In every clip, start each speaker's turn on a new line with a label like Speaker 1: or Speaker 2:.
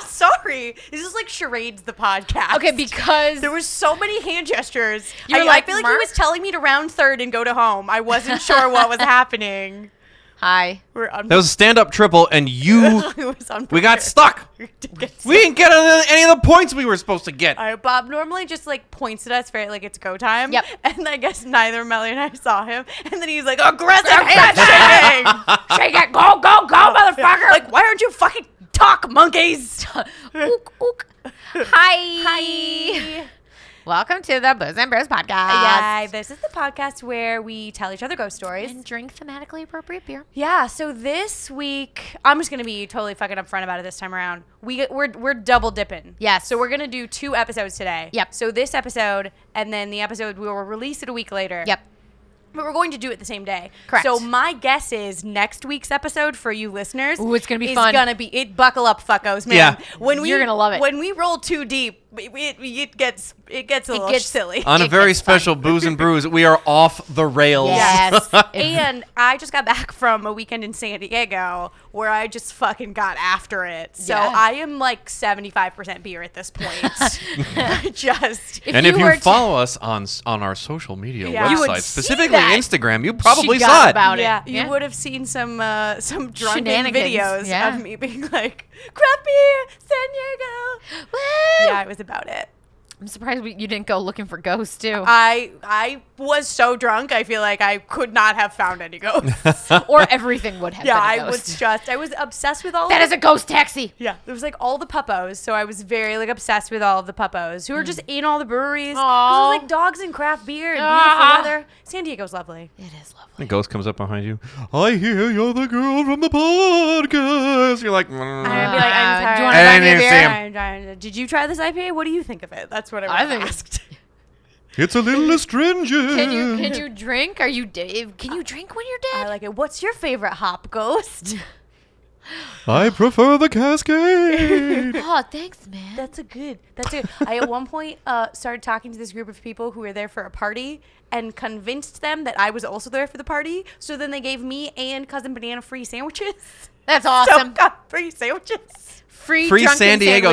Speaker 1: Sorry, this is like charades. The podcast.
Speaker 2: Okay, because
Speaker 1: there were so many hand gestures.
Speaker 2: You're
Speaker 1: I,
Speaker 2: like,
Speaker 1: I feel like
Speaker 2: "Mark?"
Speaker 1: he was telling me to round third and go to home. I wasn't sure what was happening.
Speaker 2: hi.
Speaker 1: We're un-
Speaker 3: That was a stand-up triple, and you
Speaker 1: it was
Speaker 3: we got
Speaker 1: unprepared.
Speaker 3: stuck.
Speaker 1: We did get stuck.
Speaker 3: We didn't get any of the points we were supposed to get.
Speaker 1: All right, Bob normally just like points at us for like it's go time.
Speaker 2: Yep.
Speaker 1: And I guess neither Melly and I saw him. And then he's like, aggressive hand shaking.
Speaker 2: Shake it, go, go, go, motherfucker!
Speaker 1: like, why aren't you fucking talk, monkeys?
Speaker 2: Ook, ook. Hi. Hi. Welcome to the Booze and Brews podcast.
Speaker 1: Yeah, this is the podcast where we tell each other ghost stories.
Speaker 2: And drink thematically appropriate beer.
Speaker 1: Yeah, so this week I'm just gonna be totally fucking upfront about it this time around. We we're we're double dipping.
Speaker 2: Yes.
Speaker 1: So we're gonna do two episodes today.
Speaker 2: Yep.
Speaker 1: So this episode and then the episode we will release it a week later.
Speaker 2: Yep.
Speaker 1: But we're going to do it the same day.
Speaker 2: Correct.
Speaker 1: So my guess is next week's episode for you listeners.
Speaker 2: Ooh, it's gonna be
Speaker 1: is
Speaker 2: fun.
Speaker 1: gonna be it. Buckle up, fuckos, man.
Speaker 3: Yeah.
Speaker 1: When we
Speaker 2: You're gonna love it.
Speaker 1: When we roll too deep, it, it, it gets it gets a little
Speaker 2: gets-
Speaker 1: silly.
Speaker 3: On a
Speaker 2: It
Speaker 3: very
Speaker 2: gets fun.
Speaker 3: special booze and brews, we are off the rails.
Speaker 2: Yes. It's-
Speaker 1: and I just got back from a weekend in San Diego where I just fucking got after it. So
Speaker 2: Yeah.
Speaker 1: I am like 75% beer at this point. just.
Speaker 3: and if
Speaker 2: were
Speaker 3: you
Speaker 2: to-
Speaker 3: follow us on s- on our social media
Speaker 1: Yeah. You would
Speaker 3: websites,
Speaker 2: see
Speaker 3: specifically
Speaker 2: that.
Speaker 3: Instagram, you probably
Speaker 2: got
Speaker 3: saw it.
Speaker 2: about it.
Speaker 1: yeah,
Speaker 2: Yeah.
Speaker 1: you would have seen some uh, some drunken
Speaker 2: Shenanigans,
Speaker 1: videos
Speaker 2: yeah.
Speaker 1: of me being like, "Craft beer, San Diego."
Speaker 2: Woo!
Speaker 1: Yeah, it was about it.
Speaker 2: I'm surprised we, you didn't go looking for ghosts too,
Speaker 1: I I was so drunk. I feel like I could not have found any ghosts.
Speaker 2: or everything would have.
Speaker 1: yeah,
Speaker 2: been a
Speaker 1: I
Speaker 2: ghost.
Speaker 1: was just I was obsessed with all.
Speaker 2: That
Speaker 1: of
Speaker 2: is a ghost taxi.
Speaker 1: Yeah, it was like all the puppos. So I was very like obsessed with all of the puppos who are just in all the breweries. 'Cause
Speaker 2: Mm. Aw.
Speaker 1: It was like dogs and craft beer and
Speaker 2: Ah.
Speaker 1: beautiful weather. San Diego's lovely.
Speaker 2: It is lovely.
Speaker 3: The ghost comes up behind you. I hear you're the girl from the podcast. You're like,
Speaker 1: I'd
Speaker 3: "Mm."
Speaker 1: be like,
Speaker 2: Uh,
Speaker 1: I'm
Speaker 2: do
Speaker 1: tired.
Speaker 2: you wanna
Speaker 3: I buy me didn't a even see beer? him.
Speaker 1: I'm tired. Did you try this IPA? What do you think of it? That's what I,
Speaker 2: I
Speaker 1: I
Speaker 2: think-
Speaker 1: asked.
Speaker 3: it's a little astringent.
Speaker 2: Can you can you drink? Are you d- if- can you drink when you're
Speaker 1: I
Speaker 2: dead?
Speaker 1: like it. What's your favorite hop, Ghost?
Speaker 3: I prefer the cascade.
Speaker 2: oh, thanks, man.
Speaker 1: That's a good. That's a. I at one point uh, started talking to this group of people who were there for a party and convinced them that I was also there for the party. So then they gave me and cousin banana free sandwiches.
Speaker 2: That's
Speaker 1: So
Speaker 2: awesome.
Speaker 1: got free sandwiches.
Speaker 2: free
Speaker 3: Free
Speaker 2: drunken
Speaker 3: San Diego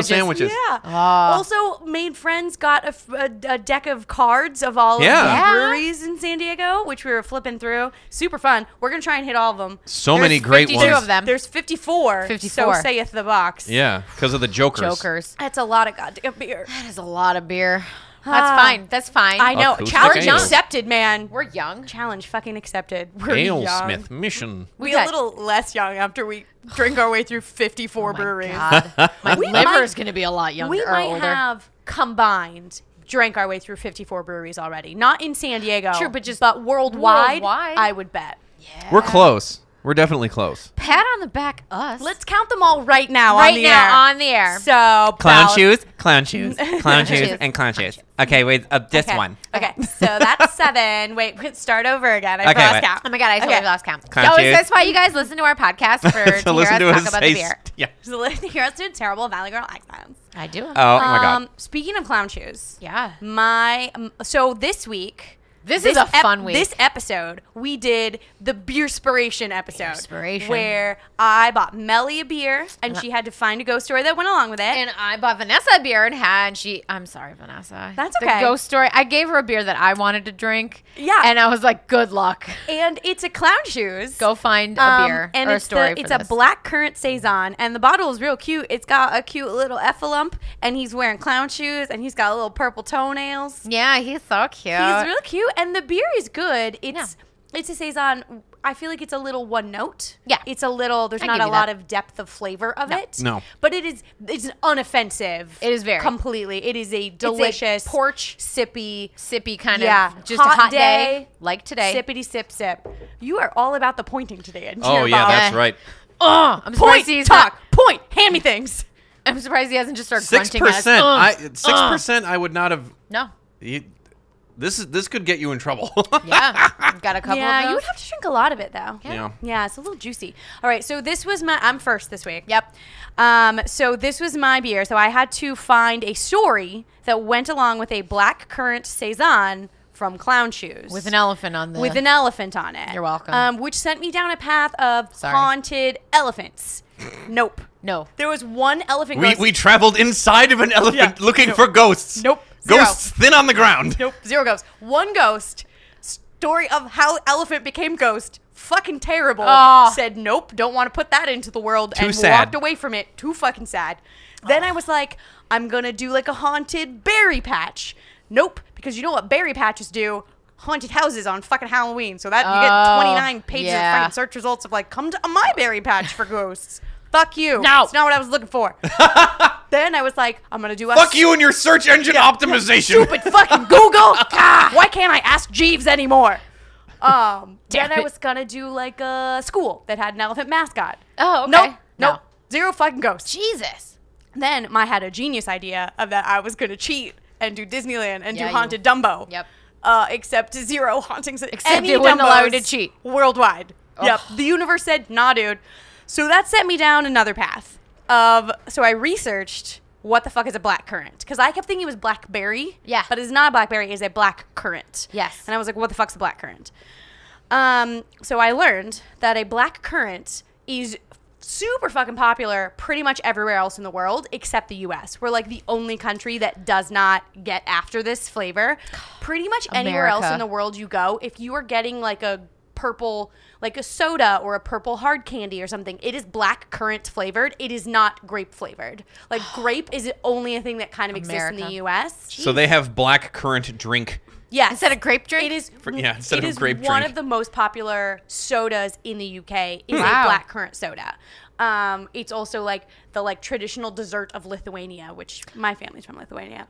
Speaker 3: sandwiches.
Speaker 2: sandwiches.
Speaker 1: Yeah.
Speaker 2: Ah.
Speaker 1: Also, made friends got a, f- a- a deck of cards of all
Speaker 3: Yeah.
Speaker 2: Yeah.
Speaker 1: of the breweries in San Diego, which we were flipping through. Super fun. We're gonna try and hit all of them.
Speaker 3: So many
Speaker 2: There's
Speaker 3: great
Speaker 2: 52
Speaker 3: ones.
Speaker 2: of them.
Speaker 1: There's 54.
Speaker 2: 54.
Speaker 1: So saith the box.
Speaker 3: Yeah, because of the jokers.
Speaker 2: Jokers.
Speaker 1: That's a lot of goddamn beer.
Speaker 2: That is a lot of beer.
Speaker 1: Ah.
Speaker 2: That's fine. That's fine.
Speaker 1: I know.
Speaker 3: Acoustic
Speaker 1: Challenge
Speaker 2: ale.
Speaker 1: accepted, man.
Speaker 2: We're young.
Speaker 1: Challenge fucking accepted. We're
Speaker 3: Ale
Speaker 1: young.
Speaker 3: Smith mission.
Speaker 1: We
Speaker 2: We
Speaker 1: a
Speaker 2: got-
Speaker 1: little less young after we drink our way through 54 breweries.
Speaker 2: Oh God. My
Speaker 1: We
Speaker 2: liver
Speaker 1: might-
Speaker 2: is going to be a lot younger
Speaker 1: we
Speaker 2: or
Speaker 1: might
Speaker 2: older.
Speaker 1: have combined drank our way through 54 breweries already not in san diego
Speaker 2: Sure, but just
Speaker 1: but worldwide,
Speaker 2: worldwide.
Speaker 1: i would bet
Speaker 2: yeah.
Speaker 3: We're close. We're definitely close.
Speaker 2: pat on the back us.
Speaker 1: let's count them all right now
Speaker 2: right
Speaker 1: on the
Speaker 2: now
Speaker 1: air
Speaker 2: on the air.
Speaker 1: so Bal-
Speaker 3: clown shoes,
Speaker 2: Clown shoes, shoes. and
Speaker 3: clown shoes. Okay, wait, uh, this
Speaker 1: okay. okay so that's seven wait wait, start over again i
Speaker 3: Okay,
Speaker 1: lost
Speaker 3: wait.
Speaker 1: count
Speaker 2: Oh my god, I totally
Speaker 1: Okay.
Speaker 2: lost count.
Speaker 3: Count
Speaker 2: So
Speaker 3: you.
Speaker 2: is that's why you guys listen to our podcast for to, hear us talk about the beer.
Speaker 3: Yeah.
Speaker 1: so listen here us do terrible valley girl accents
Speaker 2: I do.
Speaker 3: Oh my
Speaker 2: Um,
Speaker 3: god.
Speaker 1: speaking of clown shoes
Speaker 2: yeah.
Speaker 1: my um, so this week
Speaker 2: This is a
Speaker 1: ep-
Speaker 2: fun week.
Speaker 1: This episode we did the beer spiration episode,
Speaker 2: Beerspiration.
Speaker 1: where I bought Melly a beer and she had to find a ghost story that went along with it.
Speaker 2: and I bought Vanessa a beer and had and she I'm sorry, Vanessa.
Speaker 1: That's
Speaker 2: The
Speaker 1: okay.
Speaker 2: ghost story. I gave her a beer that I wanted to drink.
Speaker 1: Yeah.
Speaker 2: And I was like, good luck.
Speaker 1: and it's a clown shoes.
Speaker 2: Go find a
Speaker 1: Um,
Speaker 2: beer
Speaker 1: and
Speaker 2: or
Speaker 1: it's
Speaker 2: a story.
Speaker 1: the,
Speaker 2: for
Speaker 1: it's a
Speaker 2: this.
Speaker 1: black currant saison, and the bottle is real cute. It's got a cute little effalump, and he's wearing clown shoes, and he's got little purple toenails.
Speaker 2: Yeah, he's so cute.
Speaker 1: He's real cute, and the beer is good. It's it's a saison. I feel like it's a little one note.
Speaker 2: Yeah.
Speaker 1: it's a little. There's
Speaker 2: I
Speaker 1: not
Speaker 2: give
Speaker 1: a
Speaker 2: you
Speaker 1: lot
Speaker 2: that.
Speaker 1: of depth of flavor of it.
Speaker 3: No.
Speaker 1: but it is. It's unoffensive.
Speaker 2: It is very.
Speaker 1: completely. It is a
Speaker 2: It's a
Speaker 1: delicious
Speaker 2: porch
Speaker 1: sippy
Speaker 2: sippy kind
Speaker 1: Yeah.
Speaker 2: of just a
Speaker 1: Hot
Speaker 2: hot day,
Speaker 1: day.
Speaker 2: like today.
Speaker 1: sippity sip sip. You are all about the pointing today, and
Speaker 3: Oh yeah, that's
Speaker 2: Yeah.
Speaker 3: right.
Speaker 2: Oh, I'm
Speaker 1: Point
Speaker 2: surprised he's
Speaker 1: talk.
Speaker 2: not-
Speaker 1: Point. Hand me things.
Speaker 2: I'm surprised he hasn't just started
Speaker 3: Six
Speaker 2: grunting at us.
Speaker 3: percent.
Speaker 2: Uh,
Speaker 3: I six
Speaker 2: uh.
Speaker 3: percent. I would not have.
Speaker 2: No.
Speaker 3: You, this is this could get you in trouble.
Speaker 2: Yeah. Got a couple
Speaker 1: yeah,
Speaker 2: of those.
Speaker 1: you would have to drink a lot of it though.
Speaker 3: Yeah.
Speaker 1: Yeah, it's a little juicy. All right, so this was my. I'm first this week.
Speaker 2: Yep.
Speaker 1: Um, so this was my beer. So I had to find a story that went along with a black currant saison from Clown Shoes
Speaker 2: With an elephant on the
Speaker 1: with an elephant on it.
Speaker 2: You're welcome.
Speaker 1: Um, which sent me down a path of
Speaker 2: Sorry.
Speaker 1: haunted elephants. nope.
Speaker 2: No.
Speaker 1: There was one elephant.
Speaker 3: we
Speaker 1: ghost-
Speaker 3: we traveled inside of an elephant
Speaker 1: Yeah.
Speaker 3: looking
Speaker 1: Nope.
Speaker 3: for ghosts.
Speaker 1: Nope. Zero.
Speaker 3: Ghosts thin on the ground.
Speaker 1: Nope, zero ghosts. One ghost. Story of how elephant became ghost. Fucking terrible.
Speaker 2: Ah.
Speaker 1: Said nope, don't want to put that into the world, and
Speaker 3: sad.
Speaker 1: walked away from it. Too fucking sad. Then I was like, I'm gonna do like a haunted berry patch. Nope, because you know what berry patches do. Haunted houses on fucking Halloween, so that you get
Speaker 2: Oh,
Speaker 1: 29 pages
Speaker 2: yeah.
Speaker 1: of fucking search results of like, come to my berry patch for ghosts. Fuck you.
Speaker 2: No.
Speaker 1: it's not what I was looking for. then I was like, I'm gonna do a
Speaker 3: Fuck you and your search engine optimization.
Speaker 1: stupid fucking Google. Why can't I ask Jeeves anymore? Um, then I
Speaker 2: it.
Speaker 1: was gonna do like a school that had an elephant mascot.
Speaker 2: Oh, okay.
Speaker 1: Nope,
Speaker 2: No.
Speaker 1: nope, zero fucking ghosts.
Speaker 2: Jesus.
Speaker 1: Then I had a genius idea of that I was gonna cheat and do Disneyland and
Speaker 2: Yeah,
Speaker 1: do
Speaker 2: you-
Speaker 1: haunted Dumbo.
Speaker 2: Yep.
Speaker 1: Uh, except zero hauntings. at
Speaker 2: Except
Speaker 1: any
Speaker 2: it wouldn't allow
Speaker 1: Dumbos
Speaker 2: you to cheat.
Speaker 1: worldwide. Yep. The universe said, "Nah, dude." So that set me down another path of. So I researched what the fuck is a black currant because I kept thinking it was blackberry.
Speaker 2: Yeah.
Speaker 1: But it's not a blackberry. It's a black currant.
Speaker 2: Yes.
Speaker 1: And I was like, "What the fuck's a black currant?" Um. So I learned that a black currant is super fucking popular pretty much everywhere else in the world except the US. We're like the only country that does not get after this flavor. Pretty much anywhere else in
Speaker 2: America.
Speaker 1: the world you go, if you are getting like a purple, like a soda or a purple hard candy or something, it is black currant flavored. It is not grape flavored. Like grape is only a thing that kind of exists in the
Speaker 2: America.
Speaker 1: U.S.
Speaker 3: So they have black currant drink.
Speaker 1: Yes.
Speaker 2: Instead of grape drink?
Speaker 1: It is
Speaker 3: yeah, instead
Speaker 1: it
Speaker 3: of
Speaker 1: is
Speaker 3: grape
Speaker 1: one
Speaker 3: drink.
Speaker 1: of the most popular sodas in the UK is
Speaker 2: Wow.
Speaker 1: a black currant soda. Um, it's also like the like traditional dessert of Lithuania, which my family's from Lithuania.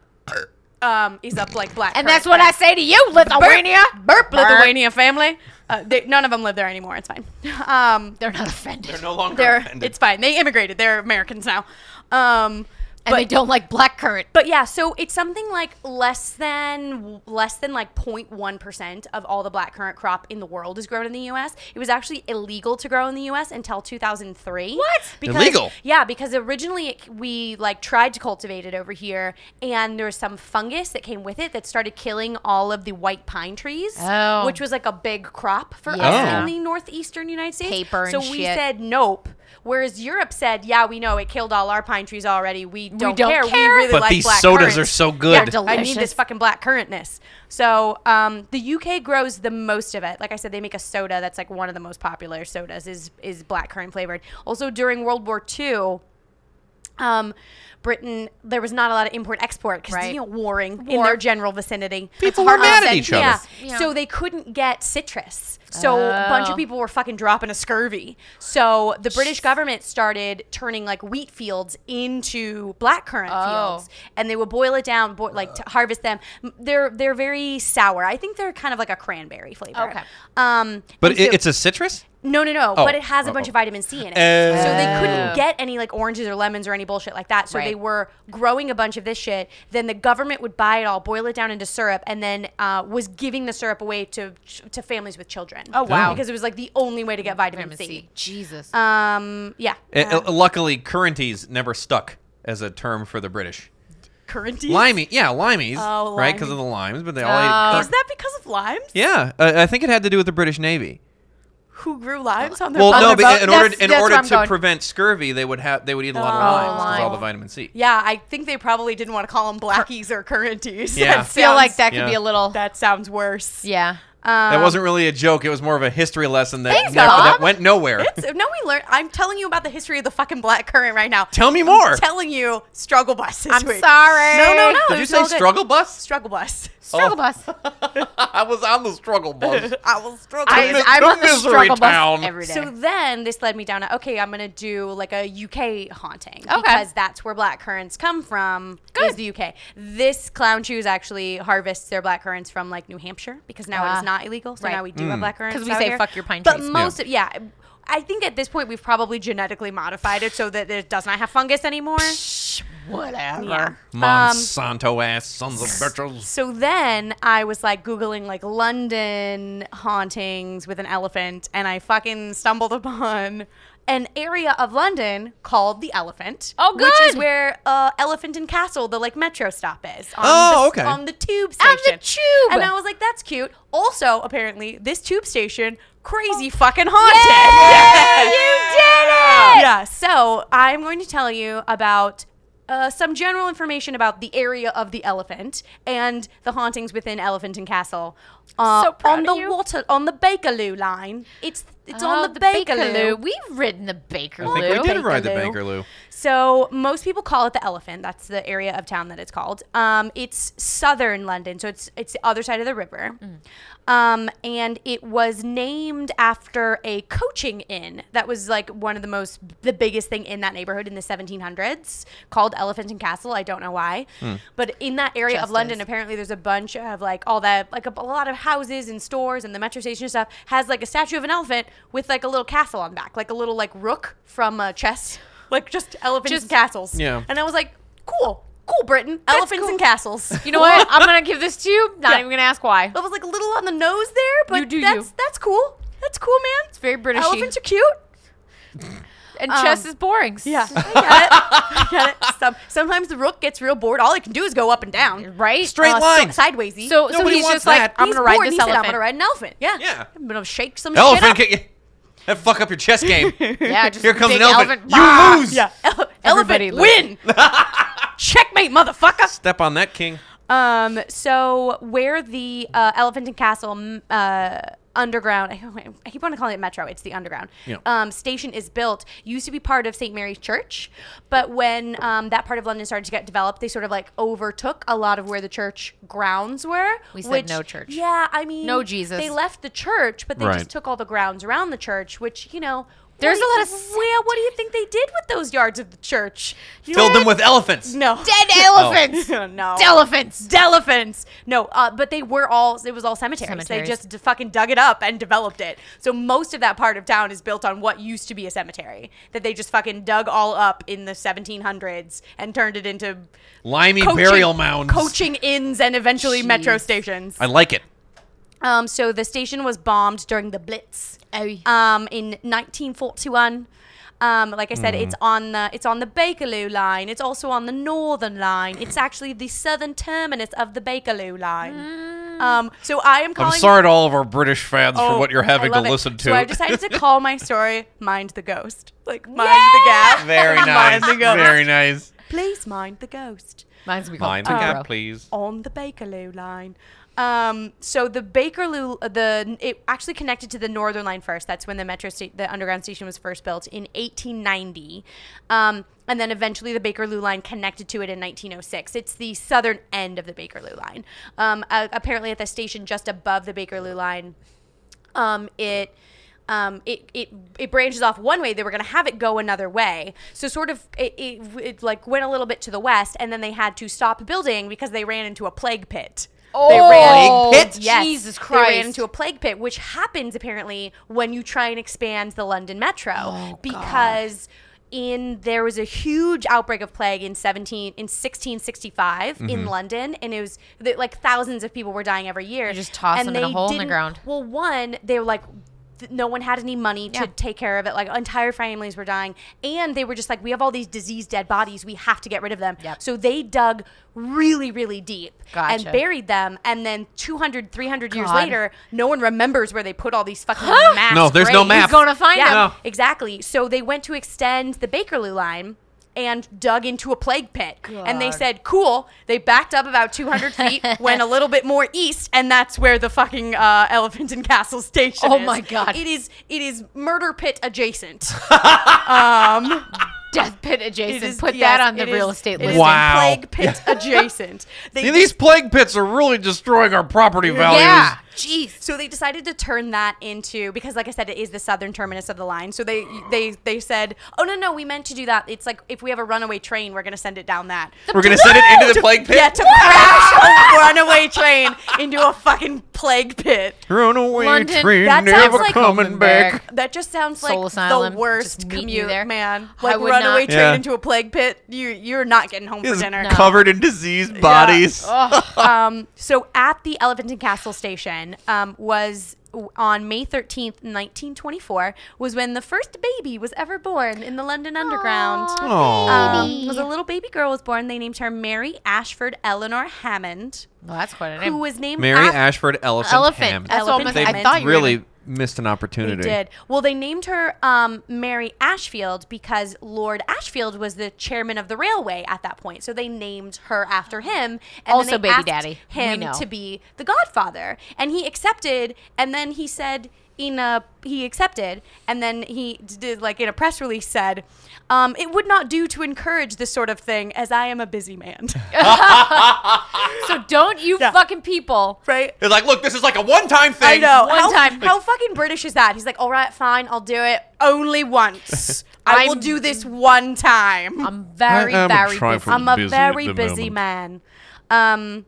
Speaker 1: Um, is up like black.
Speaker 2: And that's what I say to you, Lithuania.
Speaker 1: burp, burp
Speaker 2: Burp.
Speaker 1: Lithuania family. Uh, they, none of them live there anymore. It's fine. Um,
Speaker 2: They're not offended.
Speaker 3: They're no longer
Speaker 1: they're
Speaker 3: offended.
Speaker 1: it's fine. They immigrated. They're Americans now. Um,
Speaker 2: and they don't like black currant.
Speaker 1: but yeah, so it's something like less than less than like 0.1% of all the black currant crop in the world is grown in the US. It was actually illegal to grow in the US until 2003. What? Because,
Speaker 3: Illegal?
Speaker 1: Yeah, because originally it, we like tried to cultivate it over here and there was some fungus that came with it that started killing all of the white pine trees,
Speaker 2: Oh.
Speaker 1: which was like a big crop for us
Speaker 2: Yeah.
Speaker 1: in the northeastern United States.
Speaker 2: Paper and
Speaker 1: so we
Speaker 2: shit.
Speaker 1: said nope. Whereas Europe said, "Yeah, we know it killed all our pine trees already. We don't,
Speaker 2: don't
Speaker 1: care.
Speaker 2: care.
Speaker 1: We really
Speaker 3: But
Speaker 1: like
Speaker 3: these
Speaker 1: black
Speaker 3: sodas are
Speaker 1: currants.
Speaker 3: so
Speaker 2: They're
Speaker 3: good.
Speaker 1: I need
Speaker 2: delicious.
Speaker 1: this fucking black currantness. So um, the UK grows the most of it. Like I said, they make a soda that's like one of the most popular sodas is is black currant flavored. Also during World War II. Um, Britain, there was not a lot of import export because
Speaker 2: Right.
Speaker 1: you know warring in
Speaker 2: War.
Speaker 1: their general vicinity.
Speaker 3: People
Speaker 1: It's
Speaker 3: were
Speaker 1: hard to
Speaker 3: mad at
Speaker 1: send-
Speaker 3: each other.
Speaker 1: Yeah.
Speaker 2: Yeah.
Speaker 1: so they couldn't get citrus. So a bunch
Speaker 2: Oh.
Speaker 1: of people were fucking dropping a scurvy. So the British government started turning like wheat fields into blackcurrant
Speaker 2: Oh.
Speaker 1: fields and they would boil it down, boi- like to harvest them. M- They're they're very sour. I think they're kind of like a cranberry flavor.
Speaker 2: Okay.
Speaker 1: Um,
Speaker 3: But
Speaker 1: and
Speaker 3: it,
Speaker 1: so-
Speaker 3: it's a citrus.
Speaker 1: no, no, no.
Speaker 3: Oh.
Speaker 1: But it has a bunch
Speaker 3: Oh.
Speaker 1: of vitamin C in it,
Speaker 3: Oh.
Speaker 1: so they
Speaker 2: Oh.
Speaker 1: couldn't get any like oranges or lemons or any bullshit like that. So
Speaker 2: Right.
Speaker 1: they were growing a bunch of this shit. Then the government would buy it all, boil it down into syrup, and then uh, was giving the syrup away to to families with children. Oh
Speaker 3: wow.
Speaker 1: Because it was like the only way to get vitamin,
Speaker 2: Vitamin
Speaker 1: C.
Speaker 2: C. Jesus.
Speaker 1: Um, yeah.
Speaker 3: Uh, luckily, currenties never stuck as a term for the British.
Speaker 1: Currenty.
Speaker 3: Limey, yeah, limeys,
Speaker 1: Oh,
Speaker 3: right? Because
Speaker 1: limey.
Speaker 3: of the limes, but they
Speaker 2: Oh.
Speaker 3: all ate.
Speaker 1: Is
Speaker 3: cur-
Speaker 1: that because of limes?
Speaker 3: yeah, uh, I think it had to do with the British Navy.
Speaker 1: Who grew limes on their
Speaker 3: Well,
Speaker 1: on
Speaker 3: no,
Speaker 1: their
Speaker 3: but
Speaker 1: boat?
Speaker 3: in
Speaker 2: That's-
Speaker 3: order in
Speaker 2: that's
Speaker 3: order
Speaker 2: where I'm
Speaker 3: to
Speaker 2: going.
Speaker 3: prevent scurvy, they would have they would eat a lot of
Speaker 1: Oh,
Speaker 3: limes because all
Speaker 2: lime.
Speaker 3: the vitamin C.
Speaker 1: yeah, I think they probably didn't want to call them blackies or currenties.
Speaker 3: Yeah.
Speaker 1: That
Speaker 2: feel like
Speaker 1: sounds-
Speaker 2: that could
Speaker 3: yeah.
Speaker 2: be a little.
Speaker 1: That sounds worse.
Speaker 2: yeah.
Speaker 3: that wasn't really a joke. It was more of a history lesson that
Speaker 2: Thanks,
Speaker 3: never,
Speaker 2: Bob.
Speaker 3: that went nowhere.
Speaker 1: It's, no, we learned. I'm telling you about the history of the fucking black current right now.
Speaker 3: Tell me more.
Speaker 1: I'm telling you, struggle bus. This
Speaker 2: I'm
Speaker 1: week.
Speaker 2: sorry.
Speaker 1: No, no, no.
Speaker 3: Did you Oh.
Speaker 1: it's
Speaker 3: say
Speaker 1: all good.
Speaker 3: struggle bus?
Speaker 1: Struggle bus.
Speaker 2: Struggle bus.
Speaker 3: I was on the struggle bus.
Speaker 1: I will struggle.
Speaker 2: I,
Speaker 3: mi-
Speaker 2: I'm
Speaker 3: to
Speaker 2: on the
Speaker 3: misery
Speaker 2: struggle
Speaker 3: town.
Speaker 2: bus every day.
Speaker 1: so then this led me down to okay, I'm gonna do like a UK haunting
Speaker 2: Okay.
Speaker 1: because that's where black currants come from. Is
Speaker 2: Good.
Speaker 1: the UK. This clown shoes actually harvests their black currants from like New Hampshire because now it
Speaker 2: Ah,
Speaker 1: is not illegal. So
Speaker 2: right.
Speaker 1: now we do
Speaker 3: Mm.
Speaker 1: have black currants
Speaker 2: 'Cause we
Speaker 1: out
Speaker 2: say
Speaker 1: here.
Speaker 2: fuck your pine
Speaker 1: But
Speaker 2: trees.
Speaker 1: most of yeah. I think at this point we've probably genetically modified it so that it does not have fungus anymore.
Speaker 2: Whatever.
Speaker 1: Yeah.
Speaker 3: Monsanto ass sons of bitches.
Speaker 1: So then I was like Googling like London hauntings with an elephant, and I fucking stumbled upon an area of London called the Elephant.
Speaker 2: Oh,
Speaker 1: Which is
Speaker 2: good.
Speaker 1: where uh, Elephant and Castle, the like metro stop, is. On
Speaker 3: Oh,
Speaker 1: the,
Speaker 3: okay.
Speaker 1: On the tube
Speaker 2: On
Speaker 1: station.
Speaker 2: the tube.
Speaker 1: And I was like, that's cute. Also, apparently, this tube station crazy fucking haunted.
Speaker 2: Hey, Oh. you did it!
Speaker 1: Yeah, so I'm going to tell you about uh, some general information about the area of the elephant and the hauntings within Elephant and Castle. Uh,
Speaker 2: So
Speaker 1: on
Speaker 2: proud of
Speaker 1: the
Speaker 2: you.
Speaker 1: water on the Bakerloo line. It's it's
Speaker 2: Oh,
Speaker 1: on the, Bakerloo.
Speaker 2: We've ridden the Bakerloo.
Speaker 3: I think we did ride the
Speaker 1: Bakerloo.
Speaker 3: Bakerloo.
Speaker 1: So most people call it the elephant. That's the area of town that it's called. Um, it's southern London, so it's it's the other side of the river, um, and it was named after a coaching inn that was like one of the most the biggest thing in that neighborhood in the 1700s called Elephant and Castle. I don't know why, but in that area of
Speaker 2: Just
Speaker 1: London,
Speaker 2: is.
Speaker 1: apparently there's a bunch of like all that like a, a lot of houses and stores and the metro station and stuff has like a statue of an elephant with like a little castle on back, like a little like rook from uh, chess. Like just elephants
Speaker 2: Just-
Speaker 1: and castles.
Speaker 3: Yeah.
Speaker 1: And I was like, cool, cool, Britain, elephants and castles.
Speaker 2: You know what? I'm gonna give this to you. Not
Speaker 1: Yeah.
Speaker 2: even gonna ask why.
Speaker 1: I was like a little on the nose there, but
Speaker 2: You do
Speaker 1: that's
Speaker 2: you.
Speaker 1: that's cool. That's cool, man. It's
Speaker 2: very Britishy.
Speaker 1: Elephants are cute.
Speaker 2: And
Speaker 1: um,
Speaker 2: chess is boring.
Speaker 1: I get it. I get it. Some, sometimes the rook gets real bored. All it can do is go up and down.
Speaker 2: Right.
Speaker 3: Straight
Speaker 1: Uh,
Speaker 3: line.
Speaker 1: So, sidewaysy.
Speaker 2: So, so
Speaker 3: Nobody
Speaker 2: he's
Speaker 3: wants
Speaker 2: just like,
Speaker 3: that.
Speaker 2: I'm
Speaker 1: He's
Speaker 2: gonna ride
Speaker 1: bored,
Speaker 2: this
Speaker 1: he said,
Speaker 2: elephant.
Speaker 1: I'm gonna ride an elephant. Yeah.
Speaker 3: Yeah.
Speaker 1: I'm gonna shake some shit
Speaker 3: Elephant
Speaker 1: up.
Speaker 3: kick. That fuck up your chess game.
Speaker 2: Yeah, just
Speaker 3: Here
Speaker 2: a
Speaker 3: comes
Speaker 2: big
Speaker 3: an elephant.
Speaker 2: Bah!
Speaker 3: You lose.
Speaker 1: Ah, Yeah. Ele-
Speaker 2: Everybody
Speaker 1: elephant win. Checkmate, motherfucker.
Speaker 3: Step on that king.
Speaker 1: Um, so where the uh, Elephant and Castle m- uh, underground, I keep on calling it Metro. It's the underground
Speaker 3: Yeah.
Speaker 1: um, station is built. Used to be part of St Mary's Church, but when um, that part of London started to get developed, they sort of like overtook a lot of where the church grounds were.
Speaker 2: We said no church.
Speaker 1: Yeah, I mean,
Speaker 2: No Jesus.
Speaker 1: They left the church, but they
Speaker 3: Right.
Speaker 1: just took all the grounds around the church, which you know.
Speaker 2: There's
Speaker 1: what
Speaker 2: a lot
Speaker 1: do-
Speaker 2: of
Speaker 1: Well, what do you think they did with those yards of the church? You know
Speaker 3: Filled them
Speaker 1: what?
Speaker 3: with elephants.
Speaker 1: no
Speaker 2: Dead elephants.
Speaker 1: no
Speaker 2: Elephants.
Speaker 1: elephants. No, uh, but they were all. It was all cemeteries.
Speaker 2: Cemeteries.
Speaker 1: They just d- fucking dug it up and developed it. So most of that part of town is built on what used to be a cemetery that they just fucking dug all up in the 1700s and turned it into
Speaker 3: Limey
Speaker 1: coaching-
Speaker 3: burial mounds.
Speaker 1: coaching inns, and eventually metro
Speaker 2: Jeez.
Speaker 1: stations.
Speaker 3: I like it.
Speaker 1: Um, so the station was bombed during the Blitz
Speaker 2: Oh.
Speaker 1: um, in 1941. Um, like I said, it's
Speaker 3: Mm.
Speaker 1: on the it's on the Bakerloo line. It's also on the Northern line. It's actually the southern terminus of the Bakerloo line. Um, so I am
Speaker 3: I'm
Speaker 1: calling.
Speaker 3: sorry to all of our British fans
Speaker 1: Oh,
Speaker 3: for what you're
Speaker 1: I
Speaker 3: having to
Speaker 1: love it.
Speaker 3: listen to.
Speaker 1: So I decided to call my story "Mind the Ghost." Like mind the
Speaker 2: Yeah!
Speaker 1: gap.
Speaker 3: Very nice.
Speaker 1: Mind the ghost.
Speaker 3: Very nice.
Speaker 1: Please mind the ghost
Speaker 2: Mine's gonna be called
Speaker 3: Mind the
Speaker 2: Bro.
Speaker 3: gap, please.
Speaker 1: on the Bakerloo line. Um, so the Bakerloo, uh, the it actually connected to the Northern line first. That's when the metro, sta- the underground station was first built in 1890, um, and then eventually the Bakerloo line connected to it in 1906. It's the southern end of the Bakerloo line. Um, uh, apparently, at the station just above the Bakerloo line, um, it um, it, it it branches off one way. They were going to have it go another way, so sort of it, it, it like went a little bit to the west, and then they had to stop building because they ran into a plague pit.
Speaker 2: Oh,
Speaker 3: Plague pit?
Speaker 1: Yes,
Speaker 2: Jesus
Speaker 1: They ran
Speaker 2: Christ.
Speaker 1: into a plague pit, which happens apparently when you try and expand the London Metro
Speaker 2: Oh,
Speaker 1: because. In there was a huge outbreak of plague in seventeen in sixteen sixty five
Speaker 2: Mm-hmm.
Speaker 1: in London, and it was th- like thousands of people were dying every year.
Speaker 2: You just toss them in a
Speaker 1: they
Speaker 2: hole in the
Speaker 1: didn't-
Speaker 2: ground.
Speaker 1: Well, one they were like. th- No one had any money to
Speaker 2: Yeah.
Speaker 1: take care of it. Like entire families were dying, and they were just like, "We have all these diseased dead bodies. We have to get rid of them."
Speaker 2: Yep.
Speaker 1: So they dug really, really deep and
Speaker 2: Gotcha.
Speaker 1: buried them. And then 200, 300 years
Speaker 2: God.
Speaker 1: later, no one remembers where they put all these fucking mass.
Speaker 3: No, there's no
Speaker 1: graves.
Speaker 3: map.
Speaker 2: Who's gonna find
Speaker 1: Yeah,
Speaker 3: No.
Speaker 1: exactly. So they went to extend the Bakerloo line and dug into a plague pit. And they
Speaker 2: God.
Speaker 1: said, cool. They backed up about 200 feet, went a little bit more east, and that's where the fucking uh, Elephant and Castle station
Speaker 2: Oh
Speaker 1: is.
Speaker 2: my God.
Speaker 1: It is, it is murder pit adjacent.
Speaker 2: Death pit adjacent.
Speaker 1: It is-
Speaker 2: Put
Speaker 1: yes,
Speaker 2: that on the
Speaker 1: it
Speaker 2: real
Speaker 1: is-
Speaker 2: estate
Speaker 1: it is
Speaker 2: listing.
Speaker 3: Wow.
Speaker 1: plague pit adjacent. They
Speaker 3: See, these plague pits are really destroying our property values.
Speaker 2: Yeah. Jeez.
Speaker 1: So they decided to turn that into because, like I said, it is the southern terminus of the line. So they they they said, "Oh no, no, we meant to do that. It's like if we have a runaway train, we're gonna send it down that."
Speaker 4: We're gonna send it into the plague pit.
Speaker 1: Yeah, to crash a runaway train into a fucking plague pit.
Speaker 3: Runaway
Speaker 2: London,
Speaker 3: train
Speaker 1: that sounds
Speaker 3: never
Speaker 1: like-
Speaker 3: coming back.
Speaker 1: That just sounds like
Speaker 2: Soul asylum,
Speaker 1: the
Speaker 2: just
Speaker 1: worst
Speaker 2: meeting you
Speaker 1: commute,
Speaker 2: there.
Speaker 1: man.
Speaker 2: I
Speaker 1: Like
Speaker 2: would
Speaker 1: runaway
Speaker 2: not.
Speaker 1: train
Speaker 3: Yeah.
Speaker 1: into a plague pit. You you're not getting home for
Speaker 4: Is
Speaker 1: dinner.
Speaker 4: covered in diseased bodies.
Speaker 1: Um, so at the Elephant and Castle station um, was on May 13th, 1924, was when the first baby was ever born in the London Underground.
Speaker 3: Aw.
Speaker 1: Um, it was a little baby girl was born. They named her Mary Ashford Eleanor Hammond,
Speaker 2: Well, that's quite a
Speaker 1: who
Speaker 2: name.
Speaker 1: was named
Speaker 3: Mary
Speaker 1: af-
Speaker 3: Ashford Elephant.
Speaker 2: Elephant.
Speaker 3: Hammond.
Speaker 2: That's all
Speaker 1: Elephant
Speaker 2: I
Speaker 1: Hammond.
Speaker 2: thought you were
Speaker 3: really
Speaker 2: gonna-
Speaker 3: missed an
Speaker 1: They
Speaker 3: opportunity.
Speaker 1: did. Well, they named her um, Mary Ashfield because Lord Ashfield was the chairman of the railway at that point. So they named her after him. And then
Speaker 2: Also
Speaker 1: they
Speaker 2: baby
Speaker 1: asked
Speaker 2: daddy. We
Speaker 1: Him
Speaker 2: know.
Speaker 1: to be the godfather. And he accepted. And then he said, in a, he accepted. And then he did, like, in a press release said, um, it would not do to encourage this sort of thing as I am a busy man.
Speaker 2: So don't you
Speaker 1: Yeah.
Speaker 2: fucking people.
Speaker 1: right?
Speaker 4: It's like, look, this is like a one-time thing.
Speaker 1: I know.
Speaker 2: One
Speaker 1: how,
Speaker 2: time.
Speaker 1: How fucking British is that? He's like, all right, fine, I'll do it only once. I will
Speaker 2: I'm-
Speaker 1: do this one time. I'm,
Speaker 2: I'm very,
Speaker 3: I am
Speaker 2: very busy.
Speaker 3: trifling.
Speaker 1: a
Speaker 3: busy at
Speaker 1: very
Speaker 3: the
Speaker 1: busy man. Um,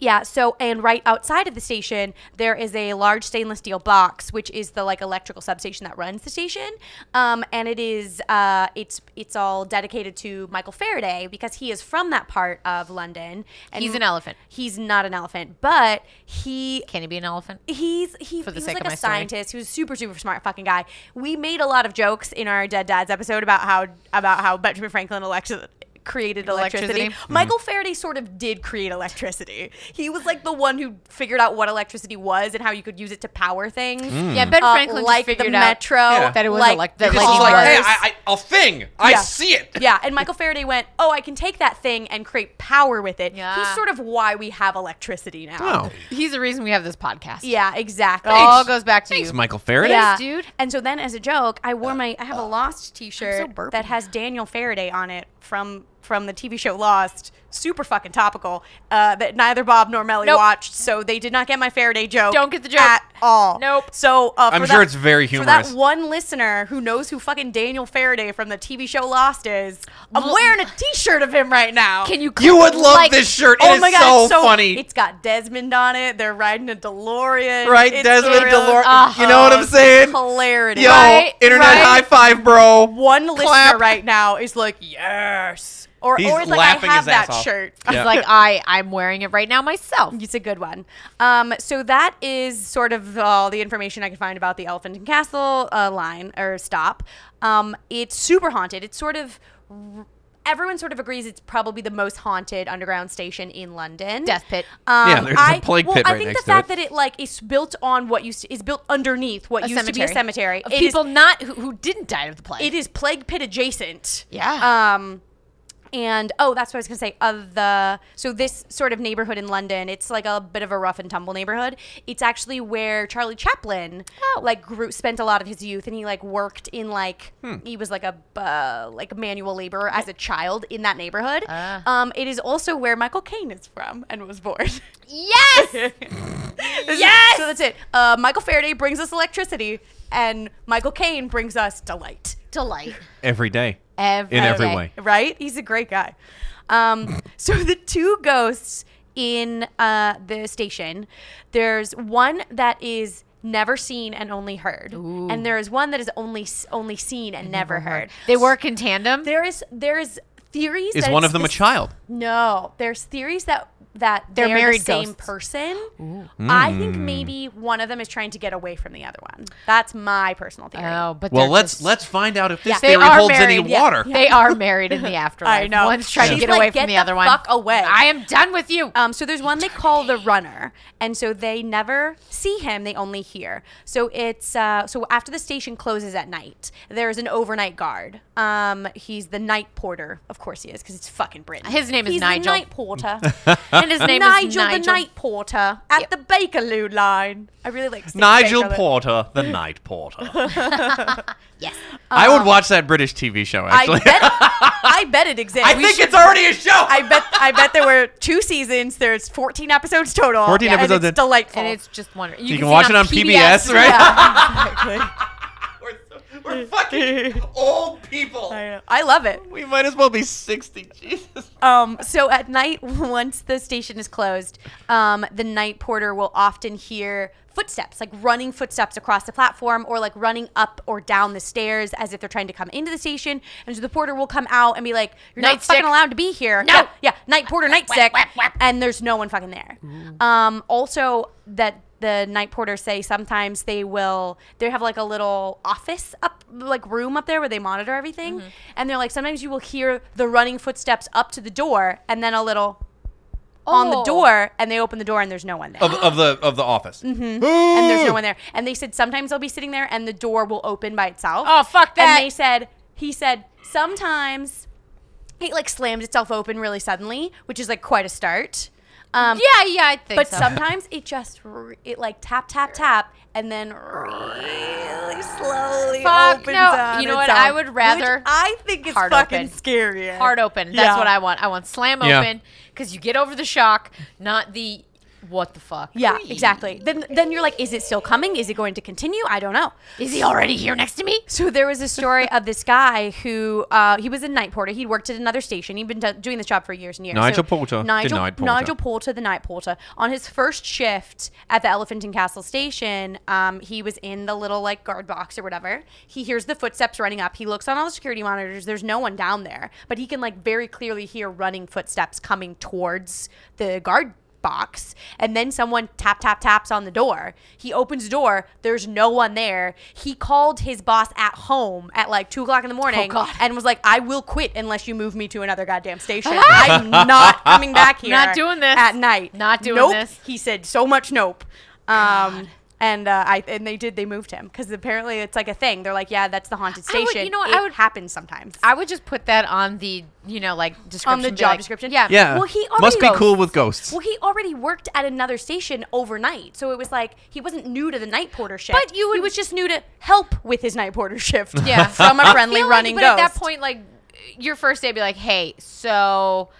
Speaker 1: yeah. So, and right outside of the station, there is a large stainless steel box, which is the like electrical substation that runs the station. Um, and it is, uh, it's it's all dedicated to Michael Faraday because he is from that part of London. And
Speaker 2: He's an elephant.
Speaker 1: He's not an elephant, but he
Speaker 2: Can he be an elephant?
Speaker 1: he's he,
Speaker 2: For
Speaker 1: he
Speaker 2: the
Speaker 1: was
Speaker 2: sake
Speaker 1: like
Speaker 2: of
Speaker 1: a
Speaker 2: my story.
Speaker 1: scientist. He was a super super smart fucking guy. We made a lot of jokes in our Dead Dads episode about how about how Benjamin Franklin elected created electricity.
Speaker 2: Electricity. Hmm.
Speaker 1: Michael Faraday sort of did create electricity. He was like the one who figured out what electricity was and how you could use it to power things.
Speaker 3: Hmm.
Speaker 2: Yeah, Ben
Speaker 1: Uh,
Speaker 2: Franklin
Speaker 1: like
Speaker 2: just
Speaker 1: the
Speaker 2: figured out
Speaker 1: metro,
Speaker 4: Yeah.
Speaker 2: that it was
Speaker 1: like
Speaker 2: elect-
Speaker 1: the
Speaker 2: that
Speaker 4: This is
Speaker 2: lightning
Speaker 4: like, hey,
Speaker 2: works.
Speaker 4: I, I, a thing. I
Speaker 1: Yeah.
Speaker 4: see it.
Speaker 1: yeah, and Michael Faraday went, "Oh, I can take that thing and create power with it."
Speaker 2: Yeah.
Speaker 1: He's sort of why we have electricity now.
Speaker 3: Oh,
Speaker 2: He's the reason we have this podcast.
Speaker 1: Yeah, exactly.
Speaker 2: It all goes back to
Speaker 3: thanks,
Speaker 2: you.
Speaker 3: Michael Faraday.
Speaker 2: Yeah. dude.
Speaker 1: And so then, as a joke, I wore my I have a Lost T-shirt
Speaker 2: burpy.
Speaker 1: that has Daniel Faraday on it from from the TV show Lost. Super fucking topical. Uh, that neither Bob nor Melly
Speaker 2: Nope.
Speaker 1: watched, so they did not get my Faraday joke.
Speaker 2: Don't get the joke.
Speaker 1: at all.
Speaker 2: Nope.
Speaker 1: So uh,
Speaker 3: I'm
Speaker 1: for
Speaker 3: sure
Speaker 1: that-
Speaker 3: it's very
Speaker 1: For
Speaker 3: humorous.
Speaker 1: that one listener who knows who fucking Daniel Faraday from the TV show Lost is, I'm wearing a T-shirt of him right now.
Speaker 2: Can you?
Speaker 4: You would love
Speaker 2: like-
Speaker 4: this shirt. It is
Speaker 1: Oh my god, it's
Speaker 4: so, funny.
Speaker 1: It's got Desmond on it. They're riding a DeLorean.
Speaker 4: right,
Speaker 1: It's
Speaker 4: Desmond
Speaker 1: real-
Speaker 4: DeLore.
Speaker 2: Uh-huh.
Speaker 4: You know what I'm saying?
Speaker 1: Hilarity.
Speaker 4: Yo,
Speaker 2: Right,
Speaker 4: internet
Speaker 2: right.
Speaker 4: high five, bro.
Speaker 1: one listener
Speaker 4: Clap.
Speaker 1: right now is like, yes. Or,
Speaker 4: He's
Speaker 1: or is like, I
Speaker 4: laughing
Speaker 1: have
Speaker 4: his ass
Speaker 1: that
Speaker 4: off.
Speaker 1: shirt.
Speaker 2: It's like I, I'm wearing it right now myself.
Speaker 1: It's a good one. Um, so that is sort of all the information I can find about the Elephant and Castle uh, line or stop. Um, it's super haunted. It's sort of. Everyone sort of agrees it's probably the most haunted underground station in London.
Speaker 2: Death pit.
Speaker 1: Um,
Speaker 3: Yeah, there's a
Speaker 1: I-
Speaker 3: plague
Speaker 1: well,
Speaker 3: pit
Speaker 1: I
Speaker 3: right
Speaker 1: think
Speaker 3: next
Speaker 1: the
Speaker 3: to
Speaker 1: fact
Speaker 3: it.
Speaker 1: that it like is built on what used to, is built underneath what
Speaker 2: A
Speaker 1: used to be a cemetery
Speaker 2: of
Speaker 1: It is-
Speaker 2: people not who, who didn't die of the plague.
Speaker 1: it is plague pit adjacent.
Speaker 2: Yeah.
Speaker 1: Um, and oh, that's what I was gonna say. Of the so this sort of neighborhood in London, it's like a bit of a rough and tumble neighborhood. It's actually where Charlie Chaplin
Speaker 2: Oh.
Speaker 1: like grew, spent a lot of his youth, and he like worked in like
Speaker 2: Hmm.
Speaker 1: he was like a uh, like manual laborer as a child in that neighborhood.
Speaker 2: Ah.
Speaker 1: Um, it is also where Michael Caine is from and was born.
Speaker 2: yes.
Speaker 1: yes. So that's it. Uh, Michael Faraday brings us electricity, and Michael Caine brings us delight.
Speaker 2: Delight.
Speaker 3: Every day.
Speaker 2: Every
Speaker 3: In every
Speaker 2: day.
Speaker 3: way.
Speaker 1: right? He's a great guy. Um, so the two ghosts in uh, the station, there's one that is never seen and only heard, and there is one that is only s- only seen and never, heard.
Speaker 2: They work in tandem.
Speaker 1: There is there is theories.
Speaker 3: Is
Speaker 1: that
Speaker 3: one
Speaker 1: it's
Speaker 3: of them a
Speaker 1: this-
Speaker 3: child?
Speaker 1: No, there's theories that that
Speaker 2: They're
Speaker 1: they're,
Speaker 2: married
Speaker 1: the same
Speaker 2: ghosts.
Speaker 1: person. I think
Speaker 3: Hmm.
Speaker 1: maybe one of them is trying to get away from the other one. That's my personal theory.
Speaker 2: Oh, but
Speaker 3: Well,
Speaker 2: they're
Speaker 3: let's
Speaker 2: just-
Speaker 3: let's find out if this
Speaker 1: They
Speaker 3: theory
Speaker 2: are
Speaker 3: holds any
Speaker 2: married, yeah.
Speaker 3: water.
Speaker 2: They are married in the afterlife.
Speaker 1: I know.
Speaker 2: One's trying
Speaker 1: She's
Speaker 2: to get
Speaker 1: like,
Speaker 2: away from
Speaker 1: "Get
Speaker 2: the
Speaker 1: the
Speaker 2: other one.
Speaker 1: fuck away."
Speaker 2: I am done with you.
Speaker 1: Um, so there's one they call the runner, and so they never see him; they only hear. So it's uh, so after the station closes at night, there is an overnight guard. Um, he's the night porter, of course he is, because it's fucking Britain.
Speaker 2: His name is
Speaker 1: He's
Speaker 2: Nigel.
Speaker 1: The night porter.
Speaker 2: and his name
Speaker 1: Nigel,
Speaker 2: is
Speaker 1: the night porter at the Bakerloo line. I really like saying
Speaker 3: Nigel
Speaker 1: Bakerloo.
Speaker 3: Porter, the Night Porter.
Speaker 2: Yes.
Speaker 3: I would watch that British TV show.
Speaker 1: Uh-huh. I
Speaker 3: Actually,
Speaker 1: bet, I I bet it exists.
Speaker 4: I
Speaker 1: We
Speaker 4: think
Speaker 1: should-
Speaker 4: it's already a show.
Speaker 1: I bet. I bet there were two seasons. There's 14 episodes total.
Speaker 3: 14
Speaker 1: and
Speaker 3: episodes.
Speaker 1: It's delightful.
Speaker 2: and it's just wonderful. You,
Speaker 3: can watch it on PBS, right?
Speaker 1: yeah, exactly.
Speaker 4: we're, so- we're fucking old people.
Speaker 1: I know. I love it.
Speaker 3: We might as well be 60. Jesus.
Speaker 1: Um, so at night, once the station is closed, um, the night porter will often hear footsteps, like running footsteps across the platform or like running up or down the stairs as if they're trying to come into the station. And so the porter will come out and be like, You're not
Speaker 2: Night stick.
Speaker 1: fucking allowed to be here.
Speaker 2: No.
Speaker 1: Yeah, yeah, night porter, night
Speaker 2: Whap,
Speaker 1: sick.
Speaker 2: whap, whap.
Speaker 1: And there's no one fucking there. Um, also, that the night porters say sometimes they will they have like a little office up like room up there where they monitor everything
Speaker 2: Mm-hmm.
Speaker 1: and they're like sometimes you will hear the running footsteps up to the door and then a little on the
Speaker 2: Oh.
Speaker 1: door and they open the door and there's no one there
Speaker 4: Of, of the of the office.
Speaker 1: Mm-hmm. and there's no one there and they said sometimes they'll be sitting there and the door will open by itself
Speaker 2: Oh, fuck that.
Speaker 1: and they said he said sometimes it like slams itself open really suddenly which is like quite a start um,
Speaker 2: yeah, yeah, I think
Speaker 1: but
Speaker 2: so.
Speaker 1: sometimes it just r- it like tap tap tap and then really slowly
Speaker 2: Fuck,
Speaker 1: opens
Speaker 2: no.
Speaker 1: on
Speaker 2: You know what?
Speaker 1: itself,
Speaker 2: I would
Speaker 1: which
Speaker 2: rather
Speaker 1: I think it's
Speaker 2: hard
Speaker 1: fucking
Speaker 2: open.
Speaker 1: scarier.
Speaker 2: Heart open. That's
Speaker 1: Yeah.
Speaker 2: what I want. I want slam
Speaker 3: Yeah.
Speaker 2: open because you get over the shock, not the what the fuck.
Speaker 1: Yeah, exactly. Then then you're like, is it still coming? Is it going to continue? I don't know.
Speaker 2: Is he already here next to me?
Speaker 1: So there was a story of this guy who uh, he was a night porter. He'd worked at another station. He'd been do- doing this job for years and years.
Speaker 3: Nigel
Speaker 1: So
Speaker 3: Porter, the
Speaker 1: Nigel,
Speaker 3: night porter.
Speaker 1: Nigel Porter, the night porter. On his first shift at the Elephant and Castle station, um, he was in the little like guard box or whatever. He hears the footsteps running up. He looks on all the security monitors. There's no one down there, but he can like very clearly hear running footsteps coming towards the guard box and then someone tap tap taps on the door he opens the door there's no one there he called his boss at home at like two o'clock in the morning
Speaker 2: God.
Speaker 1: and was like i will quit unless you move me to another goddamn station i'm not coming back here
Speaker 2: Not doing this.
Speaker 1: at night
Speaker 2: Not doing
Speaker 1: nope.
Speaker 2: this.
Speaker 1: he said so much nope um and uh, I and they did they moved him because apparently it's like a thing they're like yeah that's the haunted
Speaker 2: I would-
Speaker 1: station
Speaker 2: you know what,
Speaker 1: it
Speaker 2: I would-
Speaker 1: happens sometimes
Speaker 2: I would just put that on the you know like description.
Speaker 1: on the
Speaker 2: be
Speaker 1: job
Speaker 2: like-
Speaker 1: description
Speaker 2: Yeah.
Speaker 3: Yeah.
Speaker 1: well he already
Speaker 3: Must be
Speaker 1: knows.
Speaker 3: cool with ghosts.
Speaker 1: Well, he already worked at another station overnight, so it was like he wasn't new to the night porter shift.
Speaker 2: But you
Speaker 1: he
Speaker 2: would-
Speaker 1: was just new to help with his night porter shift.
Speaker 2: Yeah.
Speaker 1: from a friendly
Speaker 2: feel like-
Speaker 1: running
Speaker 2: but
Speaker 1: ghost.
Speaker 2: at that point, like your first day, be like, hey, so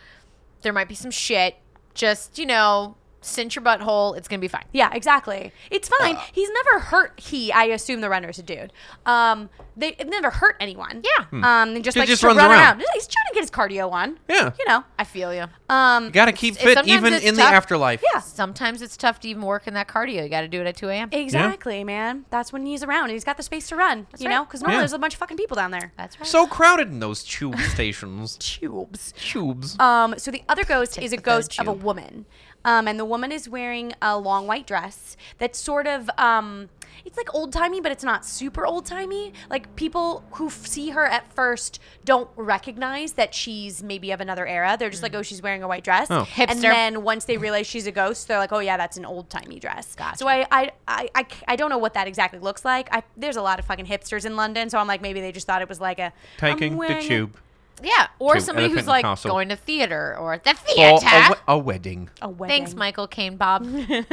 Speaker 2: there might be some shit. Just you know, cinch your butthole. It's gonna be fine.
Speaker 1: yeah, exactly. It's fine. He's never hurt. He, I assume, the runner's a dude. Um, they it never hurt anyone.
Speaker 2: Yeah.
Speaker 1: Um, they just
Speaker 3: Hmm. He
Speaker 1: like
Speaker 3: just
Speaker 1: to
Speaker 3: runs
Speaker 1: run
Speaker 3: around.
Speaker 1: He's trying to get his cardio on.
Speaker 3: Yeah.
Speaker 1: You know.
Speaker 2: I feel you.
Speaker 1: Um.
Speaker 3: Gotta keep
Speaker 2: It's-
Speaker 3: fit
Speaker 2: sometimes
Speaker 3: even
Speaker 2: it's
Speaker 3: in the
Speaker 2: tough.
Speaker 3: afterlife.
Speaker 1: Yeah.
Speaker 2: Sometimes it's tough to even work in that cardio. You got to do it at 2 a.m.
Speaker 1: Exactly, man. That's when he's around and he's got the space to run. you
Speaker 2: right.
Speaker 1: know, because normally
Speaker 3: Yeah.
Speaker 1: there's a bunch of fucking people down there.
Speaker 2: That's right.
Speaker 3: So crowded in those tube stations.
Speaker 1: Tubes.
Speaker 3: Tubes.
Speaker 1: Um, so the other ghost is a
Speaker 2: the third
Speaker 1: ghost of a
Speaker 2: tube.
Speaker 1: woman, um, and the woman is wearing a long white dress that's sort of um, it's like old timey, but it's not super old timey. Like people who f- see her at first don't recognize that she's maybe of another era. They're just like, oh, she's wearing a white dress,
Speaker 3: Mm. Oh.
Speaker 1: and
Speaker 2: Hipster.
Speaker 1: then once they realize she's a ghost, they're like, oh yeah, that's an old timey dress. So I, I I I c- I don't know what that exactly looks like. I there's a lot of fucking hipsters in London, so I'm like maybe they just thought it was like a I'm
Speaker 3: Taking the
Speaker 1: wearing a-
Speaker 3: tube
Speaker 2: yeah. Or
Speaker 3: True.
Speaker 2: somebody
Speaker 3: Elephant
Speaker 2: who's
Speaker 3: and
Speaker 2: like
Speaker 3: Castle.
Speaker 2: going to theater or at the
Speaker 3: for
Speaker 2: theater.
Speaker 5: uh,
Speaker 3: a, we- a wedding.
Speaker 1: a wedding.
Speaker 2: Thanks, Michael Caine Bob.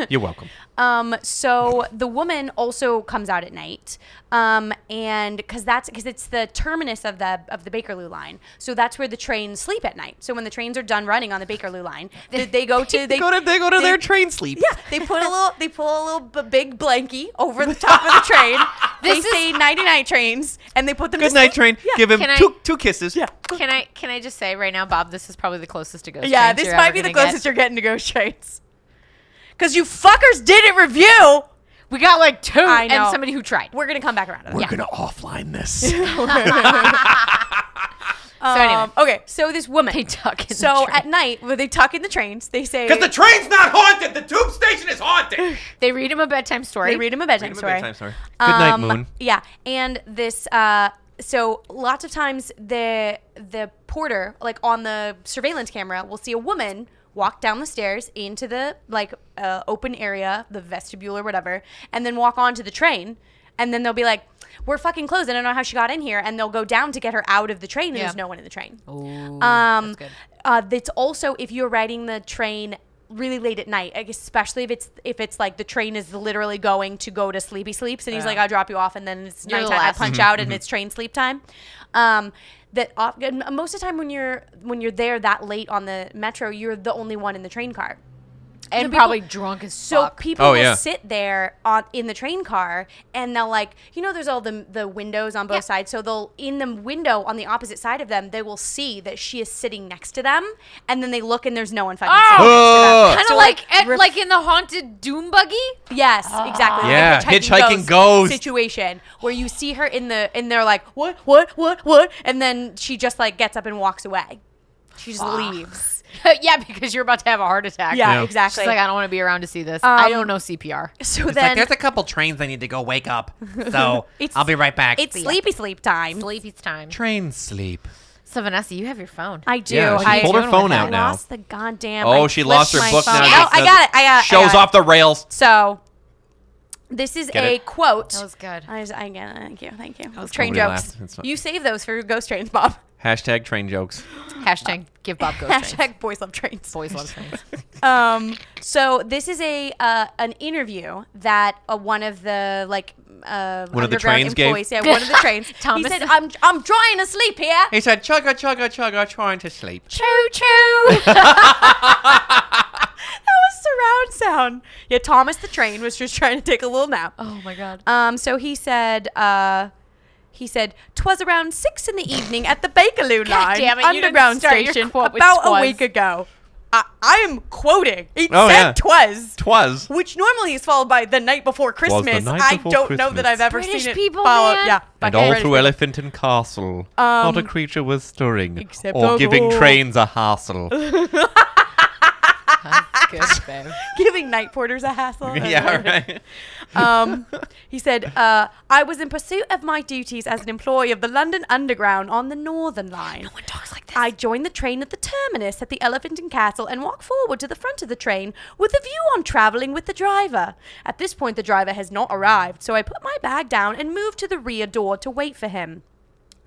Speaker 3: You're welcome.
Speaker 1: Um, so the woman also comes out at night, um, and because that's because it's the terminus of the of the Bakerloo line, so that's where the trains sleep at night. So when the trains are done running on the Bakerloo line, they, they go to they
Speaker 3: go to, they go to
Speaker 1: they-
Speaker 3: their train sleep.
Speaker 1: Yeah, they put a little they pull a little b- big blankie over the top of the train. they
Speaker 2: This is-
Speaker 1: say ninety nine trains, and they put them.
Speaker 3: Good
Speaker 1: to
Speaker 3: night,
Speaker 1: sleep.
Speaker 3: train. Give him
Speaker 2: Can I-
Speaker 3: two, two kisses. Yeah.
Speaker 2: Can I can I just say right now, Bob? This is probably the closest to ghost.
Speaker 1: Yeah,
Speaker 2: trains
Speaker 1: this
Speaker 2: you're
Speaker 1: might
Speaker 2: ever
Speaker 1: be the
Speaker 2: gonna get.
Speaker 1: closest you're getting to ghost trains. Because you fuckers didn't review.
Speaker 2: We got like two
Speaker 1: I know.
Speaker 2: and somebody who tried.
Speaker 1: We're gonna come back around. to that.
Speaker 3: We're going to offline this.
Speaker 2: so anyway,
Speaker 1: Um, okay, so this woman.
Speaker 2: They tuck in the
Speaker 1: So
Speaker 2: train.
Speaker 1: at night, when they tuck in the trains, they say
Speaker 4: Because the train's not haunted. The tube station is haunted.
Speaker 2: they read him a bedtime story.
Speaker 1: they read him a bedtime story.
Speaker 3: Good night,
Speaker 1: Um,
Speaker 3: Moon.
Speaker 1: Yeah, and this. Uh, so lots of times the the porter, like on the surveillance camera, will see a woman walk down the stairs into the like uh, open area, the vestibule or whatever, and then walk onto the train, and then they'll be like. We're fucking closed. I don't know how she got in here, and they'll go down to get her out of the train, and
Speaker 2: Yeah.
Speaker 1: there's no one in the train.
Speaker 2: Ooh,
Speaker 1: Um,
Speaker 2: that's good.
Speaker 1: uh, it's also if you're riding the train really late at night, like, especially if it's if it's like the train is literally going to go to sleepy sleeps, and he's like, I'll drop you off, and then it's
Speaker 2: You're the
Speaker 1: nighttime. I
Speaker 2: last.
Speaker 1: punch out, and it's train sleep time. Um, that off, and most of the time when you're when you're there that late on the metro, you're the only one in the train car.
Speaker 2: and
Speaker 1: people-
Speaker 2: probably drunk as
Speaker 1: So
Speaker 2: fuck.
Speaker 1: people
Speaker 3: Oh,
Speaker 1: will
Speaker 3: yeah.
Speaker 1: sit there on in the train car, and they'll like, you know, there's all the the windows on both sides. So they'll in the window on the opposite side of them, they will see that she is sitting next to them, and then they look and there's no one fucking.
Speaker 2: Oh!
Speaker 1: sitting next to them.
Speaker 2: kind of
Speaker 1: So,
Speaker 2: like at-
Speaker 1: ref-
Speaker 2: like in the haunted Doom buggy.
Speaker 1: Yes, exactly.
Speaker 3: Yeah,
Speaker 1: like a
Speaker 3: hitchhiking ghost.
Speaker 1: situation where you see her in the and they're like, what, what, what, what, and then she just like gets up and walks away. She just leaves.
Speaker 2: yeah, because you're about to have a heart attack.
Speaker 1: Yeah,
Speaker 3: Yeah.
Speaker 1: exactly.
Speaker 2: She's like, "Ah, I don't want to be around to see this. I
Speaker 1: Um,
Speaker 2: don't know CPR.
Speaker 1: so
Speaker 5: It's like
Speaker 1: then
Speaker 5: there's a couple trains I need to go wake up, so
Speaker 1: It's-
Speaker 5: I'll be right back.
Speaker 1: it's sleepy sleep time.
Speaker 2: Sleepy time.
Speaker 5: train sleep.
Speaker 2: So Vanessa, you have your phone.
Speaker 1: I do.
Speaker 3: Yeah, she
Speaker 1: I
Speaker 3: pulled her phone
Speaker 1: I
Speaker 3: out now.
Speaker 1: lost the goddamn.
Speaker 3: Oh,
Speaker 1: I
Speaker 3: she lost her
Speaker 1: flipped my
Speaker 3: book
Speaker 1: phone.
Speaker 3: now.
Speaker 1: Oh, I got it. I got it. I
Speaker 3: Shows
Speaker 1: got it.
Speaker 3: off the rails.
Speaker 1: So, this is a
Speaker 3: it?
Speaker 1: quote.
Speaker 2: that was good.
Speaker 1: I was, I get it. Thank you. Thank you. Train
Speaker 3: good. Nobody
Speaker 1: jokes.
Speaker 3: laughed. It's not-
Speaker 1: You save those for ghost trains, Bob.
Speaker 3: Hashtag train jokes.
Speaker 2: Hashtag give Bob ghost trains.
Speaker 1: Hashtag boys love trains.
Speaker 2: Boys love trains.
Speaker 1: um, so this is a uh, an interview that uh, one of the like uh,
Speaker 3: One of the
Speaker 1: underground
Speaker 3: trains gave?
Speaker 1: employees, yeah, one of the trains.
Speaker 2: Thomas-
Speaker 1: He said, "I'm I'm trying to sleep here."
Speaker 5: He said, "Chugga, chugga, chugga, trying to sleep."
Speaker 1: Choo choo. that was surround sound. Yeah, Thomas the train was just trying to take a little nap.
Speaker 2: oh my god.
Speaker 1: Um, so he said, uh, he said, "Twas around six in the evening at the Bakerloo line
Speaker 2: damn it, you didn't
Speaker 1: underground
Speaker 2: start your
Speaker 1: station
Speaker 2: quote with
Speaker 1: about a
Speaker 2: "twas."
Speaker 1: week ago." I, I am quoting. He
Speaker 3: Oh,
Speaker 1: said,
Speaker 3: yeah.
Speaker 1: "Twas."
Speaker 3: Twas.
Speaker 1: Which normally is followed by the night before Christmas.
Speaker 3: night
Speaker 1: I
Speaker 3: before
Speaker 1: don't know that
Speaker 3: Christmas.
Speaker 1: I've ever
Speaker 2: British
Speaker 1: seen it
Speaker 2: people,
Speaker 1: followed.
Speaker 2: man.
Speaker 1: Yeah, by
Speaker 3: And all
Speaker 1: British
Speaker 3: through
Speaker 1: people.
Speaker 3: Elephant and Castle, not a
Speaker 1: Um,
Speaker 3: creature was stirring,
Speaker 1: except
Speaker 3: or
Speaker 1: a
Speaker 3: giving
Speaker 1: hole.
Speaker 3: trains a hassle.
Speaker 2: Good babe.
Speaker 1: giving night porters a hassle.
Speaker 3: yeah, right.
Speaker 1: Um, he said, uh, I was in pursuit of my duties as an employee of the London Underground on the Northern Line. No one talks like this. I joined the train at the terminus at the Elephant and Castle and walked forward to the front of the train with a view on travelling with the driver. At this point, the driver has not arrived, so I put my bag down and moved to the rear door to wait for him.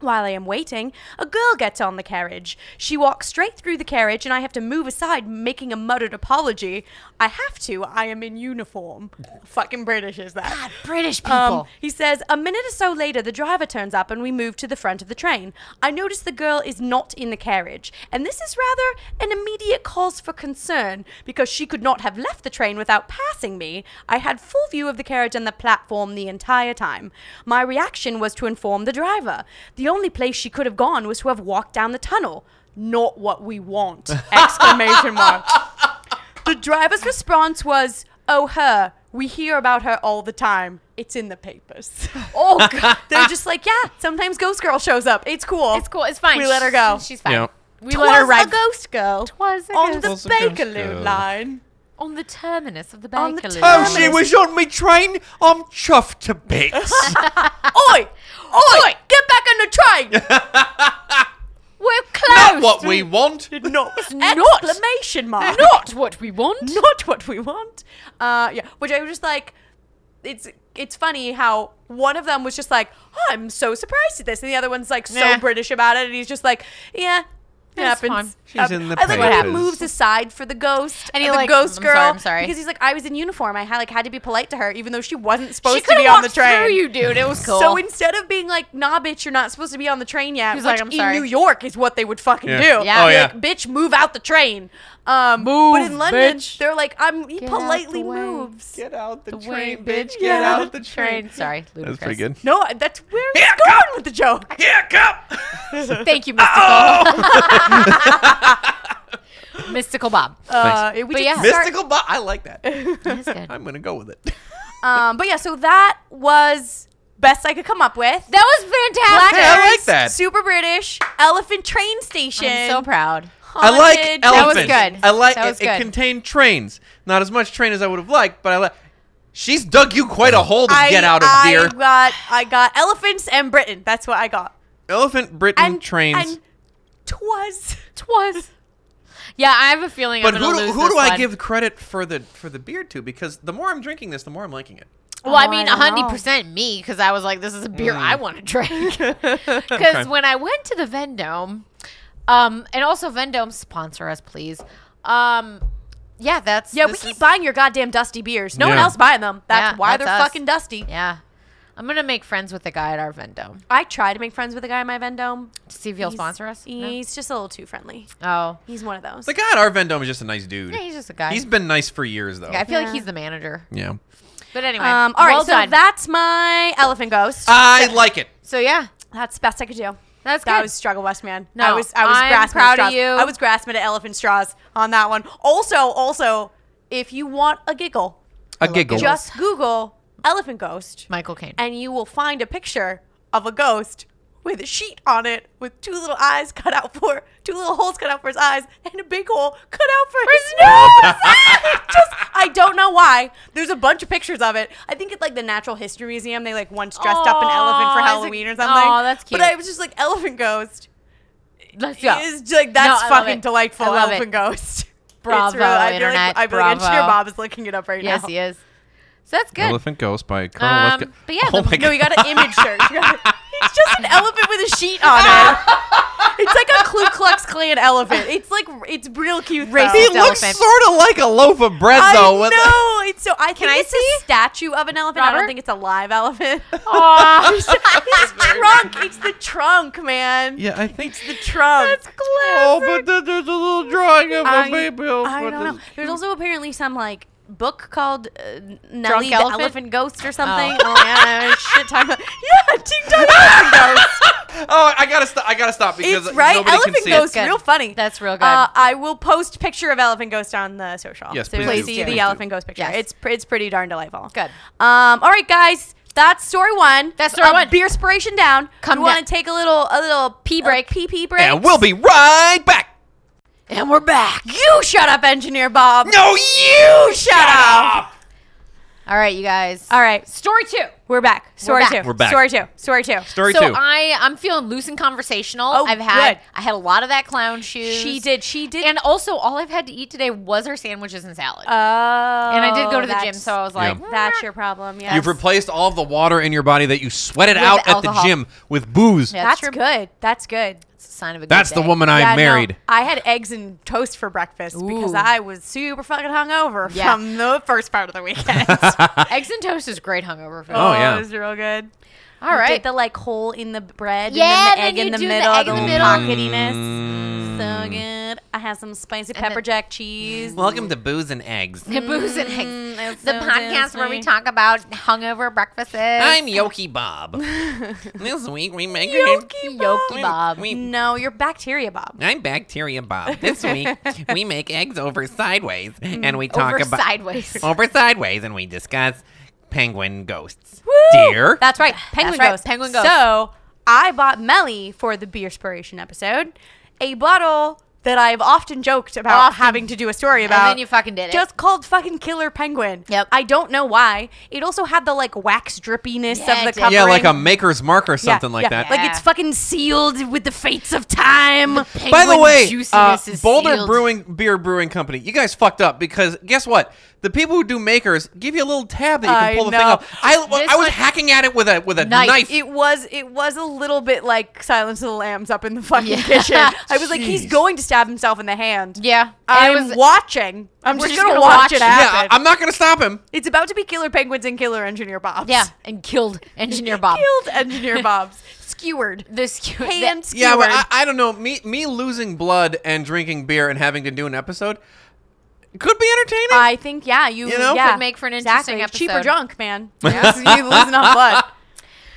Speaker 1: While I am waiting, a girl gets on the carriage. She walks straight through the carriage, and I have to move aside, making a muttered apology. I have to. I am in uniform. Fucking British is that?
Speaker 2: British people.
Speaker 1: Um, he says, a minute or so later, the driver turns up and we move to the front of the train. I notice the girl is not in the carriage, and this is rather an immediate cause for concern because she could not have left the train without passing me. I had full view of the carriage and the platform the entire time. My reaction was to inform the driver. The only place she could have gone was to have walked down the tunnel. Not what we want! Exclamation mark. The driver's response was, "Oh, her. We hear about her all the time. It's in the papers." oh, God. they're just like, "Yeah, sometimes Ghost Girl shows up. It's cool.
Speaker 2: it's cool. It's fine.
Speaker 1: We let her go.
Speaker 2: She's fine.
Speaker 3: Yeah.
Speaker 2: We let her
Speaker 1: Twas
Speaker 2: ride
Speaker 1: a Ghost Girl
Speaker 2: Twas a
Speaker 1: on
Speaker 2: ghost-
Speaker 1: the
Speaker 3: Twas a ghost
Speaker 1: Bakerloo
Speaker 3: girl.
Speaker 1: line."
Speaker 2: on the terminus of the
Speaker 1: On the
Speaker 2: Bakerloo.
Speaker 5: Oh,
Speaker 1: terminus.
Speaker 5: she was on me train. I'm chuffed to bits.
Speaker 1: Oi! Oi! Get back on the train!
Speaker 2: We're closed.
Speaker 3: Not what we want.
Speaker 1: no,
Speaker 2: not.
Speaker 1: exclamation mark.
Speaker 2: Not what we want.
Speaker 1: not what we want. Uh, yeah, which I was just like, it's it's funny how one of them was just like, oh, I'm so surprised at this, and the other one's like
Speaker 2: Nah.
Speaker 1: so British about it, and he's just like, yeah. It
Speaker 2: That's
Speaker 1: happens. Um,
Speaker 2: fine.
Speaker 3: She's in the
Speaker 1: I like when he
Speaker 3: papers.
Speaker 1: moves aside for the ghost and
Speaker 2: And he
Speaker 1: the
Speaker 2: like,
Speaker 1: ghost
Speaker 2: "I'm
Speaker 1: girl.
Speaker 2: sorry, I'm sorry."
Speaker 1: Because he's like, I was in uniform. I had like had to be polite to her, even though she wasn't supposed
Speaker 2: She
Speaker 1: to
Speaker 2: could
Speaker 1: be
Speaker 2: have
Speaker 1: on the
Speaker 2: walked through
Speaker 1: train.
Speaker 2: you, dude. It was cool.
Speaker 1: So instead of being like, nah, bitch, you're not supposed to be on the train yet,
Speaker 2: He's
Speaker 1: which
Speaker 2: like, "I'm
Speaker 1: in
Speaker 2: sorry."
Speaker 1: New York is what they would fucking
Speaker 3: Yeah.
Speaker 1: do.
Speaker 2: Yeah. Oh,
Speaker 1: Be
Speaker 3: yeah.
Speaker 1: like, bitch, move out the train. Um, but
Speaker 2: Move,
Speaker 1: in London,
Speaker 2: bitch.
Speaker 1: they're like, I'm, he
Speaker 2: Get out
Speaker 1: politely
Speaker 2: the way.
Speaker 1: moves.
Speaker 3: Get out the,
Speaker 2: train, bitch. Get
Speaker 1: out
Speaker 2: the train. Sorry, ludicrous.
Speaker 3: That's pretty good.
Speaker 1: No, that's where he's going with the joke.
Speaker 3: Here, come.
Speaker 2: Thank you,
Speaker 5: Oh!
Speaker 3: Oh!
Speaker 2: mystical. mystical Bob.
Speaker 1: Uh, it- we
Speaker 2: But
Speaker 1: should
Speaker 2: yeah.
Speaker 1: start-
Speaker 5: Mystical, but I like that.
Speaker 2: That is good.
Speaker 5: I'm gonna go with it.
Speaker 1: um, but yeah, so that was best I could come up with.
Speaker 2: That was fantastic.
Speaker 5: Hey, I like that.
Speaker 1: Super British elephant train station.
Speaker 2: I'm so proud.
Speaker 5: I like
Speaker 1: Haunted.
Speaker 2: That was
Speaker 5: elephants.
Speaker 2: good.
Speaker 5: I like
Speaker 2: That was
Speaker 5: it,
Speaker 2: good.
Speaker 5: it. Contained trains, not as much train as I would have liked, but I like. She's dug you quite a hole to
Speaker 1: I,
Speaker 5: get out of,
Speaker 1: I
Speaker 5: dear.
Speaker 1: got I got elephants and Britain. That's what I got.
Speaker 5: Elephant Britain
Speaker 1: And
Speaker 5: trains.
Speaker 1: And twas.
Speaker 2: Twas. Yeah, I have a feeling.
Speaker 5: but
Speaker 2: I'm
Speaker 5: who
Speaker 2: gonna
Speaker 5: do,
Speaker 2: lose
Speaker 5: who
Speaker 2: this
Speaker 5: do I
Speaker 2: one.
Speaker 5: give credit for the for the beer to? Because the more I'm drinking this, the more I'm liking it.
Speaker 2: Well, I
Speaker 1: Oh,
Speaker 2: mean,
Speaker 1: I don't Mm.
Speaker 2: hundred percent me because I was like, "This is a beer I want to drink." Because when I went to the Vendome, um, and also Vendome sponsor us, please. Um, yeah, that's
Speaker 1: Yeah,
Speaker 2: this
Speaker 1: we keep
Speaker 2: is-
Speaker 1: buying your goddamn dusty beers. No one
Speaker 3: Yeah.
Speaker 1: else buying them. That's
Speaker 2: Yeah,
Speaker 1: why
Speaker 2: that's
Speaker 1: they're
Speaker 2: us.
Speaker 1: fucking dusty.
Speaker 2: Yeah, I'm gonna make friends with the guy at our Vendome
Speaker 1: I try to make friends with a guy in my Vendome.
Speaker 2: to see if he'll
Speaker 1: He's- e-
Speaker 2: sponsor us. No?
Speaker 1: He's just a little too friendly.
Speaker 2: Oh,
Speaker 1: He's one of those.
Speaker 5: The guy at our Vendome is just a nice dude.
Speaker 2: yeah, he's just a guy.
Speaker 5: he's been nice for years though.
Speaker 2: I feel
Speaker 1: Yeah.
Speaker 2: like he's the manager.
Speaker 5: Yeah.
Speaker 2: But anyway,
Speaker 1: um, all right,
Speaker 2: well
Speaker 1: so
Speaker 2: done.
Speaker 1: that's my elephant ghost.
Speaker 5: I like it.
Speaker 2: so yeah,
Speaker 1: that's the best I could do.
Speaker 2: that's
Speaker 1: That
Speaker 2: good.
Speaker 1: was struggle, West man.
Speaker 2: No,
Speaker 1: I was I was
Speaker 2: I'm
Speaker 1: grasping
Speaker 2: proud
Speaker 1: at
Speaker 2: of
Speaker 1: straws.
Speaker 2: you.
Speaker 1: I was grasping at elephant straws on that one. Also, also, if you want a giggle,
Speaker 5: A giggle.
Speaker 1: just Google elephant ghost,
Speaker 2: Michael Caine.
Speaker 1: and you will find a picture of a ghost with a sheet on it with two little eyes cut out for two little holes cut out for his eyes and a big hole cut out for his nose. Just I don't know why. There's a bunch of pictures of it. I think it's like the Natural History Museum. They like once dressed up an elephant for
Speaker 2: Aw, is it-
Speaker 1: Halloween or something.
Speaker 2: aw, that's cute.
Speaker 1: But I was just like elephant ghost
Speaker 2: Let's go.
Speaker 1: is like that's
Speaker 2: No, I love
Speaker 1: fucking
Speaker 2: it.
Speaker 1: delightful.
Speaker 2: I love
Speaker 1: Elephant
Speaker 2: it.
Speaker 1: Ghost. It's
Speaker 2: Bravo,
Speaker 1: real- I feel
Speaker 2: internet.
Speaker 1: Like, I feel like
Speaker 2: Bravo.
Speaker 1: your Bob is looking it up right
Speaker 2: yes,
Speaker 1: now.
Speaker 2: he is. So that's good.
Speaker 3: Elephant Ghost by Colonel
Speaker 2: Um,
Speaker 3: Westcott.
Speaker 2: but yeah,
Speaker 3: oh my
Speaker 2: the-
Speaker 1: No,
Speaker 3: God.
Speaker 1: you got an image shirt. You got a- It's just an elephant with a sheet on it. It's like a Ku Klux Klan elephant. It's like it's real cute. Though.
Speaker 2: Racist
Speaker 5: He
Speaker 2: It's
Speaker 5: looks
Speaker 2: elephant.
Speaker 5: sort of like a loaf of bread
Speaker 1: I
Speaker 5: though. with-
Speaker 1: know. It's so I think
Speaker 2: I
Speaker 1: it's
Speaker 2: see?
Speaker 1: a statue of an elephant. I don't
Speaker 2: Robert?
Speaker 1: think it's a live elephant.
Speaker 2: Aw,
Speaker 1: His trunk. It's the trunk, man.
Speaker 3: Yeah, I think.
Speaker 1: The trunk.
Speaker 5: Oh, but then there's a little drawing of
Speaker 1: I-
Speaker 5: a baby. Oh, elephant.
Speaker 1: I don't know. There's also apparently some like book called uh, N- Nelly
Speaker 2: Drunk
Speaker 1: the
Speaker 2: Elephant?
Speaker 1: elephant? Ghost or something. Oh, yeah, shit talking about yeah, Ding Dong Elephant Ghost.
Speaker 5: Oh, I gotta stop. I gotta stop because
Speaker 1: It's right,
Speaker 5: nobody
Speaker 1: Elephant
Speaker 5: can see
Speaker 1: Ghost,
Speaker 5: it.
Speaker 2: Good.
Speaker 1: real funny.
Speaker 2: That's real good.
Speaker 1: Uh, I will post picture of Elephant Ghost on the social.
Speaker 3: Yes,
Speaker 1: so
Speaker 3: please
Speaker 1: you'll
Speaker 2: do,
Speaker 1: see
Speaker 2: please
Speaker 1: the
Speaker 3: do.
Speaker 1: Elephant Ghost picture.
Speaker 2: Yes.
Speaker 1: It's pr- it's pretty darn delightful.
Speaker 2: Good.
Speaker 1: Um. All right, guys. That's story one.
Speaker 2: That's story
Speaker 1: of
Speaker 2: one.
Speaker 1: Beer spiration down.
Speaker 2: Come
Speaker 1: we want
Speaker 2: down.
Speaker 1: to take a little a little pee break. Pee pee break.
Speaker 5: And we'll be right back.
Speaker 2: and we're back.
Speaker 1: you shut up, engineer Bob.
Speaker 5: No, you shut up.
Speaker 2: All right, you guys.
Speaker 1: All right.
Speaker 2: Story two.
Speaker 1: We're back. Story
Speaker 2: back.
Speaker 1: two.
Speaker 3: We're back.
Speaker 1: Story two. Story two.
Speaker 3: Story
Speaker 2: so
Speaker 3: two.
Speaker 2: I I'm feeling loose and conversational.
Speaker 1: Oh,
Speaker 2: I've had
Speaker 1: good.
Speaker 2: I had a lot of that clown shoes.
Speaker 1: She did. She did.
Speaker 2: And also, all I've had to eat today was our sandwiches and salad.
Speaker 1: oh, and
Speaker 2: and I did go to the gym, so I was like, "Mm."
Speaker 3: Yeah.
Speaker 1: Oh, that's your problem. Yes.
Speaker 5: You've replaced all the water in your body that you sweated
Speaker 2: With
Speaker 5: out at the
Speaker 2: alcohol.
Speaker 5: gym with booze.
Speaker 2: Yeah.
Speaker 1: that's
Speaker 2: That's your-
Speaker 1: good. That's good.
Speaker 2: It's a "Mm, sign of a good
Speaker 5: That's the
Speaker 2: day.
Speaker 5: woman I
Speaker 1: Yeah, no,
Speaker 5: married.
Speaker 1: I had eggs and toast for breakfast because
Speaker 2: Ooh.
Speaker 1: I was super fucking hungover
Speaker 2: Yeah.
Speaker 1: from the first part of the weekend.
Speaker 2: Eggs and toast is great hungover food.
Speaker 3: Oh, yeah.
Speaker 1: it was real good.
Speaker 2: all
Speaker 1: I
Speaker 2: right.
Speaker 1: did the like hole in the bread
Speaker 2: Yeah,
Speaker 1: and then the egg in
Speaker 2: then you
Speaker 1: the
Speaker 2: do the
Speaker 1: middle,
Speaker 2: egg in the
Speaker 1: little
Speaker 2: middle.
Speaker 1: pocketiness. So good. I had some spicy
Speaker 2: And
Speaker 1: pepper
Speaker 2: then-
Speaker 1: jack cheese.
Speaker 5: Welcome to booze and eggs.
Speaker 2: The booze and eggs.
Speaker 1: It's
Speaker 2: The
Speaker 1: so
Speaker 2: podcast where we
Speaker 1: tasty.
Speaker 2: talk about hungover breakfasts.
Speaker 5: I'm Yoki Bob. this week we make
Speaker 2: Yoki Bob.
Speaker 5: We-
Speaker 1: No, you're bacteria, Bob.
Speaker 5: I'm Bacteria Bob. This week we make eggs over sideways and we talk
Speaker 2: Mm, over
Speaker 5: about
Speaker 2: sideways.
Speaker 5: over sideways and we discuss penguin ghosts.
Speaker 1: Woo!
Speaker 5: Dear,
Speaker 1: That's right. Penguin
Speaker 2: right,
Speaker 1: Ghost.
Speaker 2: Penguin Ghost.
Speaker 1: So I bought Melly for the beer spiration episode a bottle that I've often joked about
Speaker 2: Often.
Speaker 1: having to do a story
Speaker 2: and
Speaker 1: about.
Speaker 2: then you fucking did it.
Speaker 1: just called fucking Killer Penguin.
Speaker 2: Yep.
Speaker 1: I don't know why. It also had the like wax drippiness of
Speaker 2: Yeah, it
Speaker 1: the
Speaker 2: did.
Speaker 1: covering.
Speaker 5: yeah, like a maker's mark or
Speaker 1: Yeah,
Speaker 5: something like
Speaker 1: yeah.
Speaker 5: that.
Speaker 1: Like it's fucking sealed with the fates of time.
Speaker 5: By the
Speaker 2: Penguin
Speaker 5: way, uh,
Speaker 2: juiciness is
Speaker 5: Boulder
Speaker 2: sealed.
Speaker 5: Brewing Beer Brewing Company, you guys fucked up because guess what? The people who do makers give you a little tab that you
Speaker 1: I
Speaker 5: can pull the thing
Speaker 1: know.
Speaker 5: up. I,
Speaker 2: This
Speaker 5: I was
Speaker 2: one-
Speaker 5: hacking at it with a with a
Speaker 2: Knife.
Speaker 5: knife.
Speaker 1: It was it was a little bit like Silence of the Lambs up in the fucking
Speaker 2: Yeah.
Speaker 1: kitchen. I was like, he's
Speaker 5: Jeez.
Speaker 1: going to stab himself in the hand.
Speaker 2: yeah. And
Speaker 1: I'm watching. I'm
Speaker 2: We're
Speaker 1: just
Speaker 2: just
Speaker 1: gonna,
Speaker 2: gonna
Speaker 1: watch,
Speaker 2: watch
Speaker 1: it
Speaker 2: it.
Speaker 5: yeah,
Speaker 1: happen.
Speaker 5: I, am not going to stop him.
Speaker 1: it's about to be Killer Penguins and Killer Engineer Bobs.
Speaker 2: yeah, and killed engineer Bob.
Speaker 1: Killed Engineer Bobs. Skewered.
Speaker 2: This cute.
Speaker 1: Hand skewered.
Speaker 5: Yeah, but I, I don't know. Me me losing blood and drinking beer and having to do an episode could be entertaining.
Speaker 1: I think yeah, you,
Speaker 5: You know?
Speaker 1: yeah.
Speaker 2: Could make for an
Speaker 1: Exactly.
Speaker 2: interesting
Speaker 1: Cheaper
Speaker 2: episode.
Speaker 1: drunk, man. you losing on blood.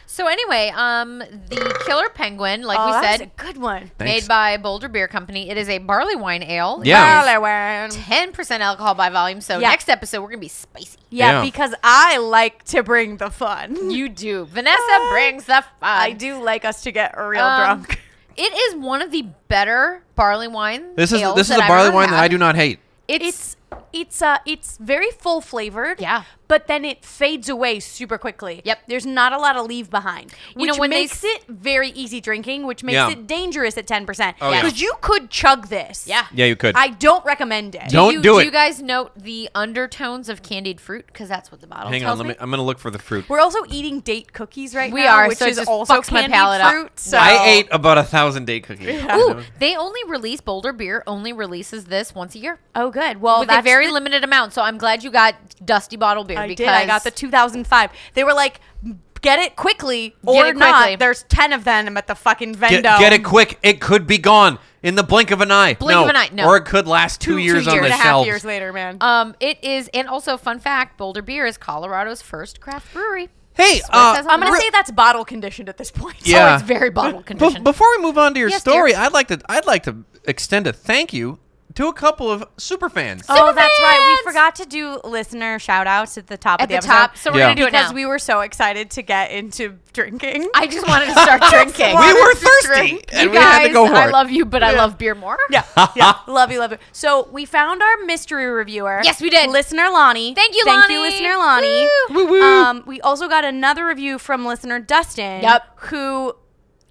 Speaker 2: So anyway, um, the Killer Penguin, like we
Speaker 1: Oh, that
Speaker 2: said,
Speaker 1: was a good one.
Speaker 5: Thanks.
Speaker 2: made by Boulder Beer Company. It is a barley wine ale.
Speaker 5: Yeah.
Speaker 2: Ten percent alcohol by volume. So
Speaker 1: Yeah.
Speaker 2: next episode we're gonna be spicy.
Speaker 1: Yeah,
Speaker 3: Yeah.
Speaker 1: because I like to bring the fun.
Speaker 2: You do. Vanessa brings the fun.
Speaker 1: I do like us to get real
Speaker 2: Um,
Speaker 1: drunk.
Speaker 2: It is one of the better barley wine.
Speaker 5: this is
Speaker 2: ales
Speaker 5: this is
Speaker 2: that
Speaker 5: a
Speaker 2: I've
Speaker 5: barley
Speaker 2: ever
Speaker 5: wine that
Speaker 2: had.
Speaker 5: I do not hate.
Speaker 2: It's,
Speaker 1: It's it's uh it's very full flavored.
Speaker 2: Yeah.
Speaker 1: But then it fades away super quickly.
Speaker 2: Yep.
Speaker 1: There's not a lot of leave behind.
Speaker 2: You
Speaker 1: Which
Speaker 2: know, when they
Speaker 1: makes it very easy drinking, which makes
Speaker 5: Yeah.
Speaker 1: it dangerous at ten percent.
Speaker 5: Oh, yeah.
Speaker 1: Because you could chug this.
Speaker 2: yeah.
Speaker 3: yeah, you could.
Speaker 1: I don't recommend it.
Speaker 3: Don't
Speaker 2: you,
Speaker 3: do it.
Speaker 2: you guys note the undertones of candied fruit? Because that's what the bottle
Speaker 5: Hang on,
Speaker 2: tells
Speaker 5: let me.
Speaker 2: me.
Speaker 5: I'm going to look for the fruit.
Speaker 1: We're also eating date cookies right
Speaker 2: We
Speaker 1: now,
Speaker 2: are,
Speaker 1: which
Speaker 2: so it
Speaker 1: is
Speaker 2: just
Speaker 1: also
Speaker 2: fucks my
Speaker 1: candy
Speaker 2: palate up.
Speaker 1: fruit. So
Speaker 5: I ate about a thousand date cookies.
Speaker 2: Ooh, they only release Boulder Beer only releases this once a year.
Speaker 1: Oh, good. Well,
Speaker 2: with a
Speaker 1: that's
Speaker 2: very very limited amount, so I'm glad you got Dusty Bottle Beer
Speaker 1: I
Speaker 2: because
Speaker 1: did. I got the 2005. They were like, get it quickly or
Speaker 2: it
Speaker 1: not.
Speaker 2: quickly.
Speaker 1: There's 10 of them at the fucking
Speaker 5: Get,
Speaker 1: vendo.
Speaker 5: get it quick. It could be gone in the blink of an eye.
Speaker 2: Blink
Speaker 5: no.
Speaker 2: of an eye, no.
Speaker 5: Or it could last two,
Speaker 2: Two-
Speaker 5: years
Speaker 2: two
Speaker 5: on
Speaker 2: years
Speaker 1: Two
Speaker 5: the
Speaker 1: and a half
Speaker 5: shelves.
Speaker 1: years later, man.
Speaker 2: Um, it is, and also fun fact: Boulder Beer is Colorado's first craft brewery.
Speaker 5: Hey,
Speaker 2: That's what it
Speaker 5: uh,
Speaker 2: says on
Speaker 1: I'm
Speaker 2: the
Speaker 1: going to
Speaker 2: back.
Speaker 1: say that's bottle conditioned at this point.
Speaker 5: Yeah.
Speaker 2: Oh, it's very bottle
Speaker 5: Be-
Speaker 2: conditioned.
Speaker 5: before we move on to your
Speaker 2: Yes, dear.
Speaker 5: story, I'd like to I'd like to extend a thank you to a couple of super fans.
Speaker 1: Oh, that's right.
Speaker 2: Superfans!
Speaker 1: We forgot to do listener shout outs at the top
Speaker 2: at
Speaker 1: of
Speaker 2: the,
Speaker 1: the,
Speaker 2: top,
Speaker 1: episode
Speaker 2: so we're
Speaker 5: Yeah.
Speaker 2: gonna do it
Speaker 1: because
Speaker 2: now.
Speaker 1: we were so excited to get into drinking.
Speaker 2: I just wanted to start drinking.
Speaker 5: we were
Speaker 1: Honest to
Speaker 5: thirsty,
Speaker 1: drink.
Speaker 5: and
Speaker 2: you
Speaker 5: we had to
Speaker 2: guys,
Speaker 5: go for
Speaker 2: I
Speaker 5: it.
Speaker 2: love you, but I love beer more.
Speaker 1: Yeah, yeah. love you, love you. So we found our mystery reviewer.
Speaker 2: Yes, we did.
Speaker 1: Listener Lonnie.
Speaker 2: Thank you,
Speaker 1: Thank you,
Speaker 2: Lonnie.
Speaker 1: listener Lonnie.
Speaker 2: Woo. Woo, woo.
Speaker 1: Um, we also got another review from listener Dustin.
Speaker 2: Yep.
Speaker 1: Who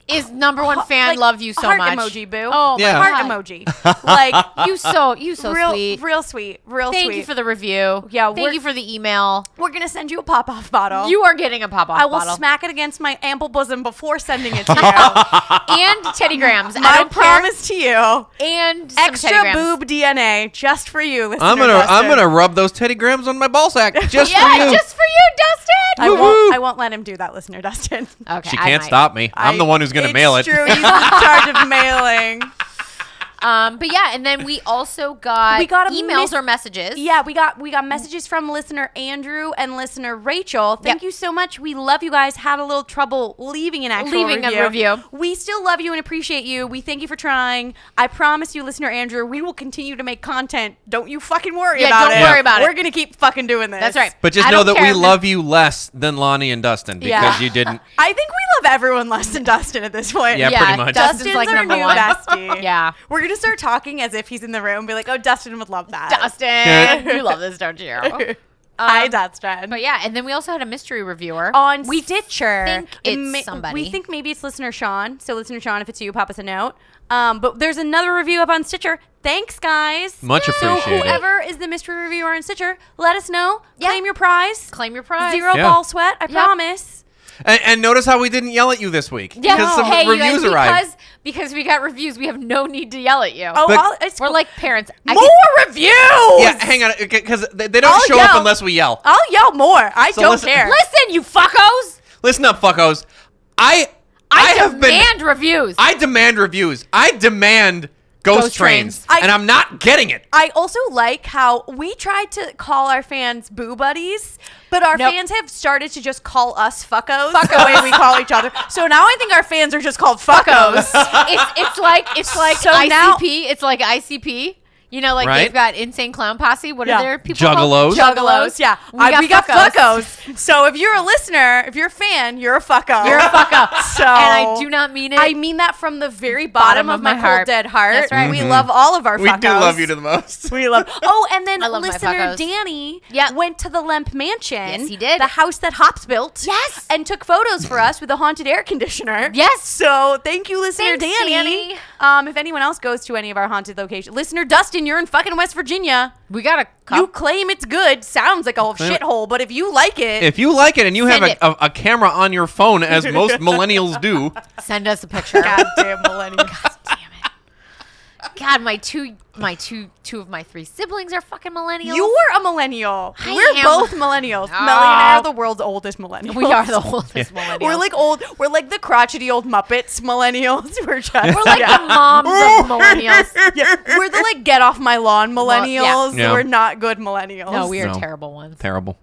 Speaker 2: Is number one fan.
Speaker 1: like,
Speaker 2: love you so
Speaker 1: heart
Speaker 2: much.
Speaker 1: Emoji boo.
Speaker 2: Oh my
Speaker 5: Yeah.
Speaker 2: God.
Speaker 1: heart emoji. Like
Speaker 2: You so you so
Speaker 1: real,
Speaker 2: sweet.
Speaker 1: real sweet, real
Speaker 2: Thank
Speaker 1: sweet.
Speaker 2: you for the review.
Speaker 1: Yeah,
Speaker 2: Thank
Speaker 1: we're-
Speaker 2: you for the email.
Speaker 1: We're gonna send you a pop off bottle.
Speaker 2: You are getting a pop off
Speaker 1: I will
Speaker 2: bottle.
Speaker 1: smack it against my ample bosom before sending it to you.
Speaker 2: and Teddy Grams. I
Speaker 1: I
Speaker 2: don't care.
Speaker 1: promise to you.
Speaker 2: And some Teddy
Speaker 1: Extra
Speaker 2: Grams.
Speaker 1: boob DNA just for you. Listener
Speaker 5: I'm gonna
Speaker 1: Dustin.
Speaker 5: I'm gonna rub those Teddy Grams on my ball sack just for
Speaker 2: Yeah,
Speaker 5: you.
Speaker 2: just for you, Dustin.
Speaker 1: I
Speaker 5: Woo-woo.
Speaker 1: won't, I won't let him do that, listener Dustin.
Speaker 2: Okay,
Speaker 5: she
Speaker 2: I
Speaker 5: can't
Speaker 2: might.
Speaker 5: stop me. I'm the
Speaker 1: I-
Speaker 5: one who's gonna mail it.
Speaker 1: It's true. He's in charge of mailing.
Speaker 2: Um, but yeah, and then we also got
Speaker 1: We got a
Speaker 2: emails
Speaker 1: miss-
Speaker 2: or messages.
Speaker 1: Yeah, we got we got messages from listener Andrew and listener Rachel. Thank
Speaker 2: Yep.
Speaker 1: you so much. We love you guys. Had a little trouble leaving an actual
Speaker 2: Leaving a
Speaker 1: review.
Speaker 2: review.
Speaker 1: We still love you and appreciate you. We thank you for trying. I promise you, listener Andrew, we will continue to make content. Don't you fucking worry
Speaker 2: Yeah,
Speaker 1: about
Speaker 2: don't
Speaker 1: it.
Speaker 2: worry about it.
Speaker 1: We're gonna keep fucking doing this.
Speaker 2: That's right.
Speaker 5: But just
Speaker 2: I
Speaker 5: know
Speaker 2: don't
Speaker 5: that we
Speaker 2: care.
Speaker 5: love you less than Lonnie and Dustin because
Speaker 1: Yeah.
Speaker 5: you didn't.
Speaker 1: I think we love everyone less than Dustin at this point.
Speaker 5: Yeah,
Speaker 2: Yeah,
Speaker 5: pretty much.
Speaker 2: Dustin's
Speaker 1: Dustin's
Speaker 2: like
Speaker 1: our
Speaker 2: number
Speaker 1: new
Speaker 2: one.
Speaker 1: bestie.
Speaker 2: Yeah.
Speaker 1: We're gonna start talking as if he's in the room, be like, "Oh, Dustin would love that."
Speaker 2: Dustin. you love this, don't you? Um,
Speaker 1: Hi, Dustin.
Speaker 2: But yeah, and then we also had a mystery reviewer.
Speaker 1: on we Stitcher.
Speaker 2: think
Speaker 1: it
Speaker 2: it's somebody.
Speaker 1: We think maybe it's listener Sean. So listener Sean, if it's you, pop us a note. Um, but there's another review up on Stitcher. Thanks, guys.
Speaker 5: Much
Speaker 1: So
Speaker 5: appreciated.
Speaker 1: whoever is the mystery reviewer on Stitcher, let us know. Claim your prize.
Speaker 2: Claim your prize.
Speaker 1: Zero
Speaker 5: Yeah.
Speaker 1: ball sweat. I promise.
Speaker 5: And, and notice how we didn't yell at you this week
Speaker 2: Yeah,
Speaker 5: because some
Speaker 2: hey,
Speaker 5: reviews
Speaker 2: you guys,
Speaker 5: arrived.
Speaker 2: Because, because we got reviews, we have no need to yell at you.
Speaker 1: Oh,
Speaker 5: But-
Speaker 1: all, it's
Speaker 2: We're like parents. I
Speaker 1: more
Speaker 2: can-
Speaker 1: reviews.
Speaker 5: Yeah, hang on, because they, they don't
Speaker 1: I'll
Speaker 5: show up
Speaker 1: yell.
Speaker 5: unless we
Speaker 2: Uh,
Speaker 5: yell.
Speaker 1: I'll yell more. I
Speaker 5: So
Speaker 1: don't
Speaker 5: listen-
Speaker 1: care.
Speaker 2: Listen, you fuckos.
Speaker 5: Listen up, fuckos. I I,
Speaker 2: I,
Speaker 5: have been
Speaker 2: demand reviews.
Speaker 5: I demand reviews. I demand ghost,
Speaker 2: Ghost
Speaker 5: trains,
Speaker 2: trains.
Speaker 1: I-
Speaker 5: and I'm not getting it.
Speaker 1: I also like how we tried to call our fans boo buddies, but our
Speaker 2: Nope.
Speaker 1: fans have started to just call us fuckos the way we call each other. So now I think our fans are just called fuckos.
Speaker 2: it's, it's like it's like
Speaker 1: So
Speaker 2: ICP.
Speaker 1: now-
Speaker 2: it's like ICP. You know, like
Speaker 5: Right?
Speaker 2: they've got insane clown posse. What
Speaker 1: Yeah.
Speaker 2: are their people?
Speaker 5: Juggalos.
Speaker 2: called?
Speaker 1: Juggalos, yeah.
Speaker 2: We
Speaker 1: I-
Speaker 2: got,
Speaker 1: we got
Speaker 2: fuckos.
Speaker 1: fuckos. So if you're a listener, if you're a fan, you're a fucko.
Speaker 2: You're a fucko.
Speaker 1: So
Speaker 2: and I do not mean it.
Speaker 1: I mean that from the very bottom, of, my, cold
Speaker 2: heart.
Speaker 1: dead heart.
Speaker 2: That's right.
Speaker 1: We love all of our
Speaker 5: Mm-hmm. We
Speaker 1: fuckos.
Speaker 5: do love you to the most.
Speaker 1: We love. Oh, and then
Speaker 2: I love my
Speaker 1: listener
Speaker 2: fuckos.
Speaker 1: Danny
Speaker 2: Yeah.
Speaker 1: went to the Lemp Mansion.
Speaker 2: Yes, he did.
Speaker 1: The house that Hops built.
Speaker 2: Yes.
Speaker 1: And took photos for us with a haunted air conditioner.
Speaker 2: Yes.
Speaker 1: So thank you, listener
Speaker 2: Thanks,
Speaker 1: Danny.
Speaker 2: Danny.
Speaker 1: Um, if anyone else goes to any of our haunted locations, listener Dustin, you're in fucking West Virginia.
Speaker 2: we got a
Speaker 1: You
Speaker 2: couple.
Speaker 1: claim it's good. Sounds like a shithole, but if you like it,
Speaker 5: If you like it and you
Speaker 2: Send
Speaker 5: have
Speaker 2: it.
Speaker 5: a, a, a camera on your phone, as most millennials do,
Speaker 2: Send us a picture. God
Speaker 1: goddamn millennials.
Speaker 2: damn it. God, my two, my two, two of my three siblings are fucking millennials.
Speaker 1: You're a millennial.
Speaker 2: I
Speaker 1: We're
Speaker 2: am.
Speaker 1: both millennials.
Speaker 2: Ah.
Speaker 1: Melly and I are the world's oldest millennials.
Speaker 2: we are the oldest millennials.
Speaker 1: We're like old. We're like the crotchety old Muppets millennials. We're just.
Speaker 2: We're like the moms of millennials.
Speaker 1: Yeah, we're the like get off my lawn millennials.
Speaker 5: Yeah.
Speaker 1: We're not good millennials.
Speaker 2: No, we are
Speaker 5: No.
Speaker 2: terrible ones.
Speaker 5: terrible.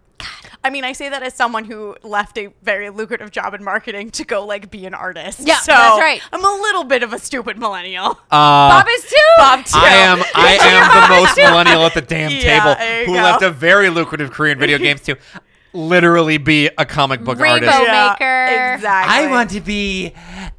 Speaker 1: I mean, I say that as someone who left a very lucrative job in marketing to go like be an artist.
Speaker 2: Yeah,
Speaker 1: so
Speaker 2: that's right.
Speaker 1: I'm a little bit of a stupid millennial.
Speaker 5: Uh,
Speaker 2: Bob is too.
Speaker 1: Bob too.
Speaker 5: I am I am the most millennial at the damn
Speaker 1: Yeah, there
Speaker 5: table
Speaker 1: you
Speaker 5: who
Speaker 1: go.
Speaker 5: left a very lucrative career in video games to literally be a comic book
Speaker 2: Rainbow
Speaker 5: artist.
Speaker 1: Yeah,
Speaker 2: maker.
Speaker 1: Exactly.
Speaker 5: to be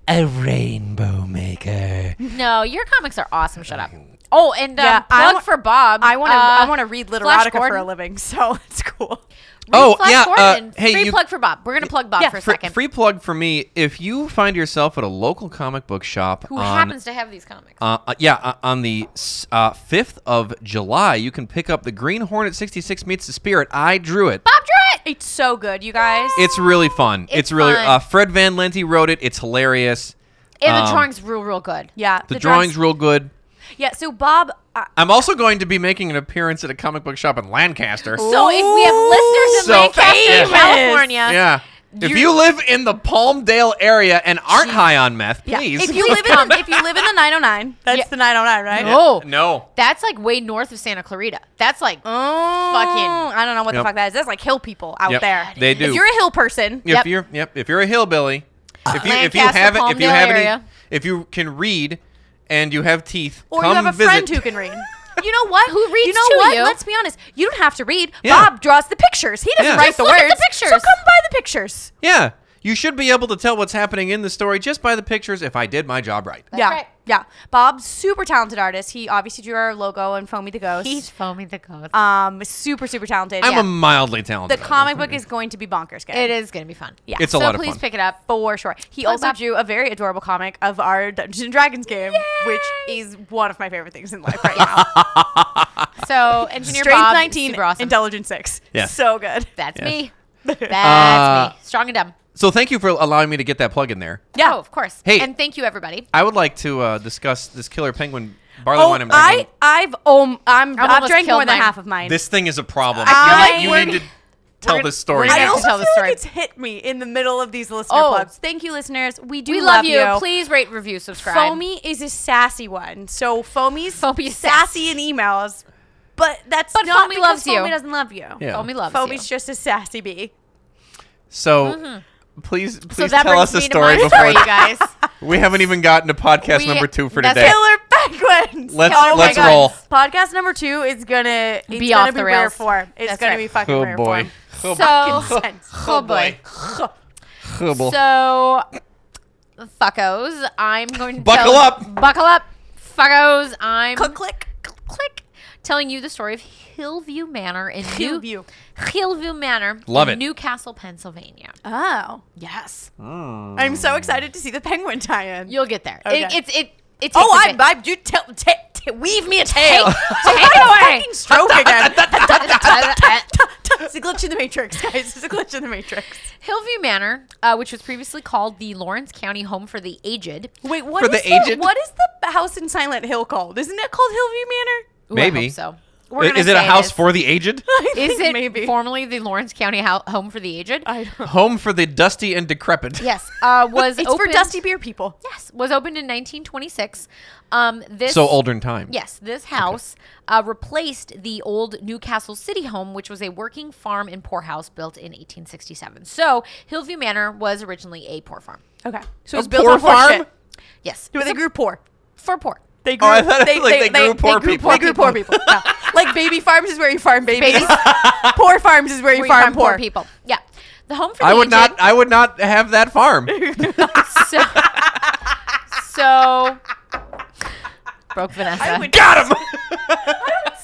Speaker 5: a rainbow maker.
Speaker 2: No, your comics are awesome. Shut up. Oh, and um,
Speaker 1: Yeah, I
Speaker 2: plug
Speaker 1: wa-
Speaker 2: for Bob.
Speaker 1: I want to.
Speaker 2: uh,
Speaker 1: I want to read
Speaker 2: Flash
Speaker 1: literotica for a
Speaker 2: Gordon.
Speaker 1: living, so it's cool.
Speaker 2: Read
Speaker 5: Oh,
Speaker 2: Flash
Speaker 5: yeah, uh,
Speaker 2: Gordon.
Speaker 5: hey,
Speaker 2: free
Speaker 5: you-
Speaker 2: plug for Bob. We're gonna plug Bob
Speaker 1: Yeah,
Speaker 2: for a
Speaker 5: Fr-
Speaker 2: second.
Speaker 5: free plug for me if you find yourself at a local comic book shop
Speaker 2: Who
Speaker 5: on,
Speaker 2: happens to have these comics?
Speaker 5: uh, uh, yeah uh, on the s- uh, 5th of july you can pick up the green hornet 66 meets the spirit i drew it
Speaker 2: Bob drew it.
Speaker 1: It's so good, you guys.
Speaker 5: it's really fun it's,
Speaker 2: It's
Speaker 5: really
Speaker 2: fun.
Speaker 5: Uh, fred van lente wrote it it's hilarious
Speaker 2: And the
Speaker 5: um,
Speaker 2: drawing's real, real good.
Speaker 1: yeah,
Speaker 5: the, drawings real good
Speaker 1: Yeah. So Bob, uh,
Speaker 5: I'm also going to be making an appearance at a comic book shop in Lancaster.
Speaker 1: Oh,
Speaker 2: So if we have listeners in
Speaker 5: So-
Speaker 2: Lancaster,
Speaker 5: Famous.
Speaker 2: California,
Speaker 5: Yeah. If you live in the Palmdale area and aren't high on meth,
Speaker 1: yeah.
Speaker 5: please.
Speaker 1: If you live in if you live in the 909, that's
Speaker 2: Yeah.
Speaker 1: the 909, right?
Speaker 2: oh,
Speaker 5: no.
Speaker 2: that's like way north of Santa Clarita. That's like
Speaker 1: Oh,
Speaker 2: Fucking-
Speaker 1: I don't know what
Speaker 5: Yep.
Speaker 1: the fuck that is. That's like hill people out
Speaker 5: Yep,
Speaker 1: there.
Speaker 5: they do.
Speaker 1: If you're a hill person,
Speaker 5: If
Speaker 2: Yep.
Speaker 5: you're yep, if you're a hillbilly, if you if you
Speaker 2: Lancaster,
Speaker 5: have if you
Speaker 2: Palmdale
Speaker 5: have any,
Speaker 2: area.
Speaker 5: if you can read and you have teeth,
Speaker 1: or
Speaker 5: come
Speaker 1: you have a
Speaker 5: visit.
Speaker 1: friend who can read. You know what?
Speaker 2: Who reads
Speaker 1: You know
Speaker 2: to
Speaker 1: what?
Speaker 2: you.
Speaker 1: Let's be honest. You don't have to read.
Speaker 5: Yeah.
Speaker 1: Bob draws the pictures. He doesn't
Speaker 5: Yeah.
Speaker 1: write
Speaker 5: Just
Speaker 1: the
Speaker 2: look
Speaker 1: words.
Speaker 2: at the
Speaker 1: So
Speaker 2: pictures.
Speaker 1: come by the pictures.
Speaker 5: Yeah. You should be able to tell what's happening in the story just by the pictures if I did my job right.
Speaker 1: yeah,
Speaker 2: right.
Speaker 1: yeah. Bob's super talented artist. He obviously drew our logo and Foamy the Ghost.
Speaker 2: he's foaming the ghost.
Speaker 1: um super super talented.
Speaker 5: I'm
Speaker 1: Yeah.
Speaker 5: a mildly
Speaker 1: the
Speaker 5: talented.
Speaker 1: comic book is going to be bonkers. Guys.
Speaker 2: it is gonna be fun.
Speaker 1: Yeah.
Speaker 5: It's a
Speaker 2: so
Speaker 5: lot of
Speaker 2: please
Speaker 5: fun.
Speaker 2: pick it up.
Speaker 1: for sure. He also
Speaker 2: Bob.
Speaker 1: drew a very adorable comic of our Dungeons and Dragons game, which is one of my favorite things in life right now.
Speaker 2: So engineer
Speaker 1: Strength
Speaker 2: Bob,
Speaker 1: 19,
Speaker 2: super awesome.
Speaker 1: intelligence 6.
Speaker 5: Yeah.
Speaker 1: So good.
Speaker 2: That's
Speaker 5: Yeah.
Speaker 2: me. That's
Speaker 5: Uh,
Speaker 2: me. Strong and dumb.
Speaker 5: So thank you for allowing me to get that plug in there.
Speaker 1: Yeah.
Speaker 2: Oh, of course.
Speaker 5: Hey.
Speaker 2: and thank you everybody.
Speaker 5: I would like to uh, discuss this killer penguin barley
Speaker 1: Oh,
Speaker 5: wine and
Speaker 1: I,
Speaker 5: penguin.
Speaker 1: I've, um, I'm, I've
Speaker 2: almost
Speaker 1: drank
Speaker 2: killed
Speaker 1: more than
Speaker 2: mine.
Speaker 1: half of mine.
Speaker 5: This thing is a problem.
Speaker 1: I
Speaker 5: you
Speaker 1: feel like
Speaker 5: need
Speaker 1: we're-
Speaker 5: to tell
Speaker 2: we're-
Speaker 5: this story.
Speaker 2: we're
Speaker 1: I
Speaker 2: gonna
Speaker 5: now.
Speaker 1: also feel
Speaker 2: tell the story.
Speaker 1: like it's hit me in the middle of these listener
Speaker 2: Oh.
Speaker 1: plugs. Thank you, listeners. We do
Speaker 2: We
Speaker 1: love, you.
Speaker 2: Please rate, review, subscribe.
Speaker 1: Foamy is a sassy one. So Foamy's
Speaker 2: Foamy's
Speaker 1: sassy in emails, but that's
Speaker 2: But
Speaker 1: not
Speaker 2: Foamy
Speaker 1: because
Speaker 2: loves you.
Speaker 1: Foamy doesn't love you.
Speaker 5: Yeah.
Speaker 2: Foamy loves
Speaker 1: Foamy's
Speaker 2: you.
Speaker 1: just a sassy bee.
Speaker 5: So please, please
Speaker 2: Mm-hmm. that
Speaker 5: tell
Speaker 2: brings
Speaker 5: us a
Speaker 2: me to my
Speaker 5: story before Oh,
Speaker 2: story, you guys.
Speaker 5: we haven't even gotten to podcast
Speaker 2: We-
Speaker 5: number two for
Speaker 2: that's
Speaker 5: today.
Speaker 1: Killer penguins.
Speaker 5: Let's-
Speaker 1: oh my
Speaker 5: let's
Speaker 1: God.
Speaker 5: roll.
Speaker 1: Podcast number two is gonna it's
Speaker 2: Be
Speaker 1: gonna
Speaker 2: off
Speaker 1: be
Speaker 2: the
Speaker 1: rare
Speaker 2: rails.
Speaker 1: form. It's
Speaker 2: That's
Speaker 1: gonna
Speaker 2: right.
Speaker 1: be fucking
Speaker 5: Oh
Speaker 1: rare
Speaker 5: boy.
Speaker 2: So,
Speaker 5: Oh
Speaker 1: form. Sense.
Speaker 2: oh boy.
Speaker 5: Oh boy.
Speaker 2: So, fuckos, I'm going to
Speaker 5: Buckle
Speaker 2: tell-
Speaker 5: up.
Speaker 2: Buckle up, fuckos. I'm
Speaker 1: Click click.
Speaker 2: click, click, telling you the story of Hillview Manor in
Speaker 1: Hillview.
Speaker 2: New Hillview Manor,
Speaker 5: Love
Speaker 2: in
Speaker 5: it.
Speaker 2: Newcastle, Pennsylvania.
Speaker 1: Oh.
Speaker 2: Yes,
Speaker 1: I'm so excited to see the penguin tie-in.
Speaker 2: you'll get there.
Speaker 1: Okay.
Speaker 2: It, it's it. It takes
Speaker 1: oh,
Speaker 2: a
Speaker 1: I,
Speaker 2: bit.
Speaker 1: I you tell t- t- weave me a tail.
Speaker 2: Take
Speaker 1: fucking stroke again.
Speaker 2: it away.
Speaker 1: it's a glitch in the matrix, guys. It's a glitch in the matrix.
Speaker 2: Hillview Manor, uh, which was previously called the Lawrence County Home for the Aged.
Speaker 1: Wait, what
Speaker 5: For the
Speaker 1: is the,
Speaker 5: aged?
Speaker 1: what is the house in Silent Hill called? Isn't it called Hillview Manor?
Speaker 2: Ooh, I
Speaker 5: Maybe.
Speaker 2: hope so.
Speaker 1: We're
Speaker 5: I-
Speaker 1: gonna
Speaker 5: is it a
Speaker 1: say
Speaker 5: house
Speaker 1: is.
Speaker 5: for the aged?
Speaker 1: I
Speaker 2: Is
Speaker 1: think
Speaker 2: it
Speaker 1: maybe?
Speaker 2: formerly the Lawrence County Ho- Home for the Aged?
Speaker 1: I don't.
Speaker 5: Home for the dusty and decrepit.
Speaker 2: yes, uh, was
Speaker 1: It's for
Speaker 2: opened-
Speaker 1: dusty beer people.
Speaker 2: Yes, was opened in 1926. Um, this
Speaker 5: So older in time.
Speaker 2: Yes, this house uh, replaced the old Newcastle City home, which was a working farm and poorhouse built in 1867. So Hillview Manor was originally a poor farm.
Speaker 1: Okay. So it's
Speaker 5: poor farm?
Speaker 2: Yes,
Speaker 1: Where they grew poor.
Speaker 2: for poor.
Speaker 1: They grew.
Speaker 5: Oh, I thought it was like they grew poor people.
Speaker 1: They grew poor people. Yeah. Like baby farms is where you farm babies.
Speaker 2: Babies.
Speaker 1: poor farms is where you
Speaker 2: We
Speaker 1: farm, poor. people.
Speaker 2: people. Yeah, the home for
Speaker 5: I
Speaker 2: the
Speaker 5: would
Speaker 2: aged-
Speaker 5: not. I would not have that farm.
Speaker 2: So, so broke Vanessa.
Speaker 5: Got him.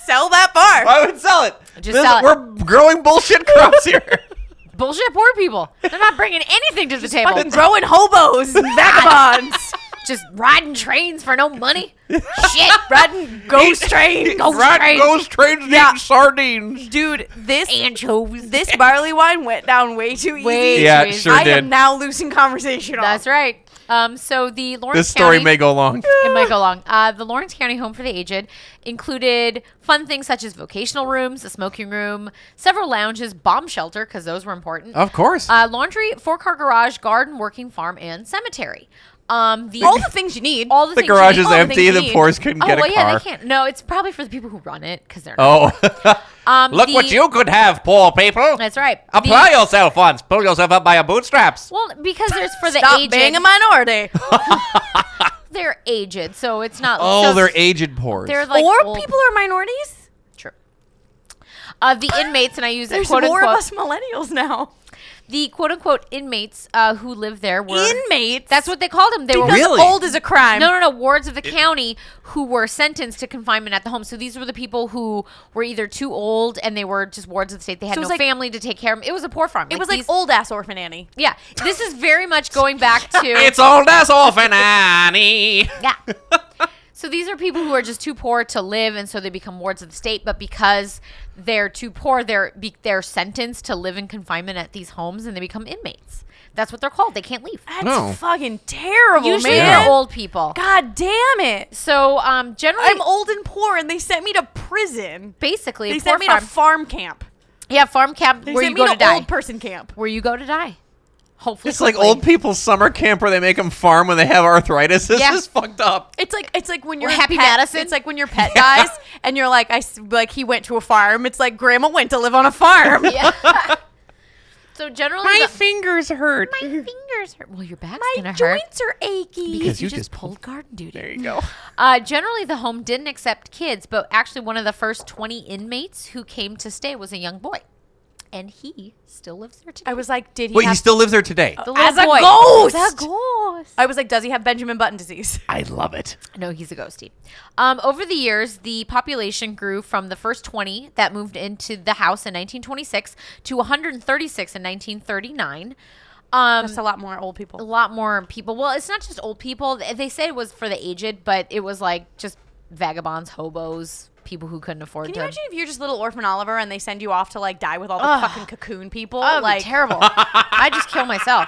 Speaker 1: Sell that farm.
Speaker 5: I would sell it.
Speaker 2: Just sell it.
Speaker 5: We're growing bullshit crops here.
Speaker 2: Bullshit poor people. They're not bringing anything to the table.
Speaker 1: Fucking growing hobos and vagabonds.
Speaker 2: Just riding trains for no money. Shit.
Speaker 1: Riding ghost train.
Speaker 2: Ghost
Speaker 5: Rat
Speaker 2: trains.
Speaker 5: ghost trains eating
Speaker 1: Yeah.
Speaker 5: sardines.
Speaker 1: Dude, this
Speaker 2: Anchovies.
Speaker 1: this barley wine went down way too
Speaker 2: Way
Speaker 1: easy.
Speaker 2: Yeah,
Speaker 5: Yeah,
Speaker 2: it
Speaker 5: sure
Speaker 2: sure
Speaker 1: I
Speaker 5: did.
Speaker 1: am now losing conversation.
Speaker 2: That's right. Um, so the Lawrence
Speaker 5: this story
Speaker 2: County-
Speaker 5: may go long.
Speaker 2: it might go long. Uh, the Lawrence County Home for the Aged included fun things such as vocational rooms, a smoking room, several lounges, bomb shelter because those were important.
Speaker 5: Of course.
Speaker 2: Uh, laundry, four car garage, garden, working farm, and cemetery. Um, the
Speaker 1: All the things you need.
Speaker 2: all the,
Speaker 5: the
Speaker 2: things you
Speaker 5: garage
Speaker 2: need-
Speaker 5: is
Speaker 2: all the
Speaker 5: empty.
Speaker 2: things you
Speaker 5: The
Speaker 2: need.
Speaker 5: poors couldn't
Speaker 2: Oh
Speaker 5: get a
Speaker 2: well, yeah,
Speaker 5: car.
Speaker 2: they can't. No, it's probably for the people who run it because they're.
Speaker 5: Oh.
Speaker 2: um,
Speaker 5: Look
Speaker 2: the-
Speaker 5: what you could have, poor people.
Speaker 2: That's right.
Speaker 5: Apply
Speaker 2: The-
Speaker 5: yourself once. Pull yourself up by your bootstraps.
Speaker 2: well, because there's for the
Speaker 1: Stop
Speaker 2: aged.
Speaker 1: being a minority.
Speaker 2: they're aged, so it's not.
Speaker 5: Oh,
Speaker 2: so
Speaker 5: they're aged poors.
Speaker 2: They're like
Speaker 1: or
Speaker 2: old-
Speaker 1: people are minorities.
Speaker 2: True. Uh, the inmates, and I use that
Speaker 1: There's
Speaker 2: quote
Speaker 1: more of
Speaker 2: unquote.
Speaker 1: us millennials now.
Speaker 2: The quote unquote inmates uh, who lived there were
Speaker 1: Inmates.
Speaker 2: That's what they called them. They were
Speaker 1: Because
Speaker 5: Really?
Speaker 1: old is a crime.
Speaker 2: no, no, no. Wards of the county who were sentenced to confinement at the home. So these were the people who were either too old and they were just wards of the state. They had
Speaker 1: So it
Speaker 2: no
Speaker 1: was like-
Speaker 2: family to take care of. 'em. It was a poor farm.
Speaker 1: It was like
Speaker 2: these-
Speaker 1: old ass orphan Annie.
Speaker 2: yeah. This is very much going back to
Speaker 5: It's all that's orphan Annie.
Speaker 2: Yeah. so these are people who are just too poor to live, and so they become wards of the state. But because they're too poor, they're be, they're sentenced to live in confinement at these homes, and they become inmates. That's what they're called. They can't leave.
Speaker 1: That's
Speaker 5: No.
Speaker 1: fucking terrible,
Speaker 2: Usually
Speaker 1: man.
Speaker 2: they're old people.
Speaker 1: God damn it.
Speaker 2: So um, generally,
Speaker 1: I'm old and poor, and they sent me to prison.
Speaker 2: basically,
Speaker 1: They
Speaker 2: poor
Speaker 1: sent me
Speaker 2: farm.
Speaker 1: to farm camp.
Speaker 2: yeah, farm camp
Speaker 1: They
Speaker 2: where you
Speaker 1: sent
Speaker 2: go
Speaker 1: me
Speaker 2: to
Speaker 1: to,
Speaker 2: die.
Speaker 1: old person camp.
Speaker 2: where you go to die. Hopefully,
Speaker 5: It's like
Speaker 2: quickly.
Speaker 5: old people's summer camp where they make them farm when they have arthritis. This
Speaker 2: Yeah.
Speaker 5: is fucked up.
Speaker 1: It's like it's like when
Speaker 2: Or
Speaker 1: your
Speaker 2: Happy
Speaker 1: pet,
Speaker 2: Madison?
Speaker 1: It's like when your pet dies, and you're like, I s- like he went to a farm. It's like grandma went to live on a farm.
Speaker 2: Yeah. so generally, the-
Speaker 5: fingers hurt.
Speaker 2: my fingers hurt. Well, your back's
Speaker 1: My
Speaker 2: gonna hurt
Speaker 1: joints are achy.
Speaker 2: because you,
Speaker 5: you
Speaker 2: just,
Speaker 5: just
Speaker 2: pulled garden duty.
Speaker 5: There you go.
Speaker 2: Uh, generally, the home didn't accept kids, but actually, one of the first 20 inmates who came to stay was a young boy, and he still lives there today.
Speaker 1: I was like, did he?
Speaker 5: Wait,
Speaker 1: have-
Speaker 5: he still lives there today.
Speaker 2: The
Speaker 1: as a
Speaker 2: boy-
Speaker 1: ghost!
Speaker 2: As a ghost.
Speaker 1: I was like, does he have Benjamin Button disease?
Speaker 5: I love it.
Speaker 2: No, he's a ghostie. Um, over the years, the population grew from the first 20 that moved into the house in 1926 to 136 in 1939. Um,
Speaker 1: That's a lot more old
Speaker 2: a
Speaker 1: people.
Speaker 2: lot more people. Well, it's not just old people. They they said it was for the aged, but it was like just vagabonds, hobos, people who couldn't afford
Speaker 1: Can
Speaker 2: to.
Speaker 1: you imagine if you're just little orphan Oliver and they send you off to like die with all the fucking cocoon people?
Speaker 2: Oh, it'd be
Speaker 1: like
Speaker 2: terrible. I just kill myself.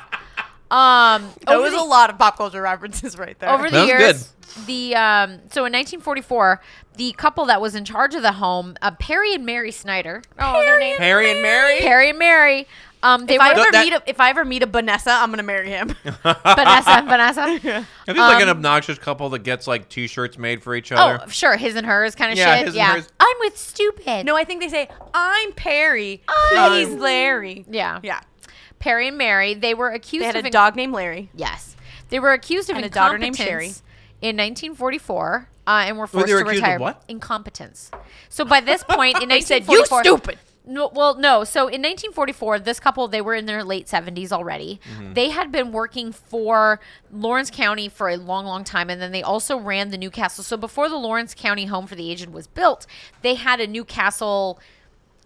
Speaker 2: Um,
Speaker 1: That
Speaker 2: over
Speaker 1: was
Speaker 2: the-
Speaker 1: a lot of pop culture references right there.
Speaker 2: over the
Speaker 5: That was
Speaker 2: years the um, so in 1944 the couple that was in charge of the home uh, perry and mary snyder oh their name
Speaker 5: Harry and Mary.
Speaker 2: perry and mary um, they
Speaker 1: if I
Speaker 2: were
Speaker 1: ever
Speaker 5: that-
Speaker 1: meet a, if I ever meet a Vanessa, I'm gonna marry him.
Speaker 2: vanessa vanessa
Speaker 5: I think like an obnoxious couple that gets like T-shirts made for each other.
Speaker 2: Um, oh sure his and hers kind of
Speaker 5: Yeah,
Speaker 2: shit
Speaker 5: his and
Speaker 2: yeah
Speaker 5: hers.
Speaker 2: i'm with stupid
Speaker 1: no, I think they say I'm Perry.
Speaker 2: I'm-
Speaker 1: He's Larry.
Speaker 2: yeah
Speaker 1: yeah.
Speaker 2: perry and mary they were accused
Speaker 1: They had
Speaker 2: of
Speaker 1: a
Speaker 2: en-
Speaker 1: dog named Larry.
Speaker 2: yes they were accused of
Speaker 1: And a
Speaker 2: incompetence
Speaker 1: daughter named Sherry.
Speaker 2: in 1944 uh, and were
Speaker 5: Wait,
Speaker 2: forced
Speaker 5: Oh, they were
Speaker 2: to
Speaker 5: accused of
Speaker 2: retire
Speaker 5: what?
Speaker 2: incompetence so by this point in
Speaker 1: They said you
Speaker 2: 1944
Speaker 1: stupid.
Speaker 2: No, well, no. So in 1944, this couple they were in their late 70s already. They had been working for Lawrence County for a long, long time, and then they also ran the Newcastle. So before the Lawrence County Home for the Aged was built, they had a Newcastle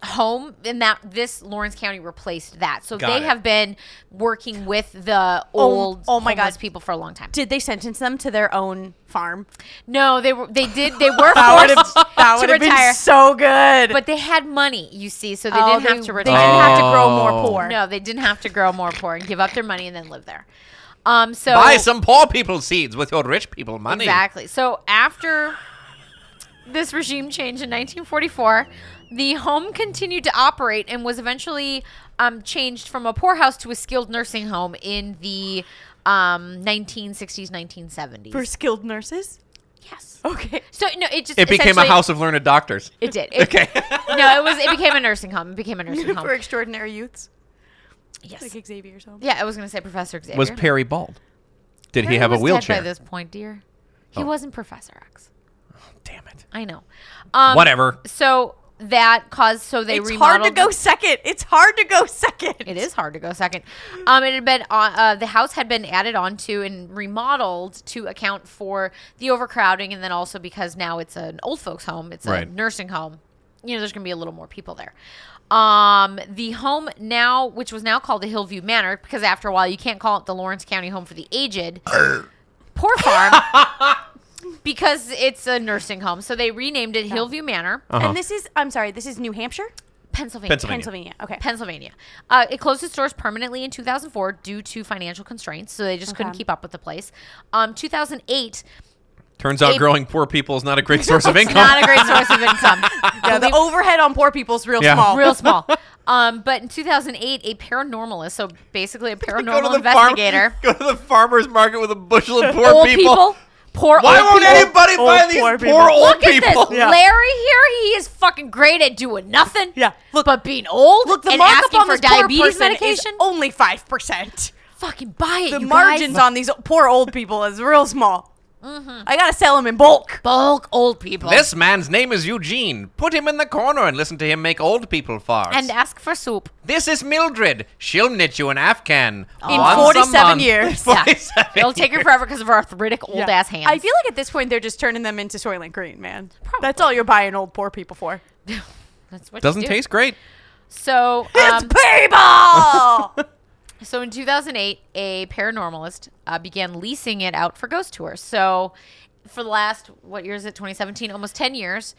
Speaker 2: home, and that this Lawrence County replaced that. So
Speaker 5: Got
Speaker 2: they
Speaker 5: it.
Speaker 2: have been working with the old,
Speaker 1: oh my
Speaker 2: homeless
Speaker 1: God.
Speaker 2: people for a long time.
Speaker 1: Did they sentence them to their own farm?
Speaker 2: No, they were they did they were
Speaker 1: That would have
Speaker 2: forced
Speaker 1: that
Speaker 2: to
Speaker 1: would have
Speaker 2: retire.
Speaker 1: been so good.
Speaker 2: but they had money, you see, so they
Speaker 1: Oh,
Speaker 2: didn't have to
Speaker 1: They
Speaker 2: retire.
Speaker 1: didn't have to grow more
Speaker 5: Oh.
Speaker 1: poor.
Speaker 2: No, they didn't have to grow more poor and give up their money and then live there. Um, so
Speaker 5: Buy some poor people seeds with your rich people money.
Speaker 2: exactly. So after this regime change in 1944, the home continued to operate and was eventually um, changed from a poorhouse to a skilled nursing home in the um, 1960s, 1970s.
Speaker 1: for skilled nurses.
Speaker 2: yes.
Speaker 1: Okay.
Speaker 2: So no, it just
Speaker 5: It became a
Speaker 2: essentially-
Speaker 5: house of learned doctors.
Speaker 2: It did. It-
Speaker 5: Okay.
Speaker 2: no, it was. It became a nursing home. It became a nursing
Speaker 1: for
Speaker 2: home.
Speaker 1: extraordinary youths,
Speaker 2: Yes.
Speaker 1: like Xavier's home.
Speaker 2: Yeah, I was gonna say Professor Xavier.
Speaker 5: Was Perry bald? Did he
Speaker 2: Perry
Speaker 5: have a
Speaker 2: was dead
Speaker 5: wheelchair?
Speaker 2: by this point, dear? He
Speaker 5: Oh.
Speaker 2: wasn't Professor X.
Speaker 5: Damn it.
Speaker 2: I know. Um,
Speaker 5: Whatever.
Speaker 2: So that caused so they
Speaker 1: It's
Speaker 2: remodeled.
Speaker 1: hard to go second. It's hard to go second.
Speaker 2: It is hard to go second. Um, it had been on, uh, the house had been added onto and remodeled to account for the overcrowding, and then also because now it's an old folks' home, it's
Speaker 5: Right.
Speaker 2: a nursing home. You know, there's going to be a little more people there. Um, the home now, which was now called the Hillview Manor, because after a while you can't call it the Lawrence County Home for the Aged. Poor farm. because it's a nursing home, so they renamed it Hillview Manor,
Speaker 5: Uh-huh.
Speaker 1: And this is. I'm sorry. This is New Hampshire,
Speaker 2: Pennsylvania.
Speaker 1: Pennsylvania. Okay.
Speaker 2: Pennsylvania. Uh, it closed its doors permanently in 2004 due to financial constraints, so they just couldn't
Speaker 1: Okay.
Speaker 2: keep up with the place. Um, 2008,
Speaker 5: Turns out
Speaker 2: It-
Speaker 5: growing poor people is not a great source of
Speaker 2: it's
Speaker 5: income.
Speaker 2: not a great source of income.
Speaker 1: yeah, the overhead on poor people's real
Speaker 5: Yeah.
Speaker 1: small.
Speaker 2: Real small. Um, but in 2008, a paranormalist, so basically a
Speaker 5: Go to
Speaker 2: paranormal
Speaker 5: the farm-
Speaker 2: investigator,
Speaker 5: go to the farmer's market with a bushel of poor
Speaker 2: old
Speaker 5: people.
Speaker 2: people, poor
Speaker 5: Why
Speaker 2: old
Speaker 5: won't
Speaker 2: people.
Speaker 5: anybody buy
Speaker 1: Old
Speaker 5: these poor,
Speaker 1: poor people.
Speaker 5: old
Speaker 2: Look at
Speaker 5: people?
Speaker 2: this, Larry here. He is fucking great at doing nothing.
Speaker 1: Yeah,
Speaker 2: look, but being old
Speaker 1: Look, the
Speaker 2: and
Speaker 1: markup
Speaker 2: asking
Speaker 1: on
Speaker 2: for
Speaker 1: this poor
Speaker 2: diabetes
Speaker 1: person
Speaker 2: medication.
Speaker 1: is only five percent.
Speaker 2: fucking buy it.
Speaker 1: The
Speaker 2: you
Speaker 1: margins
Speaker 2: guys. Mm-hmm.
Speaker 1: on these poor old people is real small. I gotta sell them in bulk.
Speaker 2: bulk old people.
Speaker 5: This man's name is Eugene. Put him in the corner and listen to him make old people farts.
Speaker 2: and uh, ask for soup.
Speaker 5: this is Mildred. She'll knit you an Afghan.
Speaker 2: In
Speaker 5: once a
Speaker 1: 47
Speaker 5: month.
Speaker 1: years.
Speaker 2: Yeah.
Speaker 5: 47
Speaker 2: It'll take her
Speaker 5: years.
Speaker 2: forever because of her arthritic old ass hands.
Speaker 1: I feel like at this point they're just turning them into Soylent Green, man. That's all you're buying old poor people for.
Speaker 2: That's what
Speaker 5: Doesn't
Speaker 2: you do.
Speaker 5: taste great.
Speaker 2: so.
Speaker 1: It's
Speaker 2: Um,
Speaker 1: people.
Speaker 2: so in 2008, a paranormalist uh, began leasing it out for ghost tours. So for the last what year is it? 2017, almost 10
Speaker 1: Hmm.
Speaker 2: years,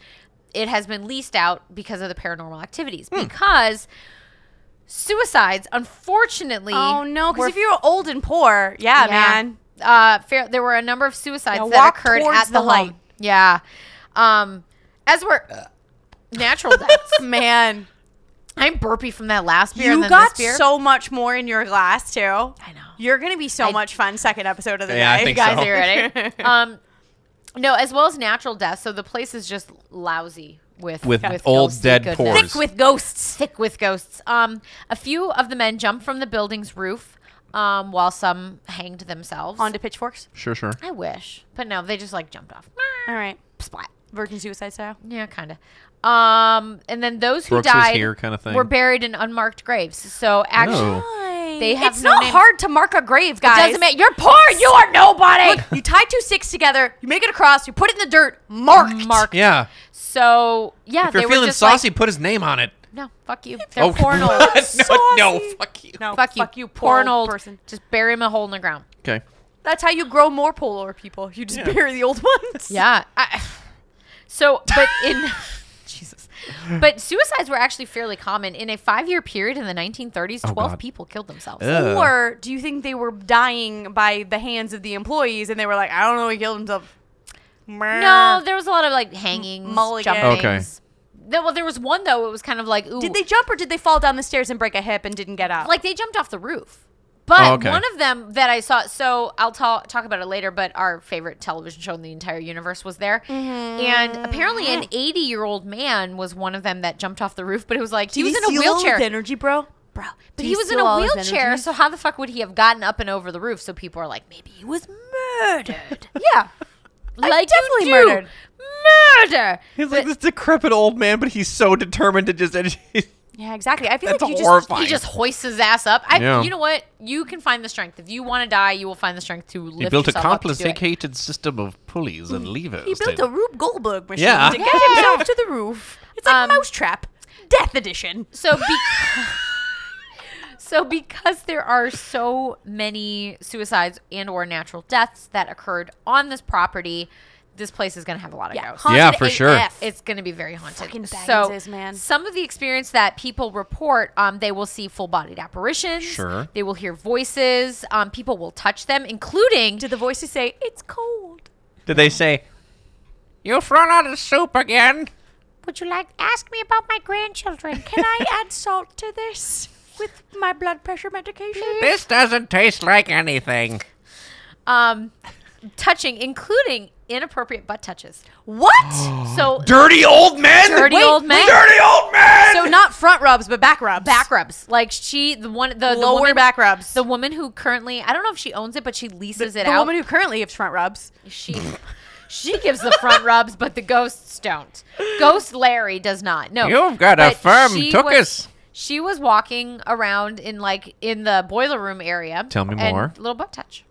Speaker 2: it has been leased out because of the paranormal activities because. suicides, unfortunately.
Speaker 1: Oh no,
Speaker 2: were
Speaker 1: because if you're old and poor, yeah, man.
Speaker 2: Uh, fair, there were a number of suicides
Speaker 1: Now
Speaker 2: that
Speaker 1: walk
Speaker 2: occurred
Speaker 1: towards
Speaker 2: at the,
Speaker 1: the
Speaker 2: home.
Speaker 1: light.
Speaker 2: Yeah. Um, as were natural deaths.
Speaker 1: Man,
Speaker 2: I'm burpy from that last beer. and
Speaker 1: you
Speaker 2: then
Speaker 1: got
Speaker 2: this beer.
Speaker 1: so much more in your glass too. I
Speaker 2: know.
Speaker 1: You're gonna be so
Speaker 2: I-
Speaker 1: much fun second episode of the
Speaker 5: Yeah, I
Speaker 1: day.
Speaker 5: think
Speaker 2: guys
Speaker 5: so.
Speaker 2: are you ready. um, no, as well as natural death. So the place is just lousy with
Speaker 5: With old
Speaker 2: ghostly
Speaker 5: dead
Speaker 2: goodness.
Speaker 5: pores.
Speaker 2: Thick with ghosts. Thick with ghosts. Um, a few of the men jumped from the building's roof, um, while some hanged themselves.
Speaker 1: Onto pitchforks.
Speaker 5: Sure, sure.
Speaker 2: I wish, but no, they just like jumped off.
Speaker 1: All right,
Speaker 2: Splat.
Speaker 1: virgin suicide style.
Speaker 2: Yeah, kind of. Um, and then those who
Speaker 5: Brooks was
Speaker 2: died
Speaker 5: here kinda thing.
Speaker 2: were buried in unmarked graves. So actually,
Speaker 5: Oh.
Speaker 2: They have
Speaker 1: it's
Speaker 2: no
Speaker 1: not
Speaker 2: names.
Speaker 1: hard to mark a grave,
Speaker 2: it
Speaker 1: guys.
Speaker 2: doesn't matter. You're poor. You are nobody.
Speaker 1: Look, you tie two sticks together, you make it a cross, you put it in the dirt, marked.
Speaker 2: Marked.
Speaker 5: Yeah.
Speaker 2: So yeah,
Speaker 5: If you're
Speaker 2: they were
Speaker 5: feeling
Speaker 2: just like,
Speaker 5: saucy, put his name on it. Oh,
Speaker 2: No, fuck you. They're poor and
Speaker 5: no,
Speaker 2: old.
Speaker 5: no,
Speaker 1: Saucy.
Speaker 5: fuck you.
Speaker 1: No,
Speaker 2: fuck you.
Speaker 1: Fuck you,
Speaker 2: poor and
Speaker 1: poor
Speaker 2: old
Speaker 1: person.
Speaker 2: Just bury him a hole in the ground.
Speaker 5: Okay.
Speaker 1: That's how you grow more polar people. You just
Speaker 5: Yeah.
Speaker 1: bury the old ones.
Speaker 2: Yeah. I, so, but in Jesus, but suicides were actually fairly common in a five-year period in the 1930s. Twelve
Speaker 5: Oh, God.
Speaker 2: people killed themselves.
Speaker 5: Ugh.
Speaker 1: Or do you think they were dying by the hands of the employees and they were like, I don't know, he killed himself?
Speaker 2: No, there was a lot of like hangings,
Speaker 1: Mulligans.
Speaker 2: jumpings. Okay. Well, there was one though. It was kind of like, ooh,
Speaker 1: Did they jump or did they fall down the stairs and break a hip and didn't get up?
Speaker 2: like they jumped off the roof. But
Speaker 5: Uh, Oh, okay.
Speaker 2: one of them that I saw, so I'll ta- talk about it later. But our favorite television show in the entire universe was there,
Speaker 5: Mm-hmm.
Speaker 2: and apparently an 80 year old man was one of them that jumped off the roof. But it was like he
Speaker 1: Did
Speaker 2: was in a
Speaker 1: steal all his
Speaker 2: wheelchair,
Speaker 1: energy, bro.
Speaker 2: bro. But
Speaker 1: he
Speaker 2: he was in
Speaker 1: steal
Speaker 2: a
Speaker 1: all his
Speaker 2: wheelchair,
Speaker 1: energies?
Speaker 2: so how the fuck would he have gotten up and over the roof? So people are like, maybe he was murdered,
Speaker 1: Yeah.
Speaker 2: like
Speaker 1: definitely
Speaker 2: you do.
Speaker 1: murdered.
Speaker 2: murder.
Speaker 5: He's like this decrepit old man, but he's so determined to just.
Speaker 1: Yeah, exactly. I feel
Speaker 5: That's
Speaker 1: like you just
Speaker 5: horrifying.
Speaker 2: He just hoists his ass up. I,
Speaker 5: Yeah.
Speaker 2: You know what? You can find the strength. If you want to die, you will find the strength to lift
Speaker 5: he built a
Speaker 2: yourself up to do it.
Speaker 5: complicated system of pulleys and levers.
Speaker 1: He built a Rube Goldberg machine
Speaker 5: Yeah.
Speaker 1: to get himself to the roof. It's like
Speaker 2: Um,
Speaker 1: Mousetrap, Death Edition.
Speaker 2: So, be- so because there are so many suicides and or natural deaths that occurred on this property, this place is going to have a lot of
Speaker 1: Yeah,
Speaker 2: ghosts.
Speaker 1: haunted
Speaker 5: Yeah, for sure.
Speaker 1: AF.
Speaker 2: It's going to be very haunted.
Speaker 1: Fucking
Speaker 2: so,
Speaker 1: bagginses, man.
Speaker 2: some of the experience that people report, um, they will see full-bodied apparitions.
Speaker 5: Sure.
Speaker 2: They will hear voices. Um, people will touch them, including
Speaker 1: Did the voices say, it's cold?
Speaker 5: Did they say, "You've run out of soup again"?
Speaker 2: Would you like ask me about my grandchildren?
Speaker 1: Can I add salt to this with my blood pressure medication?
Speaker 5: This doesn't taste like anything.
Speaker 2: um, touching, including inappropriate butt touches.
Speaker 1: What?
Speaker 2: So
Speaker 5: Dirty old men.
Speaker 2: dirty
Speaker 1: wait,
Speaker 2: old man,
Speaker 5: Dirty old men.
Speaker 1: so not front rubs, but back rubs.
Speaker 2: back rubs. Like she, the one, the, the
Speaker 1: Lower
Speaker 2: woman,
Speaker 1: back rubs.
Speaker 2: The woman who currently, I don't know if she owns it, but she leases it
Speaker 1: the
Speaker 2: out.
Speaker 1: woman who currently gives front rubs.
Speaker 2: she. She gives the front rubs, but the ghosts don't. Ghost Larry does not. No,
Speaker 5: You've got a
Speaker 2: but
Speaker 5: firm
Speaker 2: she
Speaker 5: tuchus.
Speaker 2: was- She was walking around in like in the boiler room area.
Speaker 5: Tell me
Speaker 2: and
Speaker 5: more. Mm.
Speaker 2: Little butt touch.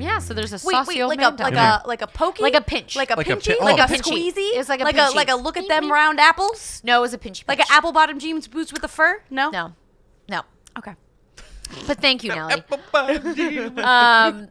Speaker 2: Yeah, so there's a
Speaker 1: Wait,
Speaker 2: saucy
Speaker 1: wait,
Speaker 2: old
Speaker 1: like
Speaker 2: man
Speaker 1: a
Speaker 2: down
Speaker 1: like
Speaker 2: there.
Speaker 1: a like a pokey,
Speaker 2: Like a pinch.
Speaker 1: like a
Speaker 5: Like a
Speaker 1: pinchy,
Speaker 5: pin- oh,
Speaker 1: like a
Speaker 5: pinchy.
Speaker 1: squeezy.
Speaker 2: It was like a
Speaker 1: like
Speaker 2: pinchy.
Speaker 1: a like a look at them
Speaker 2: Beep, beep.
Speaker 1: round apples,
Speaker 2: No, it was a pinchy.
Speaker 1: like an
Speaker 2: pinch.
Speaker 1: apple bottom jeans boots with a fur. No,
Speaker 2: No, no.
Speaker 1: okay.
Speaker 2: But thank you, Nelly. um,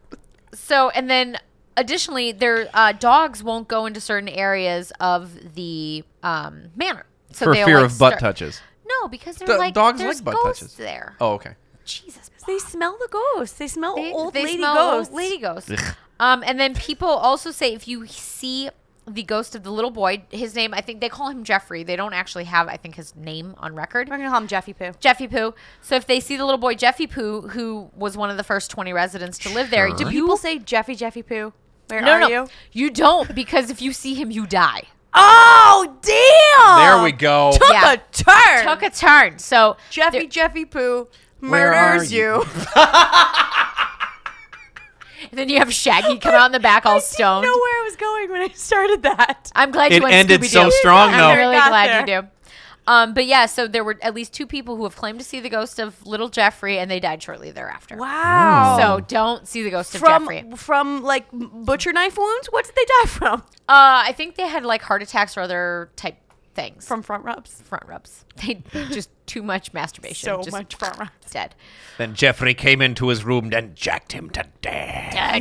Speaker 2: so and then additionally, their uh, dogs won't go into certain areas of the um, manor. So
Speaker 5: For
Speaker 2: they'll,
Speaker 5: fear
Speaker 2: like,
Speaker 5: of butt
Speaker 2: start-
Speaker 5: touches.
Speaker 2: No, because they're
Speaker 5: Do-
Speaker 2: like
Speaker 5: dogs
Speaker 2: there's
Speaker 5: like butt
Speaker 2: ghosts
Speaker 5: touches.
Speaker 2: there.
Speaker 5: Oh, okay.
Speaker 2: Jesus,
Speaker 1: They smell the ghosts. They smell
Speaker 2: they,
Speaker 1: old
Speaker 2: they
Speaker 1: lady
Speaker 2: smell
Speaker 1: ghosts.
Speaker 2: Old lady ghosts. Um, and then people also say if you see the ghost of the little boy, his name I think they call him Jeffrey. They don't actually have I think his name on record.
Speaker 1: We're gonna call him Jeffy Poo.
Speaker 2: Jeffy Poo. So if they see the little boy Jeffy Poo, who was one of the first 20 residents to live there,
Speaker 5: Sure.
Speaker 2: do
Speaker 1: People
Speaker 2: people
Speaker 1: say Jeffy Jeffy Poo. Where
Speaker 2: no,
Speaker 1: are
Speaker 2: no,
Speaker 1: you?
Speaker 2: you don't because if you see him, you die.
Speaker 1: Oh damn!
Speaker 5: There we go.
Speaker 1: Took
Speaker 2: Yeah.
Speaker 1: a turn.
Speaker 2: Took a turn. So
Speaker 1: Jeffy
Speaker 2: there-
Speaker 1: Jeffy Poo
Speaker 5: Where are
Speaker 1: murders you.
Speaker 5: you?
Speaker 2: and then you have Shaggy come out in the back all
Speaker 1: I
Speaker 2: stoned.
Speaker 1: didn't know where I was going when I started that.
Speaker 2: I'm glad you
Speaker 5: It
Speaker 2: went
Speaker 5: ended
Speaker 2: Scooby-Doo.
Speaker 5: so strong,
Speaker 2: I'm
Speaker 5: though.
Speaker 2: really
Speaker 1: Got
Speaker 2: glad
Speaker 1: there.
Speaker 2: you do. Um, but yeah, so there were at least two people who have claimed to see the ghost of little Jeffrey, and they died shortly thereafter.
Speaker 5: Oh.
Speaker 1: Wow.
Speaker 2: So don't see the ghost of
Speaker 1: from
Speaker 2: Jeffrey.
Speaker 1: from like butcher knife wounds. What did they die from?
Speaker 2: Uh, I think they had like heart attacks or other type things.
Speaker 1: From front rubs.
Speaker 2: front rubs. They just too much masturbation.
Speaker 1: So
Speaker 2: Just
Speaker 1: much pharma.
Speaker 2: Dead.
Speaker 5: Then Jeffrey came into his room and jacked him to death.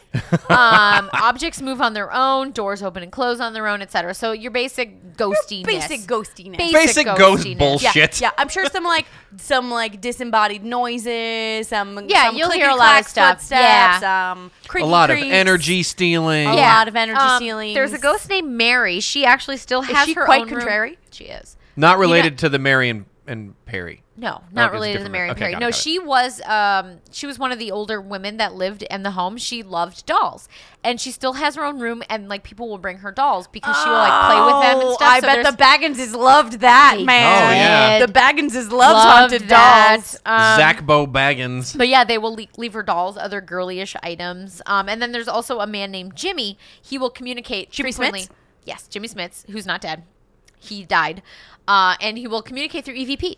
Speaker 2: um, objects move on their own. Doors open and close on their own, etc. So your basic ghostiness.
Speaker 1: Basic ghostiness.
Speaker 5: Basic ghost
Speaker 2: ghostiness.
Speaker 1: yeah,
Speaker 5: bullshit.
Speaker 1: yeah, I'm sure some like some like disembodied noises, some
Speaker 2: Yeah,
Speaker 1: some
Speaker 2: you'll hear
Speaker 1: clicky
Speaker 2: a lot of
Speaker 1: clacks,
Speaker 2: stuff.
Speaker 1: footsteps,
Speaker 2: Yeah.
Speaker 1: um,
Speaker 5: A
Speaker 1: creaky
Speaker 5: lot of
Speaker 1: creaks.
Speaker 5: energy stealing.
Speaker 1: A
Speaker 2: Yeah. Um,
Speaker 1: lot of energy ceilings.
Speaker 2: There's a ghost named Mary. She actually still has
Speaker 1: she
Speaker 2: her
Speaker 1: quite
Speaker 2: own room.
Speaker 1: contrary?
Speaker 2: She is.
Speaker 5: Not related to the Mary and, and Perry.
Speaker 2: No,
Speaker 5: Oh, it's
Speaker 2: not related to the
Speaker 5: different.
Speaker 2: Mary and
Speaker 5: Okay,
Speaker 2: Perry.
Speaker 5: got it,
Speaker 2: no,
Speaker 5: got it.
Speaker 2: she was um she was one of the older women that lived in the home. She loved dolls. And she still has her own room and like people will bring her dolls because she will like play with them and
Speaker 1: Oh,
Speaker 2: stuff.
Speaker 1: I
Speaker 2: So
Speaker 1: bet
Speaker 2: there's-
Speaker 1: the Bagginses loved that
Speaker 2: They
Speaker 1: man.
Speaker 5: Oh, yeah.
Speaker 2: did.
Speaker 1: The Bagginses loved,
Speaker 2: Loved
Speaker 1: haunted
Speaker 2: that.
Speaker 1: dolls.
Speaker 2: Um,
Speaker 5: Zach Bo Baggins.
Speaker 2: But yeah, they will le- leave her dolls, other girlyish items. Um, and then there's also a man named Jimmy. He will communicate
Speaker 1: Jimmy
Speaker 2: frequently.
Speaker 1: Smits?
Speaker 2: Yes, Jimmy Smits, who's not dead. He died. Uh, and he will communicate through EVP.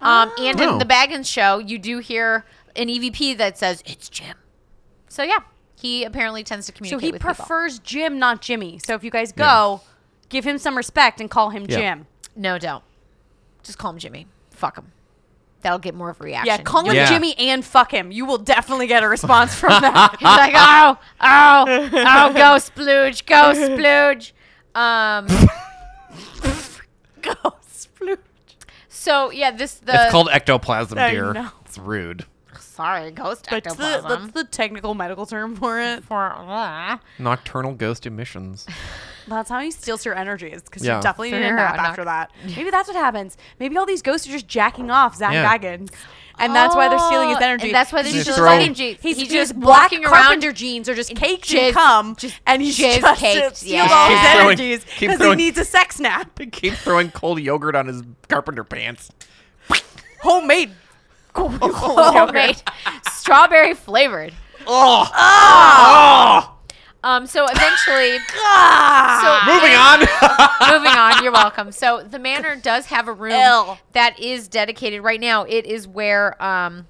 Speaker 2: Um, And
Speaker 5: Oh.
Speaker 2: in the Baggins show, you do hear an EVP that says, it's Jim. So yeah, he apparently tends to
Speaker 1: So
Speaker 2: communicate
Speaker 1: he
Speaker 2: with people.
Speaker 1: prefers Jim, not Jimmy. So if you guys go, give him some respect and call him
Speaker 5: Yeah.
Speaker 1: Jim.
Speaker 2: No, don't. Just call him Jimmy. Fuck him. That'll get more of a reaction.
Speaker 1: Yeah, call him
Speaker 5: Yeah.
Speaker 1: Jimmy and fuck him. You will definitely get a response from that.
Speaker 2: He's like,
Speaker 1: Ah,
Speaker 2: oh, oh, oh, go splooge, go splooge. Um,
Speaker 1: Ghost flute.
Speaker 2: So yeah, this the
Speaker 5: it's called ectoplasm,
Speaker 1: I
Speaker 5: dear.
Speaker 1: know.
Speaker 5: It's rude.
Speaker 2: sorry ghost
Speaker 1: That's the, that's
Speaker 2: ectoplasm.
Speaker 1: the technical medical term for it.
Speaker 2: for
Speaker 5: Nocturnal ghost emissions.
Speaker 1: That's how he steals your energy is because
Speaker 5: Yeah.
Speaker 1: you definitely need a
Speaker 2: Fair
Speaker 1: nap
Speaker 2: enough.
Speaker 1: after that. Maybe that's what happens. Maybe all these ghosts are just jacking off Zach
Speaker 5: Yeah.
Speaker 1: Baggins. And that's why they're stealing his
Speaker 2: Oh,
Speaker 1: energy.
Speaker 2: and that's why they're
Speaker 1: He's
Speaker 5: stealing his
Speaker 1: fucking-
Speaker 2: energy.
Speaker 1: He's,
Speaker 2: He's
Speaker 1: just
Speaker 2: just
Speaker 1: black
Speaker 2: walking around-
Speaker 1: carpenter jeans are just caked in
Speaker 2: Jizz-
Speaker 1: cum,
Speaker 2: just
Speaker 1: and he's
Speaker 2: jizz
Speaker 1: just
Speaker 2: caked,
Speaker 1: stealed
Speaker 2: yeah.
Speaker 1: all his
Speaker 2: Keep
Speaker 5: throwing-
Speaker 1: energies
Speaker 5: keep
Speaker 1: because he
Speaker 5: throwing-
Speaker 1: needs a sex nap.
Speaker 5: Keep throwing cold yogurt on his carpenter pants.
Speaker 1: Homemade.
Speaker 2: homemade strawberry flavored.
Speaker 5: Oh,
Speaker 2: Um, so eventually, so
Speaker 5: moving
Speaker 2: Ah!
Speaker 5: on.
Speaker 2: moving on. You're welcome. So the manor does have a room
Speaker 1: Ew.
Speaker 2: that is dedicated right now. It is where um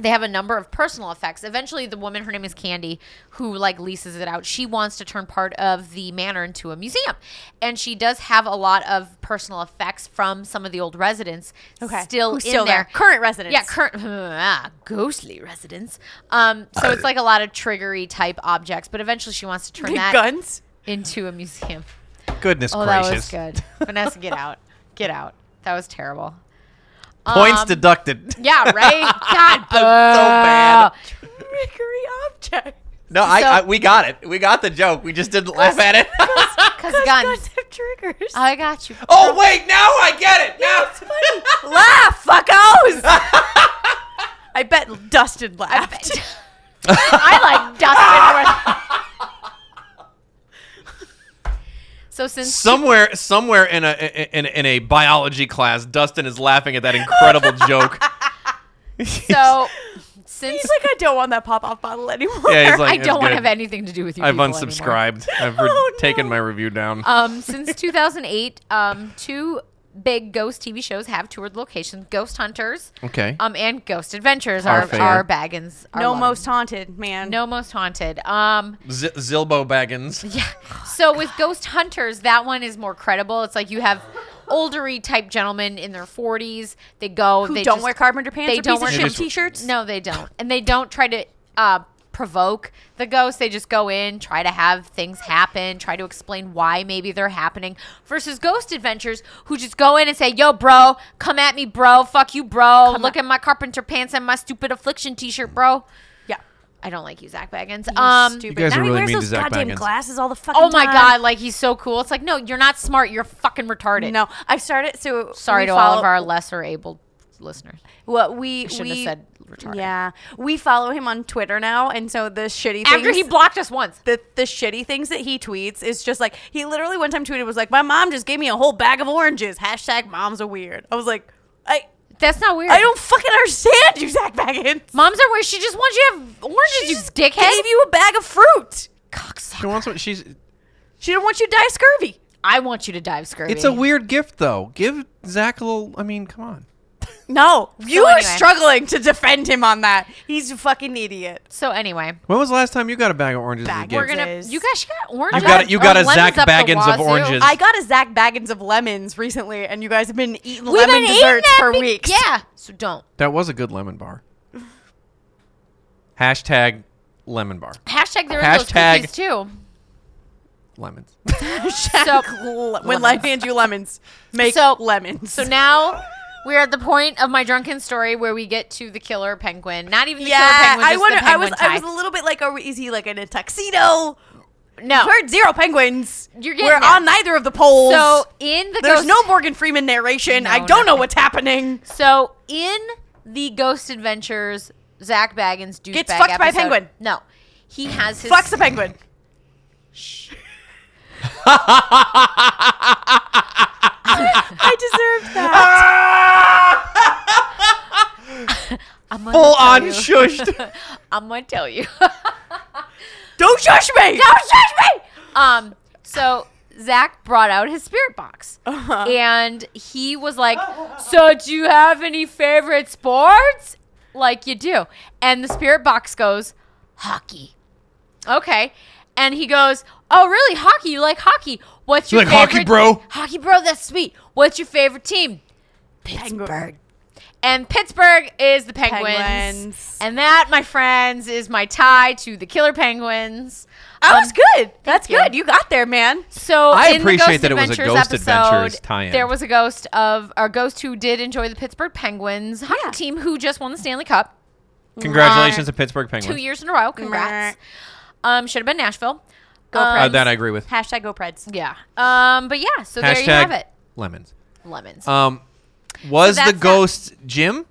Speaker 2: they have a number of personal effects. Eventually, the woman, her name is Candy, who like leases it out. She wants to turn part of the manor into a museum, and she does have a lot of personal effects from some of the old residents
Speaker 1: Okay.
Speaker 2: still
Speaker 1: Who's
Speaker 2: in
Speaker 1: still there?
Speaker 2: there.
Speaker 1: Current residents.
Speaker 2: Yeah, current ah, ghostly residents. Um, so it's like a lot of triggery type objects, but eventually she wants to turn that
Speaker 1: Guns.
Speaker 2: into a museum.
Speaker 5: Goodness
Speaker 2: Oh, that was
Speaker 5: gracious.
Speaker 2: good. Vanessa, get out. Get out. That was terrible.
Speaker 5: Points
Speaker 2: Um,
Speaker 5: deducted.
Speaker 2: Yeah, right? God, boo.
Speaker 5: bad.
Speaker 1: Trickery object.
Speaker 5: No, I,
Speaker 2: so-
Speaker 5: I we got it. We got the joke. We just didn't laugh at it.
Speaker 2: Because guns.
Speaker 1: have triggers.
Speaker 2: I got you.
Speaker 5: oh wait, now I get it. Now it's funny.
Speaker 1: Laugh, fuckos! I bet Dustin laughed.
Speaker 2: I like Dustin. more. so since
Speaker 5: somewhere, somewhere in a in, in a biology class, Dustin is laughing at that incredible joke.
Speaker 2: so since
Speaker 1: He's like, I don't want that pop off bottle anymore.
Speaker 5: Yeah, he's like,
Speaker 2: I
Speaker 5: "It's
Speaker 2: don't want
Speaker 5: good.
Speaker 2: to have anything to do with you.
Speaker 5: I've
Speaker 2: people anymore."
Speaker 5: unsubscribed. I've re-
Speaker 1: Oh, no.
Speaker 5: taken my review down.
Speaker 2: Um, since 2008, um, two big ghost TV shows have toured the location: Ghost Hunters,
Speaker 5: okay.
Speaker 2: um, and Ghost Adventures.
Speaker 5: Our
Speaker 2: Our
Speaker 5: favorite.
Speaker 2: our Baggins. our
Speaker 1: no
Speaker 2: loving.
Speaker 1: most haunted, man.
Speaker 2: No most haunted. Um,
Speaker 5: Z- Zilbo Baggins.
Speaker 2: Yeah. so with ghost hunters, that one is more credible. It's like you have oldery type gentlemen in their 40s. They go.
Speaker 1: Who
Speaker 2: they
Speaker 1: don't
Speaker 2: just-
Speaker 1: wear carpenter pants
Speaker 2: They
Speaker 1: or
Speaker 2: don't
Speaker 1: piece
Speaker 2: wear
Speaker 1: of
Speaker 5: Maybe
Speaker 1: shit
Speaker 5: it's-
Speaker 1: t-shirts?
Speaker 2: No, they don't, and they don't try to uh, provoke the ghost. They just go in, try to have things happen, try to explain why maybe they're happening. Versus ghost adventures, who just go in and say, "Yo, bro, come at me, bro. Fuck you, bro. Look at my carpenter pants and my stupid affliction T-shirt, bro."
Speaker 1: Yeah.
Speaker 2: I don't like you, Zach Baggins. um,
Speaker 1: stupid.
Speaker 5: guys
Speaker 1: now
Speaker 5: are
Speaker 1: he
Speaker 5: really
Speaker 1: wears
Speaker 5: mean to
Speaker 1: those
Speaker 5: Zach
Speaker 1: goddamn
Speaker 5: Baggins.
Speaker 1: glasses all the fucking
Speaker 2: Oh my
Speaker 1: time.
Speaker 2: god, like he's so cool. It's like, no, you're not smart. You're fucking retarded.
Speaker 1: No, I've started. So
Speaker 2: sorry
Speaker 1: we
Speaker 2: to all
Speaker 1: follow-
Speaker 2: of our lesser able listeners.
Speaker 1: What we
Speaker 2: shouldn't have
Speaker 1: we
Speaker 2: said retarded.
Speaker 1: Yeah, we follow him on Twitter now, and so the shitty
Speaker 2: After
Speaker 1: things-
Speaker 2: he blocked us once.
Speaker 1: the the shitty things that he tweets is just like he literally one time tweeted was like my mom just gave me a whole bag of oranges hashtag moms are weird I was like I
Speaker 2: That's not weird.
Speaker 1: I don't fucking understand you Zach Baggins
Speaker 2: Moms are weird. She just wants you to have oranges, you
Speaker 1: just
Speaker 2: dickhead.
Speaker 1: gave you a bag of fruit
Speaker 5: She wants what she's.
Speaker 1: she didn't want you to die scurvy
Speaker 2: I want you to dive scurvy.
Speaker 5: It's a weird gift though. Give Zach a little. I mean, come on.
Speaker 1: No, you are
Speaker 2: anyway.
Speaker 1: struggling to defend him on that. He's a fucking idiot.
Speaker 2: So anyway,
Speaker 5: When was the last time you got a bag of oranges as a
Speaker 1: Bag-
Speaker 5: gift?
Speaker 2: we're gonna.
Speaker 1: Days.
Speaker 2: You guys, you got oranges.
Speaker 5: You got- you
Speaker 2: or
Speaker 5: got a
Speaker 2: lemons
Speaker 5: Zach
Speaker 2: up the
Speaker 5: Baggins of
Speaker 2: wazoo.
Speaker 5: oranges.
Speaker 1: I got a Zach Baggins of lemons recently, and you guys have been eating
Speaker 2: We've
Speaker 1: lemon
Speaker 2: been eating
Speaker 1: desserts
Speaker 2: that
Speaker 1: for
Speaker 2: be-
Speaker 1: weeks.
Speaker 2: Yeah. So don't.
Speaker 5: That was a good lemon bar. Hashtag lemon bar.
Speaker 2: Hashtag there
Speaker 5: Hashtag-
Speaker 2: are those cookies too.
Speaker 5: Lemons.
Speaker 2: So
Speaker 1: Le- when life hands you lemons, make
Speaker 2: So-
Speaker 1: lemons.
Speaker 2: so now we are at the point of my drunken story where we get to the killer penguin. Not even the killer
Speaker 1: yeah,
Speaker 2: penguin.
Speaker 1: I
Speaker 2: just
Speaker 1: wonder.
Speaker 2: The
Speaker 1: I was.
Speaker 2: penguin
Speaker 1: I was
Speaker 2: tie.
Speaker 1: a little bit like, are we, is he like in a tuxedo?
Speaker 2: no.
Speaker 1: We've heard zero penguins.
Speaker 2: You're getting
Speaker 1: We're
Speaker 2: there.
Speaker 1: on neither of the poles.
Speaker 2: So in the
Speaker 1: there's
Speaker 2: ghost,
Speaker 1: no Morgan Freeman narration.
Speaker 2: No,
Speaker 1: I don't know
Speaker 2: nothing.
Speaker 1: what's happening.
Speaker 2: So in the Ghost Adventures, Zach Baggins douchebag
Speaker 1: Gets fucked by a
Speaker 2: episode-
Speaker 1: penguin.
Speaker 2: No, he has his
Speaker 1: Fucks a penguin. I deserved that.
Speaker 5: Ah!
Speaker 2: I'm gonna
Speaker 5: Full
Speaker 2: tell
Speaker 5: on
Speaker 2: you.
Speaker 5: shushed.
Speaker 2: I'm gonna tell you.
Speaker 1: Don't shush me.
Speaker 2: Don't judge Oh, me. Um. So Zach brought out his spirit box, and he was like, "So do you have any favorite sports? Like you do?" And the spirit box goes, "Hockey." Okay. And he goes, "Oh, really? Hockey? You like hockey? What's your
Speaker 3: like hockey,
Speaker 2: favorite
Speaker 3: bro?
Speaker 2: Hockey, bro. That's sweet. What's your favorite team?
Speaker 1: Penguin.
Speaker 2: And Pittsburgh is the Penguins.
Speaker 1: Penguins.
Speaker 2: And that, my friends, is my tie to the Killer Penguins. Um,
Speaker 1: That was good. That's
Speaker 2: you.
Speaker 1: good. You got there, man.
Speaker 2: So
Speaker 5: I
Speaker 2: in
Speaker 5: appreciate
Speaker 2: the
Speaker 5: that
Speaker 2: Ghost
Speaker 5: it was a
Speaker 2: Adventures
Speaker 5: Ghost
Speaker 2: episode,
Speaker 5: Adventures tie-in.
Speaker 2: There was a ghost of a ghost who did enjoy the Pittsburgh Penguins hockey
Speaker 1: Yeah.
Speaker 2: team who just won the Stanley Cup
Speaker 5: Congratulations to Pittsburgh Penguins.
Speaker 2: two years in a row. Congrats. Um, should have been Nashville.
Speaker 1: Go
Speaker 2: Um,
Speaker 5: Uh, that I agree with.
Speaker 1: Hashtag go Preds.
Speaker 2: Yeah. Um, but yeah. So there you have it.
Speaker 5: lemons.
Speaker 2: Lemons.
Speaker 5: Um, was
Speaker 2: So
Speaker 5: the
Speaker 2: that's not-
Speaker 5: ghost Jim?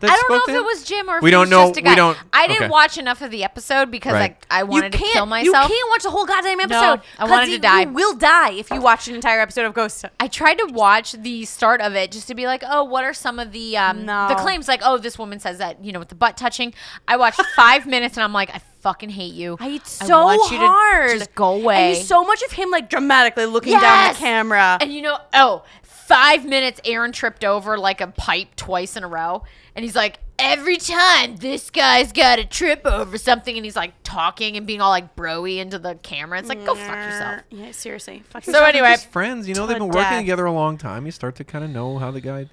Speaker 5: that
Speaker 2: I don't know
Speaker 5: spoke to
Speaker 2: if it
Speaker 5: him?
Speaker 2: was Jim or if
Speaker 5: We
Speaker 2: it
Speaker 5: don't
Speaker 2: was
Speaker 5: know-
Speaker 2: just a
Speaker 5: we
Speaker 2: guy.
Speaker 5: don't-
Speaker 2: I didn't
Speaker 5: okay.
Speaker 2: watch enough of the episode because
Speaker 5: Right.
Speaker 2: I, I wanted to kill
Speaker 1: You
Speaker 2: myself.
Speaker 1: can't watch the whole goddamn
Speaker 2: No,
Speaker 1: episode.
Speaker 2: I
Speaker 1: 'cause
Speaker 2: wanted to
Speaker 1: you-
Speaker 2: die.
Speaker 1: You will die if you watch an entire episode of Ghost.
Speaker 2: I tried to watch the start of it just to be like, oh, what are some of the um,
Speaker 1: No.
Speaker 2: the claims? Like, oh, this woman says that you know with the butt touching. I watched five minutes and I'm like, I fucking hate you.
Speaker 1: I eat so
Speaker 2: want you to
Speaker 1: hard.
Speaker 2: just go away.
Speaker 1: And he's so much of him like dramatically looking down at
Speaker 2: Yes!
Speaker 1: the camera.
Speaker 2: And you know, oh, five minutes. Aaron tripped over like a pipe twice in a row, and he's like, every time this guy's got to trip over something, and he's like talking and being all like broy into the camera. It's like, go fuck yourself.
Speaker 1: Uh, Yeah, seriously. Fuck
Speaker 2: So
Speaker 1: yourself.
Speaker 2: anyway,
Speaker 5: Just friends, you know,
Speaker 1: To
Speaker 5: they've been
Speaker 1: the
Speaker 5: working
Speaker 1: death.
Speaker 5: together a long time. You start to kind of know how the guy.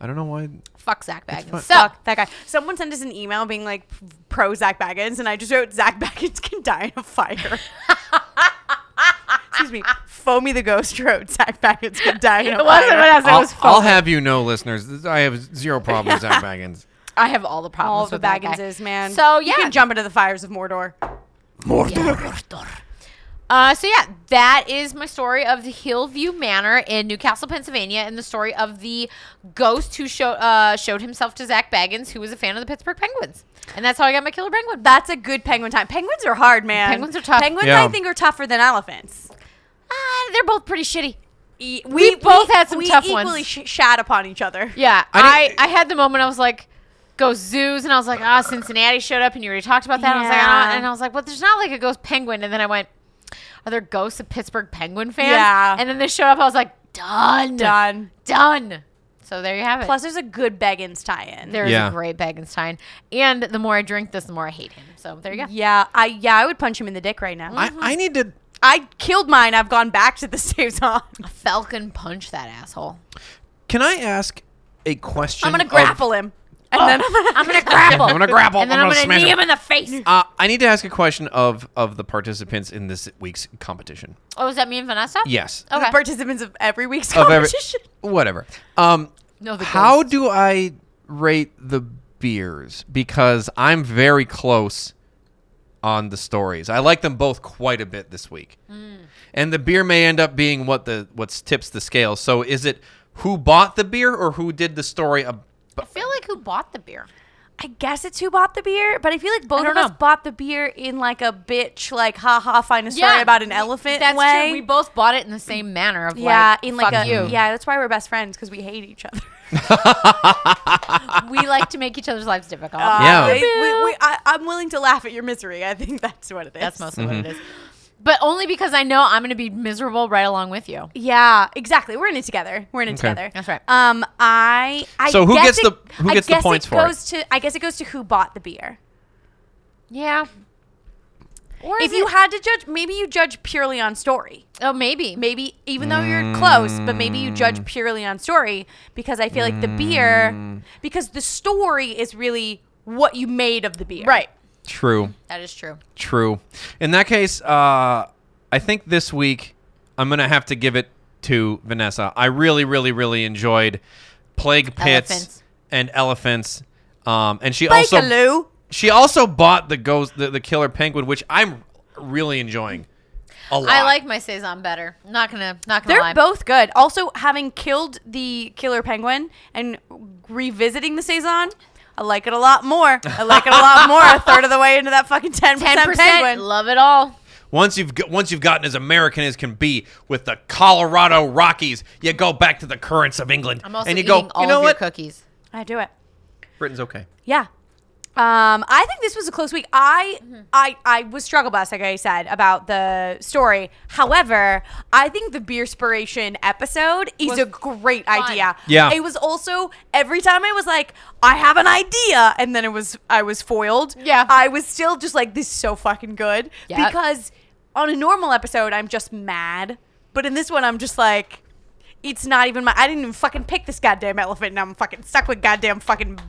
Speaker 5: I don't know why.
Speaker 2: fuck Zach Baggins.
Speaker 5: fine.
Speaker 2: So
Speaker 1: Fuck that guy. Someone sent us an email being like pro Zach Baggins, and I just wrote Zach Baggins can die in a fire. Excuse me. Foamy the Ghost wrote Zach Baggins can die in a
Speaker 2: it wasn't what
Speaker 1: fire.
Speaker 2: I was. It
Speaker 5: I'll,
Speaker 2: was
Speaker 5: I'll
Speaker 2: fun.
Speaker 5: have you know, listeners, this- I have zero problem with Zach Baggins.
Speaker 2: I have all the problems.
Speaker 1: All the
Speaker 2: with that guy.
Speaker 1: Bagginses, man.
Speaker 2: So yeah,
Speaker 1: you can jump into the fires of Mordor.
Speaker 2: Uh, so yeah, that is my story of the Hillview Manor in Newcastle, Pennsylvania, and the story of the ghost who showed uh, showed himself to Zach Baggins, who was a fan of the Pittsburgh Penguins, and that's how I got my killer penguin.
Speaker 1: That's a good penguin time. Penguins are hard, man.
Speaker 2: Penguins are tough.
Speaker 1: Penguins,
Speaker 5: Yeah.
Speaker 1: I think, are tougher than elephants. E,
Speaker 2: Ah, they're both pretty shitty.
Speaker 1: We,
Speaker 2: both had some
Speaker 1: we
Speaker 2: tough
Speaker 1: equally
Speaker 2: ones.
Speaker 1: sh- shat upon each other.
Speaker 2: Yeah,
Speaker 5: I
Speaker 2: I,
Speaker 5: didn't-
Speaker 2: I had the moment I was like, go zoos, and I was like, ah, Cincinnati showed up, and you already talked about that. And I was like, ah,
Speaker 1: Yeah.
Speaker 2: and I was like, well, there's not like a ghost penguin, and then I went, are there ghosts of Pittsburgh Penguin fans?
Speaker 1: Yeah.
Speaker 2: and then they showed up. I was like, done,
Speaker 1: Done.
Speaker 2: done. So there you have it.
Speaker 1: Plus, there's a good Baggins tie-in.
Speaker 2: There's
Speaker 5: Yeah.
Speaker 2: a great Baggenstein. And the more I drink this, the more I hate him. So there you go.
Speaker 1: yeah, I yeah, I would punch him in the dick right now.
Speaker 5: I, I need to.
Speaker 1: I killed mine. I've gone back to the same song.
Speaker 2: Falcon punch that asshole.
Speaker 5: Can I ask a question?
Speaker 1: I'm gonna
Speaker 5: of-
Speaker 1: grapple him, and then
Speaker 2: I'm gonna grapple.
Speaker 5: I'm gonna grapple.
Speaker 2: And then I'm, gonna,
Speaker 5: smash
Speaker 2: knee him in the face.
Speaker 5: Uh, I need to ask a question of of the participants in this week's competition.
Speaker 2: Oh, is that me and Vanessa?
Speaker 5: Yes.
Speaker 2: Okay.
Speaker 1: the participants of every week's
Speaker 5: Of every-
Speaker 1: competition.
Speaker 5: whatever. Um,
Speaker 2: No, the
Speaker 5: how
Speaker 2: ghosts.
Speaker 5: do I rate the beers? Because I'm very close on the stories. I like them both quite a bit this week,
Speaker 2: Mm.
Speaker 5: and the beer may end up being what the what's tips the scale. So is it who bought the beer or who did the story? Ab-
Speaker 2: I feel like who bought the beer?
Speaker 1: I guess it's who bought the beer, but I feel like both
Speaker 2: don't
Speaker 1: of us
Speaker 2: know.
Speaker 1: bought the beer in like a bitch, like ha ha, find a story about an elephant
Speaker 2: That's
Speaker 1: way.
Speaker 2: true. We both bought it in the same manner of
Speaker 1: yeah,
Speaker 2: like,
Speaker 1: in like
Speaker 2: fuck
Speaker 1: a
Speaker 2: you.
Speaker 1: yeah. That's why we're best friends because we hate each other.
Speaker 2: we like to make each other's lives difficult.
Speaker 1: Uh,
Speaker 5: Yeah.
Speaker 1: we- we- we- I, am willing to laugh at your misery. I think that's what it is.
Speaker 5: Mm-hmm.
Speaker 2: That's mostly what it is. but only because I know I'm going to be miserable right along with you.
Speaker 1: Yeah, exactly. We're in it together. We're in it
Speaker 5: Okay.
Speaker 1: together.
Speaker 2: That's right.
Speaker 1: Um, I. I
Speaker 5: So who
Speaker 1: guess
Speaker 5: gets
Speaker 1: it-
Speaker 5: the- who
Speaker 1: I
Speaker 5: gets the
Speaker 1: guess
Speaker 5: points
Speaker 1: it
Speaker 5: for it?
Speaker 1: goes To I guess it goes to who bought the beer.
Speaker 2: Yeah. Or
Speaker 1: If you had
Speaker 2: have,
Speaker 1: to judge, maybe you judge purely on story.
Speaker 2: oh maybe
Speaker 1: Maybe even though you're close, but maybe you judge purely on story because I feel like the beer, because the story is really what you made of the beer.
Speaker 2: right.
Speaker 5: True.
Speaker 2: That is true.
Speaker 5: True. In that case, uh, I think this week I'm gonna have to give it to Vanessa. I really, really, really enjoyed Plague Pits
Speaker 2: Elephants.
Speaker 5: and Elephants. Um, and she also
Speaker 1: Bakerloo.
Speaker 5: she also bought the ghost the, the killer penguin, which I'm really enjoying. A lot.
Speaker 2: I like my saison better. Not gonna not gonna
Speaker 1: They're
Speaker 2: lie.
Speaker 1: both good. Also, having killed the killer penguin and revisiting the saison, I like it a lot more. I like it a lot more. A third of the way into that fucking ten
Speaker 2: ten
Speaker 1: percent
Speaker 2: percent.
Speaker 1: penguin.
Speaker 2: Love it all.
Speaker 5: Once you've g- once you've gotten as American as can be with the Colorado Rockies, you go back to the currents of England,
Speaker 2: I'm also
Speaker 5: and you
Speaker 2: eating
Speaker 5: go,
Speaker 2: all
Speaker 5: you know
Speaker 2: of
Speaker 5: what?
Speaker 2: your cookies.
Speaker 1: I do it.
Speaker 5: Britain's okay.
Speaker 1: Yeah. Um, I think this was a close week. I I I was struggle bus, like I said, about the story. However, I think the beer spiration episode is a great idea.
Speaker 5: Yeah.
Speaker 1: It was also every time I was like, I have an idea, and then it was I was foiled.
Speaker 2: Yeah.
Speaker 1: I was still just like, this is so fucking good.
Speaker 2: Yeah.
Speaker 1: Because on a normal episode, I'm just mad. But in this one, I'm just like, it's not even my. I didn't even fucking pick this goddamn elephant, and I'm fucking stuck with goddamn fucking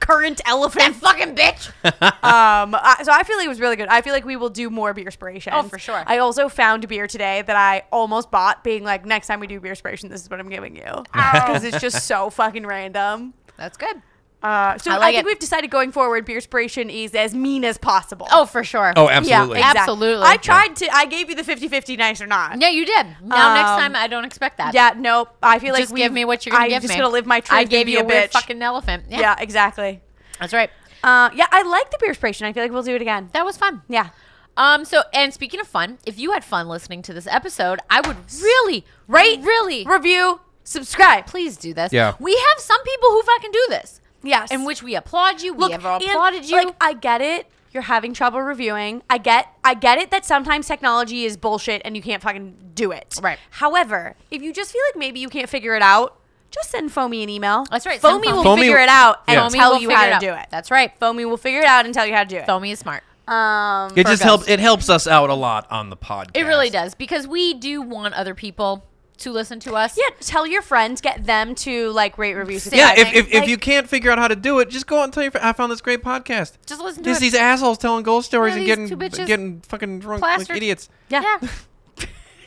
Speaker 1: current
Speaker 2: That
Speaker 1: elephant.
Speaker 2: fucking bitch.
Speaker 1: um, I, so I feel like it was really good. I feel like we will do more beer spiration.
Speaker 2: Oh, for sure.
Speaker 1: I also found beer today that I almost bought, being like, next time we do beer spiration, this is what I'm giving
Speaker 2: Oh.
Speaker 1: you because it's just so fucking random.
Speaker 2: That's good.
Speaker 1: Uh, so
Speaker 2: I
Speaker 1: I,
Speaker 2: like
Speaker 1: think
Speaker 2: it.
Speaker 1: we've decided going forward, beer spiration is as mean as possible.
Speaker 2: Oh, for sure.
Speaker 5: Oh, absolutely.
Speaker 2: exactly. Absolutely.
Speaker 1: I tried to. I gave you the 50-50 nice or not.
Speaker 2: Yeah, you did. Now next
Speaker 1: Um,
Speaker 2: time I don't expect that.
Speaker 1: Yeah, nope. I feel like
Speaker 2: just give
Speaker 1: we've-
Speaker 2: me what you're gonna
Speaker 1: I'm
Speaker 2: give
Speaker 1: just
Speaker 2: me.
Speaker 1: gonna live my truth.
Speaker 2: I gave
Speaker 1: and
Speaker 2: you a
Speaker 1: be a,
Speaker 2: weird
Speaker 1: bitch.
Speaker 2: fucking elephant. Yeah,
Speaker 1: Yeah, exactly.
Speaker 2: that's right.
Speaker 1: Uh, yeah, I like the beer spiration. I feel like we'll do it again.
Speaker 2: That was fun.
Speaker 1: Yeah.
Speaker 2: Um. So, and speaking of fun, if you had fun listening to this episode, I would really, right, really,
Speaker 1: Review, subscribe.
Speaker 2: please do this.
Speaker 5: Yeah.
Speaker 2: We have some people who fucking do this.
Speaker 1: Yes.
Speaker 2: In which we applaud you. we have applauded
Speaker 1: and,
Speaker 2: you.
Speaker 1: Like, I get it. You're having trouble reviewing. I get I get it that sometimes technology is bullshit and you can't fucking do it.
Speaker 2: Right.
Speaker 1: However, if you just feel like maybe you can't figure it out, just send Foamy an email.
Speaker 2: That's right, send
Speaker 1: Foamy will
Speaker 5: Foamy-
Speaker 1: figure it out and
Speaker 5: Yeah.
Speaker 2: Foamy
Speaker 1: tell
Speaker 2: will
Speaker 1: you
Speaker 2: figure
Speaker 1: how
Speaker 2: it
Speaker 1: to
Speaker 2: out.
Speaker 1: do it.
Speaker 2: That's right.
Speaker 1: Foamy will figure it out and tell you how to do it.
Speaker 2: Foamy is smart.
Speaker 1: Um,
Speaker 5: It just
Speaker 2: Virgos.
Speaker 5: helps. It helps us out a lot on the podcast.
Speaker 2: It really does because we do want other people to listen to us.
Speaker 1: yeah, tell your friends, get them to like rate reviews.
Speaker 5: Yeah, if,
Speaker 2: think,
Speaker 5: if, if
Speaker 1: like-
Speaker 5: you can't figure out how to do it, just go out and tell your friend, I found this great podcast.
Speaker 2: Just listen to
Speaker 5: There's
Speaker 2: it.
Speaker 5: these assholes telling ghost stories
Speaker 2: Yeah,
Speaker 5: and getting
Speaker 2: these two bitches
Speaker 5: getting fucking drunk
Speaker 2: plastered.
Speaker 5: like idiots.
Speaker 2: yeah.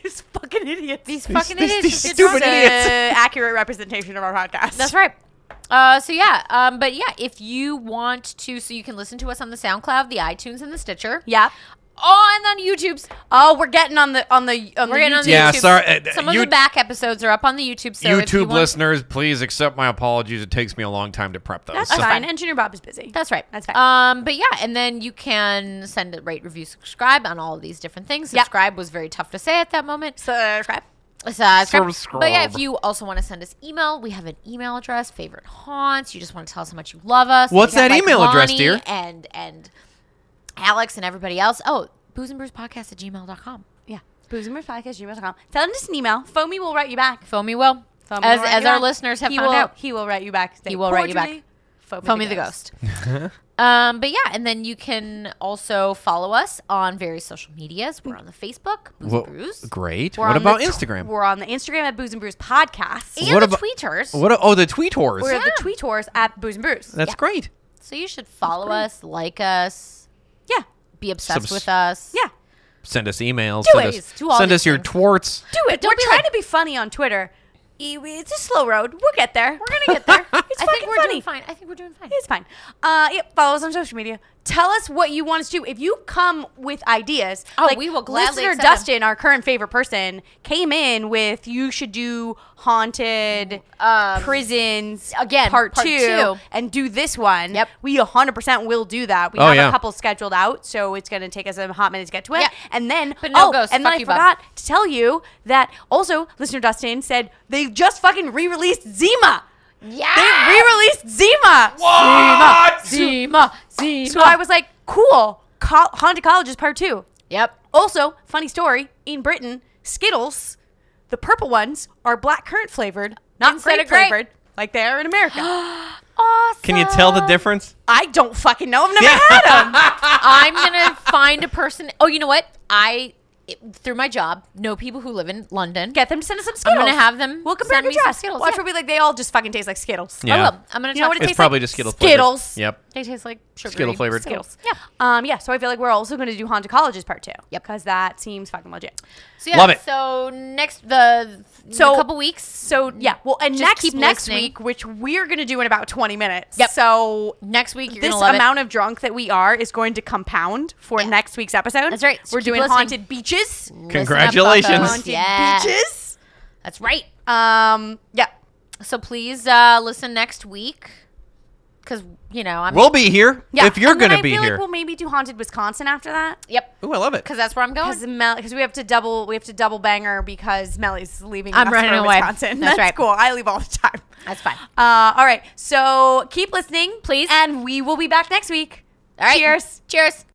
Speaker 1: These fucking idiots.
Speaker 2: These fucking
Speaker 5: these-
Speaker 2: idiots.
Speaker 5: these
Speaker 2: It's
Speaker 5: stupid
Speaker 2: awesome.
Speaker 5: idiots.
Speaker 1: Uh, accurate representation of our podcast.
Speaker 2: That's right. Uh, so yeah, um, but yeah, if you want to, so you can listen to us on the SoundCloud, the iTunes, and the Stitcher.
Speaker 1: Yeah.
Speaker 2: Oh, and on YouTube's.
Speaker 1: Oh, we're getting on the on the on
Speaker 2: We're
Speaker 1: the
Speaker 2: getting on
Speaker 1: YouTube.
Speaker 2: the
Speaker 5: Yeah,
Speaker 2: YouTube.
Speaker 5: sorry, uh,
Speaker 2: Some of
Speaker 5: you-
Speaker 2: the back episodes are up on the YouTube. So if you want-
Speaker 5: please accept my apologies. It takes me a long time to prep those.
Speaker 1: That's
Speaker 5: so-
Speaker 1: fine.
Speaker 2: fine.
Speaker 1: Engineer Bob is busy.
Speaker 2: That's right.
Speaker 1: That's fine.
Speaker 2: Um, but yeah, and then you can send it, rate, review, subscribe on all of these different things.
Speaker 1: Yep.
Speaker 2: Subscribe was very tough to say at that moment.
Speaker 1: subscribe.
Speaker 2: Subscribe.
Speaker 5: Subscribe.
Speaker 2: But yeah, if you also want to send us email, we have an email address, favorite haunts. You just want to tell us how much you love us.
Speaker 5: What's
Speaker 2: We got,
Speaker 5: that email address,
Speaker 2: Lonnie
Speaker 5: dear?
Speaker 2: And and Alex and everybody else. Oh, booze and brews podcast at gmail.com.
Speaker 1: Yeah. Boozemberspodcast.gmail.com. Tell him to send an email. Foamy will write you back.
Speaker 2: Foamy will.
Speaker 1: Foamy
Speaker 2: as
Speaker 1: will write
Speaker 2: as
Speaker 1: you
Speaker 2: our
Speaker 1: back.
Speaker 2: listeners have
Speaker 1: he
Speaker 2: found
Speaker 1: will,
Speaker 2: out.
Speaker 1: He will write you back. Say,
Speaker 2: He will write you back.
Speaker 1: cordially, Foamy,
Speaker 2: Foamy the ghost. um, but yeah, and then you can also follow us on various social medias. We're on the Facebook, Booze
Speaker 5: Well,
Speaker 2: and Brews.
Speaker 5: great.
Speaker 1: We're
Speaker 5: what
Speaker 1: on the
Speaker 5: about
Speaker 1: tw-
Speaker 5: Instagram?
Speaker 1: We're on the Instagram at Booze and Brews Podcast.
Speaker 2: and
Speaker 5: What
Speaker 2: the
Speaker 5: about-
Speaker 2: tweeters.
Speaker 5: what? A, oh, the tweetors.
Speaker 1: We're the tweeters at Booze and Brews.
Speaker 5: That's great.
Speaker 2: So you should follow us, like us,
Speaker 1: Yeah.
Speaker 2: be obsessed
Speaker 5: Subs-
Speaker 2: with us.
Speaker 1: Yeah.
Speaker 5: Send us emails.
Speaker 2: Do
Speaker 5: send
Speaker 2: it.
Speaker 5: us,
Speaker 2: Do all
Speaker 5: send
Speaker 2: these
Speaker 5: us your
Speaker 2: things.
Speaker 5: twerts.
Speaker 1: Do it.
Speaker 2: don't
Speaker 1: We're
Speaker 2: be
Speaker 1: trying
Speaker 2: like-
Speaker 1: to be funny on Twitter. E- It's a slow road. We'll get there. We're gonna get there. It's
Speaker 2: I
Speaker 1: fucking
Speaker 2: think we're
Speaker 1: funny.
Speaker 2: doing fine. I think we're doing fine.
Speaker 1: It's fine. Uh, yeah, follow us on social media. Tell us what you want us to do. If you come with ideas,
Speaker 2: Oh, we will gladly
Speaker 1: Listener
Speaker 2: accept them.
Speaker 1: Dustin, our current favorite person, came in with you should do haunted
Speaker 2: Um,
Speaker 1: prisons
Speaker 2: again,
Speaker 1: part,
Speaker 2: part
Speaker 1: two,
Speaker 2: two.
Speaker 1: and do this one.
Speaker 2: Yep.
Speaker 1: we 100 percent will do that. We
Speaker 5: Oh,
Speaker 1: have
Speaker 5: yeah.
Speaker 1: a couple scheduled out, so it's going to take us a hot minute to get to it.
Speaker 2: Yeah.
Speaker 1: And then,
Speaker 2: But no
Speaker 1: oh,
Speaker 2: ghosts.
Speaker 1: and
Speaker 2: Fuck
Speaker 1: then I
Speaker 2: you, Bob.
Speaker 1: forgot to tell you that also listener Dustin said they just fucking re-released Zima.
Speaker 2: Yeah.
Speaker 1: They re-released Zima.
Speaker 4: What?
Speaker 2: Zima. Zima.
Speaker 1: So I was like, cool. Co- Haunted College is part two.
Speaker 2: Yep.
Speaker 1: Also, funny story in Britain, Skittles, the purple ones, are black currant flavored, not
Speaker 2: Instead
Speaker 1: grape
Speaker 2: of grape.
Speaker 1: flavored, like they are in America.
Speaker 2: Awesome.
Speaker 6: Can you tell the difference?
Speaker 1: Uh, I don't fucking know. I've never had them.
Speaker 2: I'm gonna find a person. Oh, you know what? I it- through my job know people who live in London.
Speaker 1: Get them to send us some
Speaker 2: I'm
Speaker 1: Skittles.
Speaker 2: gonna have them
Speaker 1: We'll compare
Speaker 2: send
Speaker 1: and
Speaker 2: me some
Speaker 1: contrast.
Speaker 2: Skittles.
Speaker 1: Watch
Speaker 2: yeah.
Speaker 1: we'll be like, they all just fucking taste like Skittles.
Speaker 6: Yeah.
Speaker 2: I will. I'm gonna
Speaker 1: You know
Speaker 2: talk
Speaker 1: what
Speaker 2: to
Speaker 1: it
Speaker 6: It's
Speaker 1: tastes
Speaker 6: probably
Speaker 1: like?
Speaker 6: just Skittles. flavored.
Speaker 1: Skittles.
Speaker 6: Yep.
Speaker 2: They taste like sugary
Speaker 5: Skittle flavored.
Speaker 2: Skittles.
Speaker 1: Yeah.
Speaker 2: Yeah.
Speaker 1: Um, yeah. So I feel like we're also going to do haunted colleges part two.
Speaker 2: Yep.
Speaker 1: Because that seems fucking legit.
Speaker 2: So yeah.
Speaker 5: Love it.
Speaker 2: So next the
Speaker 1: So-
Speaker 2: so couple weeks.
Speaker 1: So yeah. Well, and
Speaker 2: Just
Speaker 1: next
Speaker 2: keep
Speaker 1: next
Speaker 2: listening.
Speaker 1: week, which we're going to do in about twenty minutes.
Speaker 2: Yep.
Speaker 1: So
Speaker 2: next week you're
Speaker 1: this
Speaker 2: gonna love
Speaker 1: amount of drunk that we are is going to compound for
Speaker 2: Yeah.
Speaker 1: next week's episode.
Speaker 2: That's right. So
Speaker 1: We're
Speaker 2: keep
Speaker 1: doing
Speaker 2: listening.
Speaker 1: haunted beaches.
Speaker 2: it.
Speaker 6: Congratulations.
Speaker 2: Listen up,
Speaker 1: Haunted
Speaker 2: fuckos. Yeah.
Speaker 1: beaches.
Speaker 2: That's right.
Speaker 1: Um. Yeah.
Speaker 2: So please uh, listen next week, because you know I'm.
Speaker 5: We'll be here
Speaker 1: Yeah.
Speaker 5: if you're
Speaker 1: And then
Speaker 5: gonna
Speaker 1: I
Speaker 5: be
Speaker 1: feel like
Speaker 5: here.
Speaker 1: we'll maybe do haunted Wisconsin after that.
Speaker 2: yep.
Speaker 5: Ooh, I love it.
Speaker 2: Because that's where I'm going.
Speaker 1: Because Mel, because we have to double, we have to double banger because Melly's leaving.
Speaker 2: I'm
Speaker 1: us
Speaker 2: running
Speaker 1: for
Speaker 2: away.
Speaker 1: Wisconsin.
Speaker 2: That's
Speaker 1: That's,
Speaker 2: right.
Speaker 1: cool. I leave all the time.
Speaker 2: That's fine.
Speaker 1: Uh, all right. So keep listening,
Speaker 2: Please.
Speaker 1: and we will be back next week.
Speaker 2: All right.
Speaker 1: Cheers.
Speaker 2: Cheers.